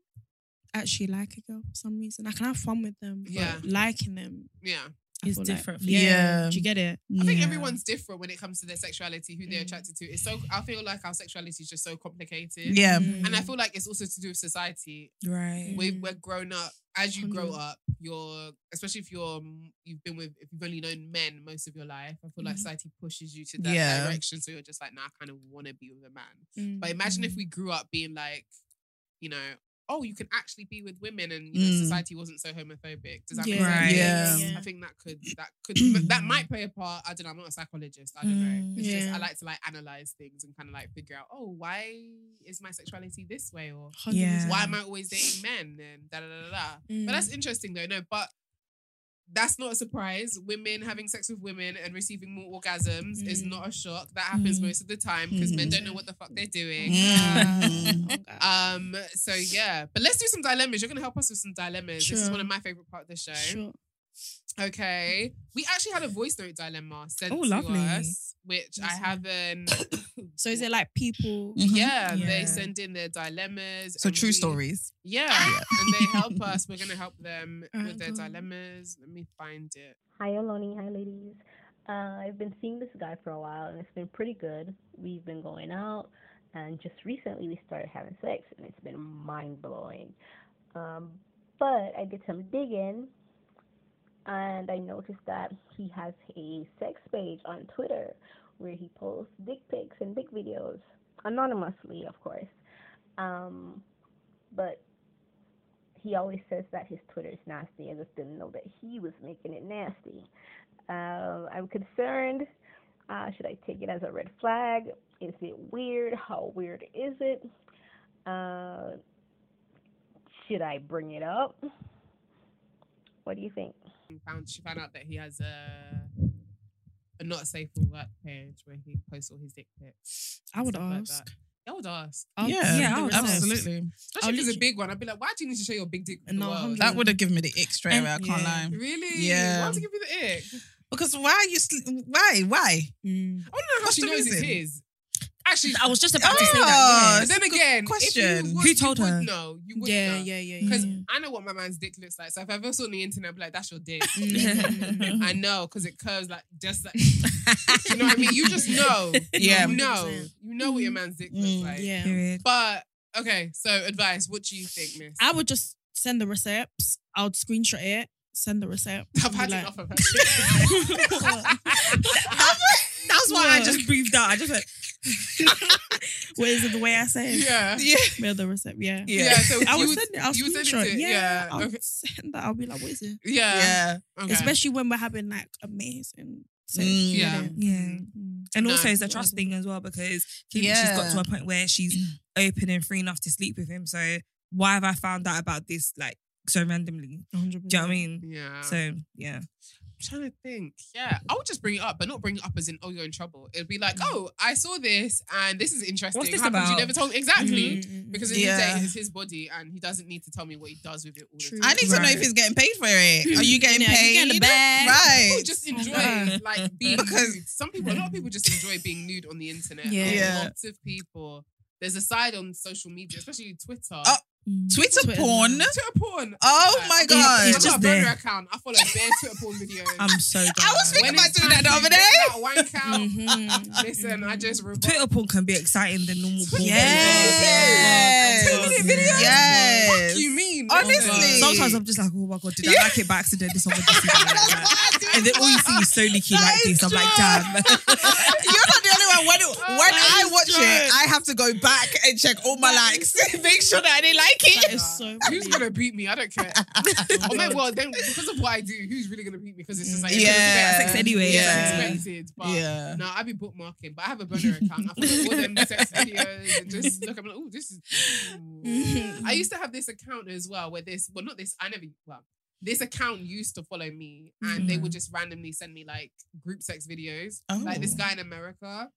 Speaker 3: actually like a girl for some reason. I can have fun with them, but
Speaker 1: Yeah.
Speaker 3: liking them
Speaker 1: Yeah.
Speaker 3: I
Speaker 9: It's
Speaker 3: feel
Speaker 9: different for
Speaker 3: Like, yeah,
Speaker 2: you.
Speaker 3: do you get it?
Speaker 1: I think
Speaker 2: Yeah.
Speaker 1: everyone's different when it comes to their sexuality, who they're
Speaker 3: Mm.
Speaker 1: attracted to. It's so I feel like our sexuality is just so complicated.
Speaker 2: Yeah.
Speaker 1: And I feel like it's also to do with society.
Speaker 9: Right.
Speaker 1: We,
Speaker 3: Mm.
Speaker 1: we're grown up. As you grow
Speaker 2: Mm-hmm.
Speaker 3: Hundred.
Speaker 1: up, you're especially if you're um, you've been with if you've only known men most of your life. I feel like society pushes you to that
Speaker 2: Mm-hmm. Yeah.
Speaker 1: direction, so you're just like, nah, I kind of want to be with a man.
Speaker 3: Mm.
Speaker 1: But imagine
Speaker 2: Mm-hmm.
Speaker 1: if we grew up being like, you know, oh, you can actually be with women, and you know,
Speaker 2: Mm.
Speaker 1: society wasn't so homophobic. Does that make
Speaker 3: Yeah.
Speaker 1: sense?
Speaker 2: Right. Yeah. Mm-hmm.
Speaker 1: I think that could that could that might play a part. I don't know. I'm not a psychologist. I don't know.
Speaker 9: Mm,
Speaker 1: It's just
Speaker 3: yeah.
Speaker 1: I like to like analyze things and kind of like figure out. Oh, why is my sexuality this way? Or
Speaker 9: Yeah.
Speaker 1: why am I always dating men? And da da da da. da.
Speaker 3: Mm.
Speaker 1: But that's interesting though. No, but that's not a surprise. Women having sex with women and receiving more orgasms is
Speaker 3: Mm.
Speaker 1: not a shock. That happens
Speaker 9: Mm.
Speaker 1: most of the time because men
Speaker 2: Mhm.
Speaker 1: don't know what the fuck they're doing.
Speaker 2: Mm.
Speaker 3: Oh,
Speaker 1: Um. So yeah, but let's do some dilemmas. You're gonna help us with some dilemmas. This is
Speaker 3: Sure.
Speaker 1: one of my favorite part of the show.
Speaker 3: Sure.
Speaker 1: Okay. We actually had a voice note dilemma sent
Speaker 9: Oh,
Speaker 1: to
Speaker 9: lovely.
Speaker 1: us, which I haven't.
Speaker 3: So is it like people?
Speaker 2: Mhm.
Speaker 1: yeah, they
Speaker 9: Yeah.
Speaker 1: send in their dilemmas.
Speaker 2: So
Speaker 1: and
Speaker 2: true
Speaker 1: we-
Speaker 2: stories.
Speaker 1: Yeah, and they help us. We're gonna help them
Speaker 3: Oh,
Speaker 1: with their
Speaker 3: God.
Speaker 1: dilemmas. Let me find it.
Speaker 10: Hi, Aloni. Hi, ladies. Uh, I've been seeing this guy for a while, and it's been pretty good. We've been going out, and just recently we started having sex, and it's been mind blowing. Um, but I did some digging, and I noticed that he has a sex page on Twitter where he posts dick pics and dick videos, anonymously, of course. Um, but he always says that his Twitter is nasty. I just didn't know that he was making it nasty. Um, I'm concerned. Uh, should I take it as a red flag? Is it weird? How weird is it? Uh, should I bring it up? What do you think?
Speaker 1: And Found she found out that he has a a not safe for work page where he posts all his dick pics.
Speaker 3: I would
Speaker 1: and
Speaker 3: ask.
Speaker 1: stuff like that. I would ask.
Speaker 3: I'll
Speaker 2: Yeah,
Speaker 3: send
Speaker 9: yeah,
Speaker 3: the
Speaker 9: I'll
Speaker 3: results.
Speaker 2: Absolutely.
Speaker 1: Especially if it's a
Speaker 3: literally-
Speaker 1: big one. I'd be like, why do you need to show your big dick? to the
Speaker 3: No,
Speaker 1: world?
Speaker 3: hundred-
Speaker 2: That would have given me the ick straight away. I can't
Speaker 9: Yeah.
Speaker 2: lie.
Speaker 1: Really?
Speaker 2: Yeah.
Speaker 1: Why would you give you the ick?
Speaker 2: Because why are you? Sl- why? Why?
Speaker 3: Mm.
Speaker 1: I don't know how
Speaker 2: What's
Speaker 1: she
Speaker 2: the
Speaker 1: knows it's
Speaker 2: reason?
Speaker 1: his. Actually,
Speaker 9: I was just about to say
Speaker 2: Oh,
Speaker 9: that.
Speaker 1: But
Speaker 9: yeah.
Speaker 1: then again, If
Speaker 2: question.
Speaker 1: you would,
Speaker 9: Who told
Speaker 1: you
Speaker 9: her?
Speaker 1: Would know, you would
Speaker 3: Yeah,
Speaker 1: know.
Speaker 3: yeah, yeah, yeah.
Speaker 1: Because
Speaker 3: yeah.
Speaker 1: I know what my man's dick looks like. So if I ever saw it on the internet, I'd be like, that's your dick.
Speaker 3: Mm.
Speaker 1: I know, because it curves like just like, you know what I mean? You just know.
Speaker 2: Yeah.
Speaker 1: You know.
Speaker 3: 100%.
Speaker 1: You know what your man's dick looks
Speaker 2: Mm,
Speaker 1: like.
Speaker 3: yeah.
Speaker 9: Period.
Speaker 1: But, okay, so advice. What do you think, miss?
Speaker 3: I would just send the receipts. I would screenshot it, send the receipt.
Speaker 1: I've
Speaker 3: and
Speaker 1: had
Speaker 3: be like-
Speaker 1: enough of her.
Speaker 9: That's why I
Speaker 3: Look.
Speaker 9: just breathed out. I just went,
Speaker 3: What is it the way I say it?
Speaker 1: yeah.
Speaker 2: Yeah.
Speaker 3: Yeah, the receipt. Yeah.
Speaker 1: Yeah.
Speaker 2: Yeah.
Speaker 1: so
Speaker 3: I
Speaker 1: you
Speaker 3: would
Speaker 1: would,
Speaker 3: send it. I'll
Speaker 1: you would send it
Speaker 3: screenshot
Speaker 1: to-
Speaker 3: it. Yeah.
Speaker 1: yeah,
Speaker 3: I'll
Speaker 1: okay.
Speaker 3: send that. I'll be like, what is it?
Speaker 1: yeah.
Speaker 2: Yeah.
Speaker 1: Okay.
Speaker 3: Especially when we're having like amazing. sex,
Speaker 2: Mm.
Speaker 3: you
Speaker 1: Yeah. Mm-hmm.
Speaker 3: know?
Speaker 9: yeah.
Speaker 3: Mm.
Speaker 9: Mm-hmm. And
Speaker 1: No.
Speaker 9: also it's a trust thing as well because clearly she's got to
Speaker 2: Yeah.
Speaker 9: a point where
Speaker 1: Mm.
Speaker 9: she's open and free enough to sleep with him. So why have I found out about this like so randomly? Do you know what I mean?
Speaker 1: Yeah.
Speaker 9: So yeah.
Speaker 1: trying to think. Yeah, I would just bring it up, but not bring it up as in, oh, you're in trouble. It'd be like, oh, I saw this and this is interesting.
Speaker 9: this
Speaker 1: How come You
Speaker 9: about?
Speaker 1: never told me exactly
Speaker 7: Mm-hmm.
Speaker 1: because at the end of the
Speaker 2: Mm-hmm. Yeah.
Speaker 1: day, it's his body and he doesn't need to tell me what he does with it all the
Speaker 3: True.
Speaker 1: time.
Speaker 2: I need to know if
Speaker 9: Right.
Speaker 2: he's getting paid for it. Are you getting
Speaker 3: Yeah, you
Speaker 2: paid?
Speaker 3: getting the bag.
Speaker 2: Right.
Speaker 1: People just enjoy
Speaker 7: Uh-huh.
Speaker 3: Yeah.
Speaker 1: like being
Speaker 2: Because-
Speaker 1: nude. Some people, a lot of people just enjoy being nude on the internet.
Speaker 3: Yeah.
Speaker 1: Like,
Speaker 2: Yeah.
Speaker 1: Lots of people. There's a side on social media, especially Twitter,
Speaker 2: Oh, Twitter, porn.
Speaker 1: Twitter porn.
Speaker 2: Oh
Speaker 1: Like,
Speaker 2: my
Speaker 1: I've got-
Speaker 2: god.
Speaker 7: It's
Speaker 1: I've
Speaker 7: just
Speaker 1: got a
Speaker 7: there.
Speaker 1: burner account. I follow bare Twitter porn videos.
Speaker 7: I'm so done.
Speaker 2: I was thinking
Speaker 1: When
Speaker 2: about
Speaker 1: it's
Speaker 2: doing that the
Speaker 1: time
Speaker 2: other
Speaker 1: to
Speaker 2: day.
Speaker 1: get that wank out,
Speaker 3: Mhm.
Speaker 1: Listen, I just revolt.
Speaker 7: Mm-hmm. Twitter porn can be exciting than normal porn.
Speaker 2: Yes.
Speaker 7: Two minute videos.
Speaker 2: Yes.
Speaker 1: you mean?
Speaker 2: Honestly.
Speaker 7: Sometimes I'm just like, oh my god, did I like it by accident? Did someone just see me like
Speaker 2: That's
Speaker 7: that?
Speaker 2: what I do.
Speaker 7: And then all you see is so leaky
Speaker 2: That
Speaker 7: like
Speaker 2: is
Speaker 7: this. I'm like,
Speaker 2: true.
Speaker 7: damn.
Speaker 2: You're not the only one. When, when I watch it, I have to go back and check all my likes, make sure that I didn't like
Speaker 3: That
Speaker 2: it.
Speaker 3: is so
Speaker 1: Who's
Speaker 3: funny.
Speaker 1: gonna beat me? I don't care. oh my well, then because of what I do, who's really gonna beat me? Because it's just like
Speaker 2: Yeah.
Speaker 1: it's
Speaker 7: Sex anyway.
Speaker 2: Yeah.
Speaker 1: expected. But
Speaker 2: Yeah.
Speaker 1: no, I be bookmarking, but I have a burner account. I follow all them sex videos and just look. I'm like, oh, this is. ooh. I used to have this account as well, where this, well, not this. I never. Well, this account used to follow me, and they
Speaker 3: Mm-hmm.
Speaker 1: would just randomly send me like group sex videos. Like this
Speaker 2: Oh.
Speaker 1: guy in America,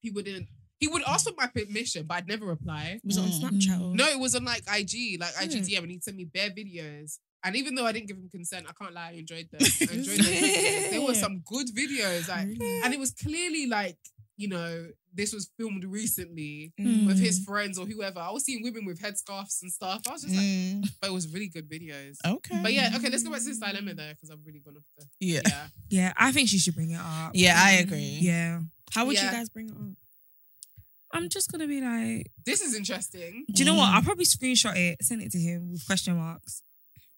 Speaker 1: he wouldn't. He would ask for my permission, but I'd never reply.
Speaker 3: Was it on Hmm.
Speaker 2: Mm.
Speaker 7: Mm-hmm.
Speaker 3: Snapchat? Or?
Speaker 1: No, it was on like IG, like
Speaker 3: Shit.
Speaker 1: IGDM, and he sent me bare videos. And even though I didn't give him consent, I can't lie, I enjoyed them. I enjoyed them. videos. There were some good videos, like,
Speaker 3: Really?
Speaker 1: and it was clearly like you know this was filmed recently
Speaker 7: Mm.
Speaker 2: Mm.
Speaker 1: with his friends or whoever. I was seeing women with headscarves and stuff. I was just like,
Speaker 2: Mm.
Speaker 1: but it was really good videos.
Speaker 2: Okay.
Speaker 1: But yeah, okay, let's go back to this dilemma though, because I've really gone off the
Speaker 2: Yeah.
Speaker 1: yeah.
Speaker 7: Yeah, I think she should bring it up.
Speaker 2: Yeah, I agree.
Speaker 7: Yeah.
Speaker 3: How would
Speaker 1: Yeah.
Speaker 3: you guys bring it up?
Speaker 7: I'm just gonna be like,
Speaker 1: This is interesting.
Speaker 7: do you know what?
Speaker 3: Mm.
Speaker 7: I'll probably screenshot it, send it to him with question marks.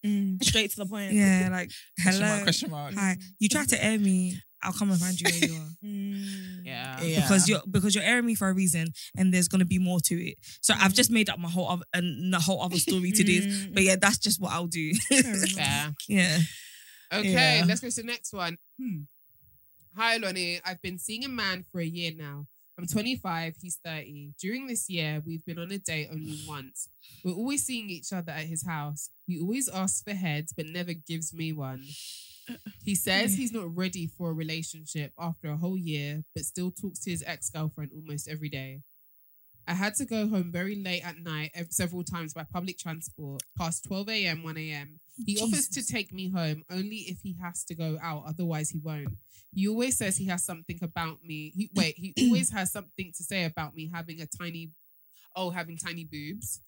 Speaker 3: mm, Straight to the point.
Speaker 7: Yeah, like
Speaker 2: Question
Speaker 7: hello.
Speaker 2: mark, question mark.
Speaker 7: Hi. You tried to air me, I'll come and find you where you are.
Speaker 3: Mm.
Speaker 1: Yeah.
Speaker 2: Yeah.
Speaker 7: Because you're because you're airing me for a reason and there's gonna be more to it. So I've just made up my whole other and the whole other story to this.
Speaker 3: Mm.
Speaker 7: But yeah, that's just what I'll do.
Speaker 1: Yeah.
Speaker 7: yeah.
Speaker 1: Okay,
Speaker 2: Yeah.
Speaker 1: let's go to the next one. Hmm. Hi, Lonnie. I've been seeing a man for a year now. I'm 25, he's 30. During this year, we've been on a date only once. We're always seeing each other at his house. He always asks for heads, but never gives me one. He says he's not ready for a relationship after a whole year, but still talks to his ex girlfriend almost every day. I had to go home very late at night ev- several times by public transport, past 12 a.m., 1 a.m. He offers to take me home only if he has to go out, otherwise, he won't. He always says he has something about me. He, wait, he always has something to say about me having a tiny, oh, having tiny boobs,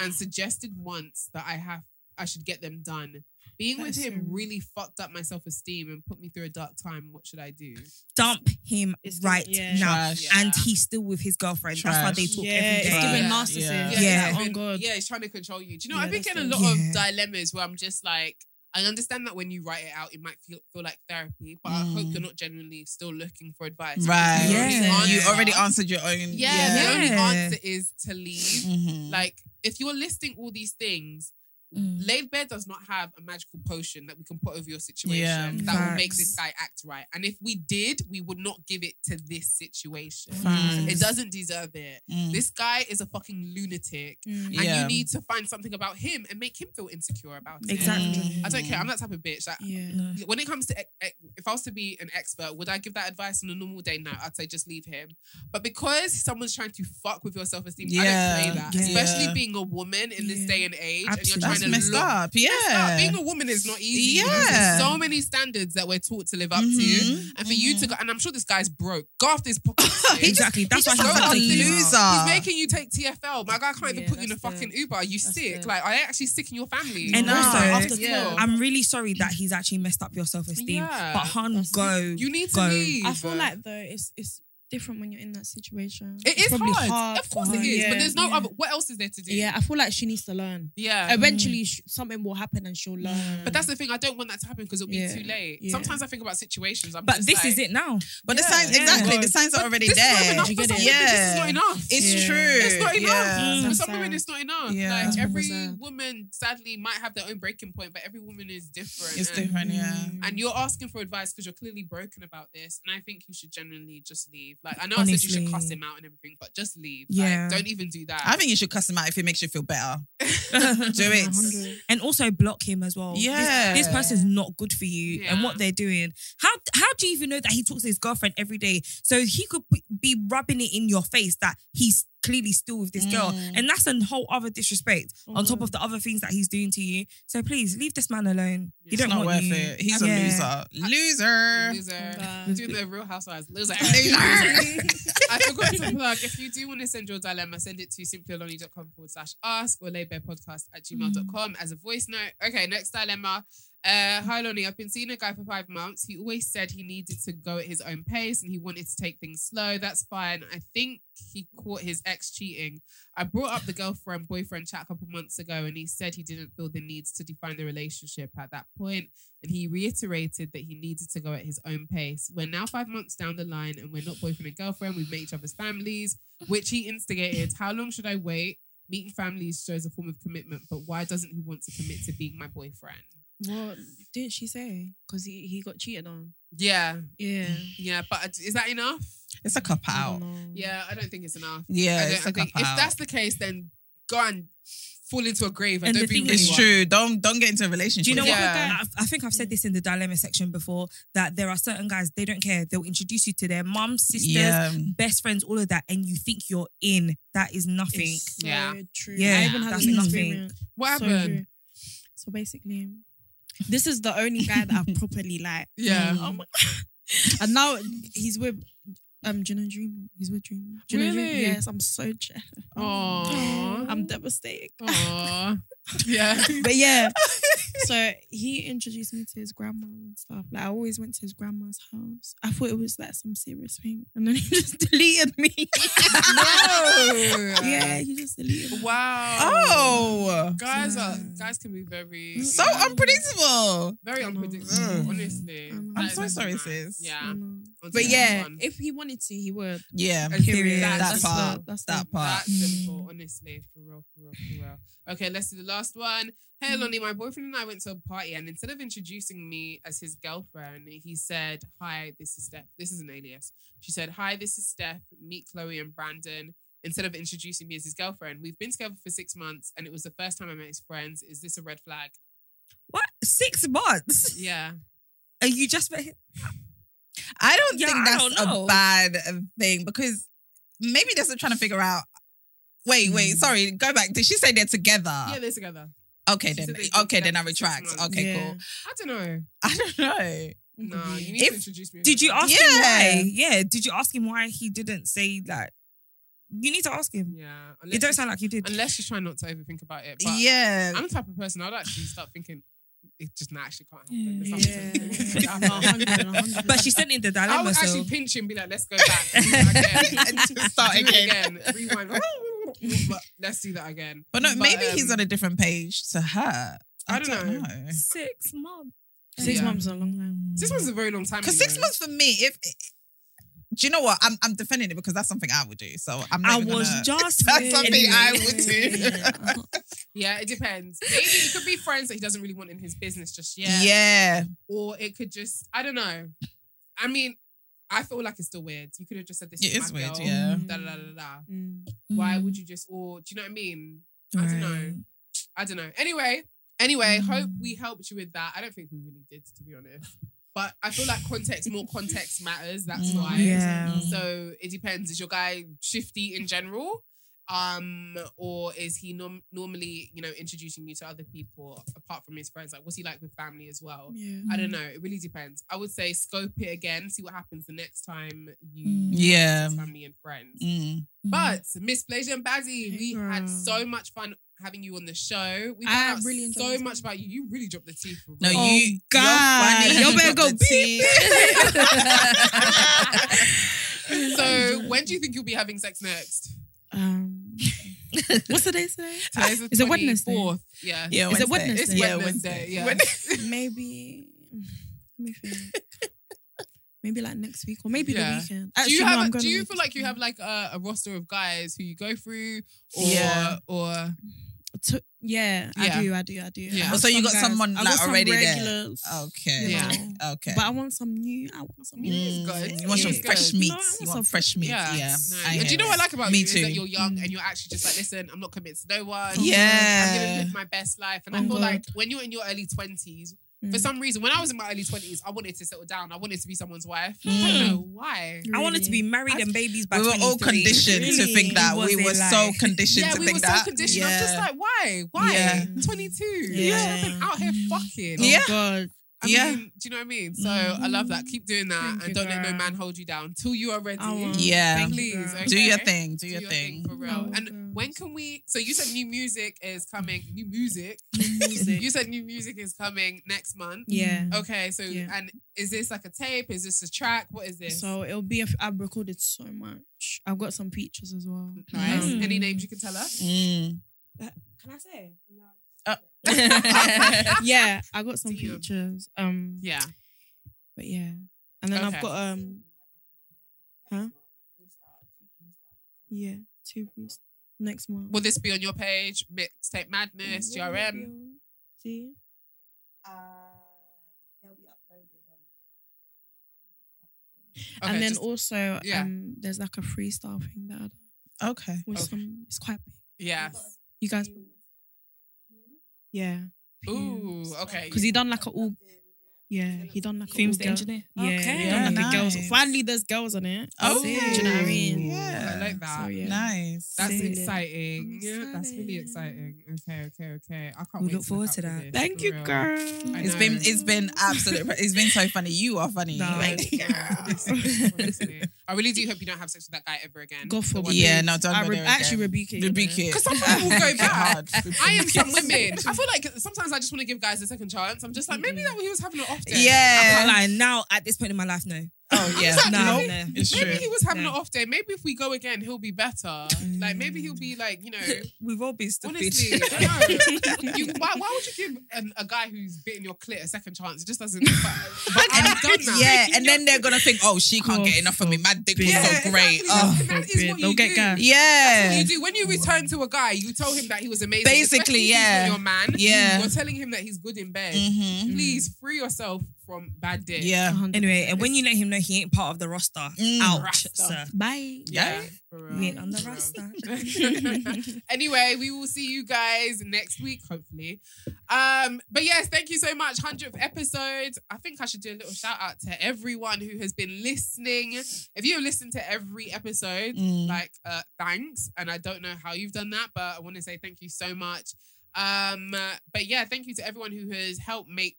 Speaker 1: and suggested once that I have, I should get them done. Being with
Speaker 3: That's
Speaker 1: him
Speaker 3: serious.
Speaker 1: really fucked up my self esteem and put me through a dark time. What should I do?
Speaker 7: Dump him
Speaker 3: It's gonna-
Speaker 7: right
Speaker 3: yeah.
Speaker 7: now.
Speaker 2: Trash.
Speaker 1: Yeah.
Speaker 7: And he's still with his girlfriend. That's why
Speaker 2: Trash.
Speaker 7: they talk
Speaker 3: yeah,
Speaker 7: every day.
Speaker 3: it's given
Speaker 2: Yeah.
Speaker 3: narcissist.
Speaker 2: Yeah.
Speaker 1: yeah,
Speaker 7: Yeah.
Speaker 1: it's
Speaker 3: Oh,
Speaker 1: been-
Speaker 3: God.
Speaker 1: yeah, he's trying to control you. Do you know?
Speaker 3: Yeah,
Speaker 1: I've been
Speaker 3: that's
Speaker 1: getting a
Speaker 3: it.
Speaker 1: lot
Speaker 7: Yeah.
Speaker 1: of dilemmas where I'm just like, I understand that when you write it out, it might feel feel like therapy, but I hope
Speaker 2: Mm.
Speaker 1: you're not genuinely still looking for advice. because the
Speaker 2: Right.
Speaker 1: only
Speaker 7: Yeah.
Speaker 2: You
Speaker 1: answer-
Speaker 2: already answered your own. Mm.
Speaker 1: Yeah, the only
Speaker 7: Yeah.
Speaker 1: answer is to leave.
Speaker 2: Mhm.
Speaker 1: Like, if you're listing all these things,
Speaker 7: Mm.
Speaker 1: Laid Bear does not have a magical potion that we can put over your situation
Speaker 2: Yeah.
Speaker 1: that will make
Speaker 7: Facts.
Speaker 1: this guy act right. And if we did, we would not give it to this situation.
Speaker 7: Mm.
Speaker 2: Facts.
Speaker 1: It doesn't deserve it.
Speaker 2: Mm.
Speaker 1: This guy is a fucking lunatic.
Speaker 3: Mm.
Speaker 1: And
Speaker 2: Yeah.
Speaker 1: you need to find something about him and make him feel insecure about it.
Speaker 7: Exactly.
Speaker 1: I don't care. I'm that type of bitch. Like,
Speaker 3: Yeah.
Speaker 1: When it comes to, e- e- if I was to be an expert, would I give that advice on a normal day? No, I'd say just leave him. But because someone's trying to fuck with your self esteem, I
Speaker 2: Yeah.
Speaker 1: don't play that.
Speaker 7: Yeah.
Speaker 1: Especially being a woman in this
Speaker 3: Yeah.
Speaker 1: day and age,
Speaker 7: Absolutely.
Speaker 1: and you're
Speaker 2: That's
Speaker 1: trying to
Speaker 2: messed
Speaker 1: look
Speaker 2: up. Yeah.
Speaker 1: yeah. Being a woman is not easy.
Speaker 2: Yeah.
Speaker 1: There's so many standards that we're taught to live up
Speaker 2: Mhm.
Speaker 1: to. And for you to go, and I'm sure this guy's broke. Go after his pocket.
Speaker 2: He
Speaker 1: He's
Speaker 2: just-
Speaker 7: Exactly. That's
Speaker 2: he
Speaker 7: why
Speaker 2: just
Speaker 7: he's
Speaker 2: looked
Speaker 7: not
Speaker 2: like a
Speaker 7: taking you out.
Speaker 2: loser.
Speaker 1: making you take TFL. My guy can't even
Speaker 3: Yeah,
Speaker 1: put you in a
Speaker 3: that's
Speaker 1: fucking
Speaker 3: the-
Speaker 1: Uber. You sick.
Speaker 3: the-
Speaker 1: Like, I actually sick in your family.
Speaker 7: And
Speaker 2: No.
Speaker 7: also,
Speaker 3: After
Speaker 1: Yeah.
Speaker 3: 12.
Speaker 7: I'm really sorry that he's actually messed up your self esteem.
Speaker 1: Yeah.
Speaker 7: But Han, go.
Speaker 1: you need to
Speaker 7: go.
Speaker 1: leave.
Speaker 3: I feel like though it's it's different when you're in that situation.
Speaker 1: it is
Speaker 3: probably
Speaker 1: hard.
Speaker 3: hard
Speaker 1: Of course
Speaker 3: for
Speaker 1: it
Speaker 3: her,
Speaker 1: is.
Speaker 3: yeah,
Speaker 1: but there's no
Speaker 3: yeah.
Speaker 1: other. What else is Mm. there to do?
Speaker 3: Yeah, I feel like she needs to learn.
Speaker 1: Yeah.
Speaker 3: Eventually, sh- something will happen and she'll learn.
Speaker 1: But that's the thing. I don't want that to happen because it'll be
Speaker 3: Yeah.
Speaker 1: too late.
Speaker 3: Yeah.
Speaker 1: Sometimes I think about situations. I'm
Speaker 7: But
Speaker 1: just
Speaker 7: this
Speaker 1: like,
Speaker 7: is it now.
Speaker 2: But the
Speaker 1: Yeah.
Speaker 2: signs,
Speaker 1: Yeah.
Speaker 2: exactly, the signs are
Speaker 1: but
Speaker 2: already
Speaker 1: this is not
Speaker 2: there.
Speaker 1: enough
Speaker 3: You
Speaker 1: for
Speaker 3: get
Speaker 1: some
Speaker 3: it?
Speaker 1: women. This is
Speaker 2: Yeah.
Speaker 1: not enough.
Speaker 2: It's
Speaker 3: Yeah.
Speaker 2: true.
Speaker 1: It's not enough. Mm.
Speaker 2: Yeah.
Speaker 1: For
Speaker 3: That's
Speaker 1: some women,
Speaker 3: sad.
Speaker 1: it's not enough.
Speaker 2: Yeah. That's
Speaker 1: Like
Speaker 3: proper
Speaker 1: every
Speaker 3: sad.
Speaker 1: woman, sadly, might have their own breaking point, but every woman is different.
Speaker 2: It's
Speaker 1: and,
Speaker 2: different, yeah.
Speaker 1: And you're asking for advice because you're clearly broken about this. And I think you should genuinely just leave. Like I know I said you should
Speaker 7: Honestly.
Speaker 1: cuss him out and everything, but just leave.
Speaker 7: Yeah.
Speaker 1: Like, don't even do that.
Speaker 2: I think you should cuss him out if it makes you feel better. Do it.
Speaker 7: and also block him as well. This-
Speaker 2: Yeah.
Speaker 7: This, person's not good for you
Speaker 1: Yeah.
Speaker 7: and what they're doing. How how do you even know that he talks to his girlfriend every day? So he could be- be rubbing it in your face that he's clearly still with this girl.
Speaker 2: Mm.
Speaker 7: And that's a whole other disrespect on
Speaker 2: Mm-hmm.
Speaker 7: top of the other things that he's doing to you. So please leave this man alone. He
Speaker 2: It's
Speaker 7: don't
Speaker 2: not
Speaker 7: want
Speaker 2: worth
Speaker 7: you.
Speaker 2: it. He's
Speaker 7: Yeah.
Speaker 2: a loser. Loser.
Speaker 1: Loser.
Speaker 3: God.
Speaker 1: Do the Real Housewives. Loser.
Speaker 2: Loser.
Speaker 1: I forgot to plug. If you do want to send your dilemma, send it to simplyaloni.com forward slash ask or podcast at gmail.com as a voice note. Okay, next dilemma. Uh, hi Lonnie, I've been seeing a guy for five months. He always said he needed to go at his own pace and he wanted to take things slow. That's fine. I think he caught his ex cheating. I brought up the girlfriend boyfriend chat a couple months ago and he said he didn't feel the needs to define the relationship at that point and he reiterated that he needed to go at his own pace. We're now five months down the line and we're not boyfriend and girlfriend. We've met each other's families, which he instigated. How long should I wait? Meeting families shows a form of commitment, but why doesn't he want to commit to being my boyfriend?
Speaker 3: What didn't she say? Because he, he got cheated on.
Speaker 1: Yeah,
Speaker 3: Yeah.
Speaker 1: yeah, but is that enough?
Speaker 2: It's a cop
Speaker 3: I
Speaker 2: out.
Speaker 3: don't know.
Speaker 1: Yeah, I don't think it's enough.
Speaker 2: Yeah,
Speaker 1: Mm-hmm. I,
Speaker 2: it's
Speaker 1: don't, I
Speaker 2: a
Speaker 1: think
Speaker 2: cop
Speaker 1: if
Speaker 2: out.
Speaker 1: that's the case, then go and fall into a grave and,
Speaker 7: And
Speaker 1: don't
Speaker 7: the
Speaker 1: be
Speaker 7: thing
Speaker 1: with
Speaker 7: is
Speaker 2: It's
Speaker 1: anyone.
Speaker 2: true. Don't don't get into a relationship.
Speaker 7: Do you know
Speaker 1: Yeah.
Speaker 7: what? I, I think I've said this in the dilemma section before that there are certain guys they don't care. They'll introduce you to their mum, sisters,
Speaker 2: Yeah.
Speaker 7: best friends, all of that, and you think you're in. That is nothing.
Speaker 3: It's so
Speaker 1: Yeah.
Speaker 3: true.
Speaker 7: Yeah,
Speaker 3: I even had
Speaker 7: that's
Speaker 3: an
Speaker 7: nothing.
Speaker 3: experience.
Speaker 1: What
Speaker 3: So
Speaker 1: happened?
Speaker 3: true. So basically, this is the only guy that I've properly liked.
Speaker 1: Yeah.
Speaker 3: Oh my- and now he's with um Gina Dreamer. He's with Dreamer. Gina Dreamer.
Speaker 1: Really?
Speaker 3: Yes, I'm so jealous.
Speaker 1: Aww.
Speaker 3: I'm devastated.
Speaker 1: Aww. yeah.
Speaker 3: But yeah. so he introduced me to his grandma and stuff. Like I always went to his grandma's house. I thought it was like some serious thing. And then he just deleted me.
Speaker 1: no.
Speaker 3: yeah, he just deleted me.
Speaker 1: Wow.
Speaker 2: Oh,
Speaker 1: Guys
Speaker 3: Yeah.
Speaker 1: are guys can be very
Speaker 2: so
Speaker 1: yeah,
Speaker 2: unpredictable.
Speaker 1: very
Speaker 3: I know.
Speaker 1: unpredictable.
Speaker 2: Mm.
Speaker 1: Honestly,
Speaker 3: I know.
Speaker 1: That
Speaker 3: I'm
Speaker 1: is
Speaker 3: so
Speaker 1: actually
Speaker 2: sorry,
Speaker 1: mad.
Speaker 2: sis. Mm.
Speaker 1: Yeah,
Speaker 3: I know.
Speaker 1: On to
Speaker 2: But
Speaker 1: the
Speaker 2: yeah,
Speaker 1: next one.
Speaker 3: If he wanted to, he would.
Speaker 2: Yeah.
Speaker 7: Period.
Speaker 1: That's
Speaker 2: That
Speaker 1: the-
Speaker 2: part.
Speaker 3: that's
Speaker 2: That
Speaker 3: the-
Speaker 2: part.
Speaker 1: That simple, honestly, for real, for real, for real. Okay, let's do the last one.
Speaker 2: Mm.
Speaker 1: Hey, Lonnie, my boyfriend and I went to a party, and instead of introducing me as his girlfriend, he said, "Hi, this is Steph. This is an alias." She said, "Hi, this is Steph. Meet Chloe and Brandon." Instead of introducing me as his girlfriend, we've been together for six months, and it was the first time I met his friends. Is this a red flag?
Speaker 7: What six months?
Speaker 1: Yeah,
Speaker 7: Are you just met him?
Speaker 2: I don't
Speaker 7: Yeah, I
Speaker 2: think that's
Speaker 7: don't
Speaker 2: a
Speaker 7: know.
Speaker 2: bad uh, thing because maybe they're still trying to figure out. Wait, wait, sorry. Go back. Did she say they're together?
Speaker 1: yeah, they're together.
Speaker 2: okay,
Speaker 1: she
Speaker 2: then.
Speaker 1: said they've been
Speaker 2: Okay, then I
Speaker 1: together for six
Speaker 2: retract.
Speaker 1: months.
Speaker 2: Okay,
Speaker 3: Yeah.
Speaker 2: cool.
Speaker 1: I don't know.
Speaker 2: I don't know.
Speaker 1: No, you need
Speaker 2: If-
Speaker 1: to introduce me. as
Speaker 7: Did
Speaker 1: your
Speaker 7: you ask
Speaker 2: Yeah.
Speaker 7: him why? Yeah. Did you ask him why he didn't say that? You need to ask him.
Speaker 1: Yeah,
Speaker 7: It don't sound like you did.
Speaker 1: unless you try not to overthink about it. But
Speaker 2: Yeah.
Speaker 1: I'm the type of person I'd actually start thinking it just nah, actually can't happen. There's
Speaker 3: Yeah.
Speaker 1: something-
Speaker 3: Yeah.
Speaker 1: I can't.
Speaker 3: 100, 100.
Speaker 7: but she sent in the
Speaker 1: I
Speaker 7: dilemma.
Speaker 1: would
Speaker 7: so.
Speaker 1: actually pinch him, be like, "Let's go back, do that again.
Speaker 2: And just start
Speaker 1: Do it
Speaker 2: again.
Speaker 1: again. rewind, but let's do that again."
Speaker 2: But no, maybe
Speaker 1: um,
Speaker 2: he's on a different page to her.
Speaker 1: I don't know.
Speaker 7: six months.
Speaker 3: Six
Speaker 1: Yeah.
Speaker 3: months is a long time.
Speaker 1: Six months is a very long time.
Speaker 2: Because
Speaker 1: you
Speaker 2: six
Speaker 1: know.
Speaker 2: months for me, if do you know what? I'm I'm defending it because that's something I would do. So I'm not
Speaker 7: I
Speaker 2: even
Speaker 7: was
Speaker 2: gonna-
Speaker 7: just
Speaker 2: that's something I
Speaker 7: anyway.
Speaker 2: would do.
Speaker 1: Yeah, it depends. Maybe it could be friends that he doesn't really want in his business just yet.
Speaker 2: Yeah.
Speaker 1: Or it could just, I don't know. I mean, I feel like it's still weird. You could have just said this.
Speaker 2: It
Speaker 1: is
Speaker 2: is
Speaker 1: my
Speaker 2: weird,
Speaker 1: girl,
Speaker 2: yeah.
Speaker 1: Da, da, da, da, da.
Speaker 3: Mm.
Speaker 1: Why
Speaker 7: Mm-hmm.
Speaker 1: would you just? Or do you know what I mean? I don't know.
Speaker 7: Right.
Speaker 1: I don't know. Anyway, anyway, hope we helped you with that. I don't think we really did, to be honest. But I feel like context, more context matters. That's
Speaker 2: Mm,
Speaker 1: why.
Speaker 7: yeah.
Speaker 1: So it depends. Is your guy shifty in general? Um, or is he norm- normally, you know, introducing you to other people apart from his friends? Like, what's he like with family as well?
Speaker 3: Yeah.
Speaker 1: I don't know. It really depends. I would say scope it again, see what happens the next time you
Speaker 7: Mm.
Speaker 2: Yeah.
Speaker 1: with family and friends.
Speaker 2: Mm.
Speaker 1: But Miss Blazer and Bazzy,
Speaker 3: Hey,
Speaker 1: we had
Speaker 3: girl.
Speaker 1: so much fun having you on the show. We
Speaker 3: I
Speaker 1: found out
Speaker 3: really enjoyed
Speaker 1: so
Speaker 3: this
Speaker 1: much
Speaker 3: one.
Speaker 1: about you. You really dropped the tea for
Speaker 2: No,
Speaker 1: real.
Speaker 7: Oh,
Speaker 2: you
Speaker 7: God.
Speaker 2: You're funny.
Speaker 7: Y'all
Speaker 2: You
Speaker 7: better
Speaker 2: dropped the
Speaker 7: go
Speaker 2: tea.
Speaker 1: so when do you think you'll be having sex next?
Speaker 3: Um, what's the day today?
Speaker 1: Today's the
Speaker 3: Uh, Is it Wednesday?
Speaker 1: 24th. Yeah.
Speaker 2: Yeah,
Speaker 3: Is it
Speaker 2: Wednesday.
Speaker 3: Wednesday?
Speaker 1: It's
Speaker 2: Yeah,
Speaker 1: Wednesday. Yeah.
Speaker 3: Maybe. Let me think. Maybe like next week or maybe
Speaker 1: Yeah.
Speaker 3: the weekend.
Speaker 1: Do you
Speaker 3: Actually, no,
Speaker 1: have?
Speaker 3: I'm
Speaker 1: do
Speaker 3: going
Speaker 1: you
Speaker 3: away
Speaker 1: feel
Speaker 3: this
Speaker 1: like you have
Speaker 3: weekend.
Speaker 1: like a, a roster of guys who you go through, or
Speaker 2: Yeah.
Speaker 1: or
Speaker 3: To- yeah,
Speaker 1: Yeah.
Speaker 3: I do, I do, I do. I
Speaker 1: Yeah. Oh,
Speaker 3: have
Speaker 2: Oh, so you got
Speaker 3: guys-
Speaker 2: someone,
Speaker 3: I
Speaker 2: like,
Speaker 3: got some
Speaker 2: already there.
Speaker 3: regulars,
Speaker 2: Okay.
Speaker 3: you
Speaker 1: Yeah.
Speaker 3: know.
Speaker 2: Okay.
Speaker 3: But I want some new. I want some new.
Speaker 1: is good.
Speaker 2: Mm. You want
Speaker 1: It
Speaker 2: some
Speaker 1: is good.
Speaker 2: fresh
Speaker 3: No, I
Speaker 2: meat.
Speaker 3: want
Speaker 2: You
Speaker 3: some
Speaker 2: want fresh meat. Yeah.
Speaker 1: Nice.
Speaker 2: I
Speaker 1: And
Speaker 2: hear
Speaker 1: do you know what I
Speaker 2: it.
Speaker 1: like about
Speaker 2: Me
Speaker 1: you is
Speaker 2: too.
Speaker 1: that you're young
Speaker 3: Mm.
Speaker 1: and you're actually just like, listen, I'm not committed to no one. I'm gonna
Speaker 2: Yeah.
Speaker 1: live my best life. And I
Speaker 3: Oh,
Speaker 1: feel
Speaker 3: God.
Speaker 1: like when you're in your early twenties, for
Speaker 3: Mm.
Speaker 1: some reason, when I was in my early twenties, I wanted to settle down. I wanted to be someone's wife. I
Speaker 2: Mm.
Speaker 1: don't know why.
Speaker 3: You're
Speaker 9: I wanted to be married and babies by
Speaker 2: we were all
Speaker 9: 23.
Speaker 2: conditioned to think that.
Speaker 9: Was
Speaker 2: we
Speaker 9: it
Speaker 2: were
Speaker 9: like-
Speaker 2: so conditioned
Speaker 1: Yeah,
Speaker 2: to
Speaker 1: we
Speaker 2: think
Speaker 1: were
Speaker 2: that.
Speaker 1: so conditioned. I'm just like, why? Why?
Speaker 2: Yeah.
Speaker 1: 22.
Speaker 3: Yeah.
Speaker 1: Yeah. I've been out here fucking.
Speaker 2: Yeah.
Speaker 3: God.
Speaker 1: I
Speaker 2: Yeah.
Speaker 1: mean, do you know what I mean? So I love that. Keep doing that
Speaker 3: Thank you,
Speaker 1: and don't let
Speaker 3: girl.
Speaker 1: no man hold you down till you are ready.
Speaker 3: I won't.
Speaker 2: Yeah.
Speaker 3: Thank you,
Speaker 1: Please.
Speaker 3: girl.
Speaker 1: okay?
Speaker 2: do your thing. Do
Speaker 1: Do
Speaker 2: your thing.
Speaker 1: for real.
Speaker 3: I will,
Speaker 1: and
Speaker 3: girl.
Speaker 1: when can we? So you said new music is coming. New music.
Speaker 3: music.
Speaker 1: you said new music is coming next month.
Speaker 3: Yeah.
Speaker 1: Okay, so
Speaker 3: Yeah.
Speaker 1: and is this like a tape? Is this a track? What is this?
Speaker 3: So it'll be. A, f- I've recorded so much. I've got some pictures as well.
Speaker 1: nice.
Speaker 3: Mm.
Speaker 1: Any names you can tell us?
Speaker 2: Mm.
Speaker 7: Can I say? No.
Speaker 3: Um, yeah, I got some
Speaker 1: Damn.
Speaker 3: pictures. Um,
Speaker 1: Yeah.
Speaker 3: but yeah, and then
Speaker 1: Okay.
Speaker 3: I've got um, huh? Yeah, two weeks next month.
Speaker 1: Will this be on your page? Mixtape Madness, GRM.
Speaker 3: See,
Speaker 1: Okay,
Speaker 3: and then
Speaker 1: just-
Speaker 3: also
Speaker 1: yeah.
Speaker 3: um, there's like a freestyle thing that I do
Speaker 2: Okay.
Speaker 3: with
Speaker 1: Okay.
Speaker 3: some. It's quite big.
Speaker 1: yeah.
Speaker 3: You guys, yeah.
Speaker 1: Ooh, okay.
Speaker 3: Because he done like a all. Yeah, he done like a
Speaker 9: Themes
Speaker 3: all
Speaker 9: the
Speaker 3: girl-
Speaker 9: engineer.
Speaker 3: Yeah,
Speaker 9: Okay.
Speaker 3: he done like
Speaker 2: Yeah,
Speaker 3: a girls.
Speaker 2: nice.
Speaker 3: Finally, there's girls on it.
Speaker 2: Oh,
Speaker 3: do you know what I mean?
Speaker 2: Yeah.
Speaker 1: I like that.
Speaker 3: So, yeah.
Speaker 2: Nice.
Speaker 1: That's
Speaker 3: Sick.
Speaker 1: exciting.
Speaker 3: I'm
Speaker 1: Yeah, that's really
Speaker 3: excited.
Speaker 1: exciting. Okay, okay, okay. I can't
Speaker 9: We
Speaker 1: wait
Speaker 9: look forward
Speaker 1: hook
Speaker 9: to
Speaker 1: up
Speaker 9: that.
Speaker 1: with this,
Speaker 3: Thank
Speaker 1: for
Speaker 3: you,
Speaker 1: real.
Speaker 3: girl.
Speaker 1: I
Speaker 2: It's
Speaker 1: know.
Speaker 2: been it's been absolute. It's been so funny. You are funny.
Speaker 9: No.
Speaker 2: Like,
Speaker 1: Honestly, honestly, honestly. I really do hope you don't have sex with that guy ever again.
Speaker 3: God forbid.
Speaker 2: yeah, no, don't
Speaker 3: I
Speaker 2: go
Speaker 3: re-
Speaker 2: there
Speaker 3: actually
Speaker 2: again.
Speaker 3: rebuke it. you
Speaker 2: rebuke
Speaker 3: know.
Speaker 2: it.
Speaker 1: 'Cause some people will go
Speaker 2: Rebuke it
Speaker 1: back.
Speaker 2: hard.
Speaker 1: I am some women. I feel like sometimes I just want to give guys a second chance. I'm just like, maybe that he was having an off day.
Speaker 9: I can't
Speaker 2: Yeah.
Speaker 9: lie. Now at this point in my life, no.
Speaker 2: Oh yeah.
Speaker 1: Exactly.
Speaker 9: No,
Speaker 1: Nope.
Speaker 9: no.
Speaker 2: It's
Speaker 1: Maybe
Speaker 2: true.
Speaker 1: he was having
Speaker 9: No.
Speaker 1: an off day. Maybe if we go again, he'll be better. Like maybe he'll be like, you know,
Speaker 9: We've all been stupid.
Speaker 1: honestly, I don't know. You- why, why would you give an, a guy who's bitten your clit a second chance? It just doesn't. But, but I've done that.
Speaker 2: Yeah, and then they're gonna think, oh, she can't
Speaker 3: God
Speaker 2: get enough of me. My dick was
Speaker 1: Yeah,
Speaker 2: so great.
Speaker 1: exactly.
Speaker 2: Oh,
Speaker 1: That- that is what
Speaker 3: They'll
Speaker 1: you
Speaker 3: get
Speaker 1: do.
Speaker 3: gas.
Speaker 1: That's what
Speaker 2: yeah.
Speaker 1: you do when you return to a guy. You tell him that he was amazing.
Speaker 2: Basically,
Speaker 1: especially if he's
Speaker 2: yeah.
Speaker 1: not Your man.
Speaker 2: Yeah.
Speaker 1: You're telling him that he's good in bed.
Speaker 2: Mhm.
Speaker 1: Please free yourself from bad dick.
Speaker 2: Yeah.
Speaker 3: 100%.
Speaker 9: Anyway, and when you let him know he ain't part of the roster,
Speaker 2: Mm.
Speaker 9: ouch,
Speaker 1: Roster.
Speaker 9: sir.
Speaker 3: Bye.
Speaker 1: Yeah.
Speaker 2: Yeah.
Speaker 1: for real.
Speaker 9: You ain't on the
Speaker 1: For real.
Speaker 9: roster.
Speaker 1: anyway, we will see you guys next week, hopefully. Um, but yes, thank you so much. 100th episode. I think I should do a little shout out to everyone who has been listening. If you have listened to every episode,
Speaker 2: Mm.
Speaker 1: like, uh, thanks. And I don't know how you've done that, but I want to say thank you so much. Um, uh, but yeah, thank you to everyone who has helped make,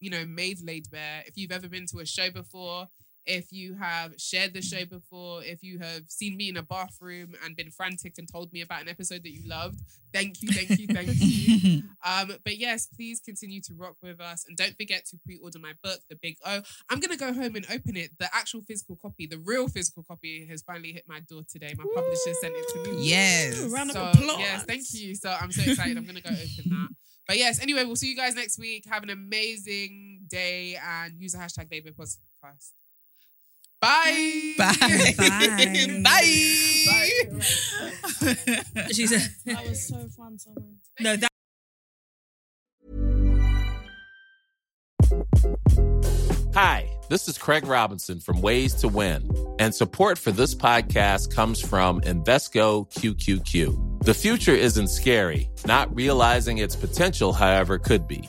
Speaker 1: you know, made Laid Bare. If you've ever been to a show before, if you have shared the show before, if you have seen me in a bathroom and been frantic and told me about an episode that you loved, thank you, thank you, thank you. Um, but yes, please continue to rock with us and don't forget to pre-order my book, The Big O. I'm gonna go home and open it. The actual physical copy, the real physical copy, has finally hit my door today. My publisher sent it to me.
Speaker 2: Yes.
Speaker 3: Round of
Speaker 1: So,
Speaker 3: applause.
Speaker 1: yes, thank you. So I'm so excited. I'm gonna go open that. But yes, anyway, we'll see you guys next week. Have an amazing day and use the hashtag baby podcast. Bye.
Speaker 2: Bye.
Speaker 9: Bye.
Speaker 1: Bye.
Speaker 9: She said,
Speaker 3: That was so fun, summer.
Speaker 9: no, that.
Speaker 11: Hi, this is Craig Robinson from Ways to Win, and support for this podcast comes from Invesco QQQ. The future isn't scary, not realizing its potential, however, could be.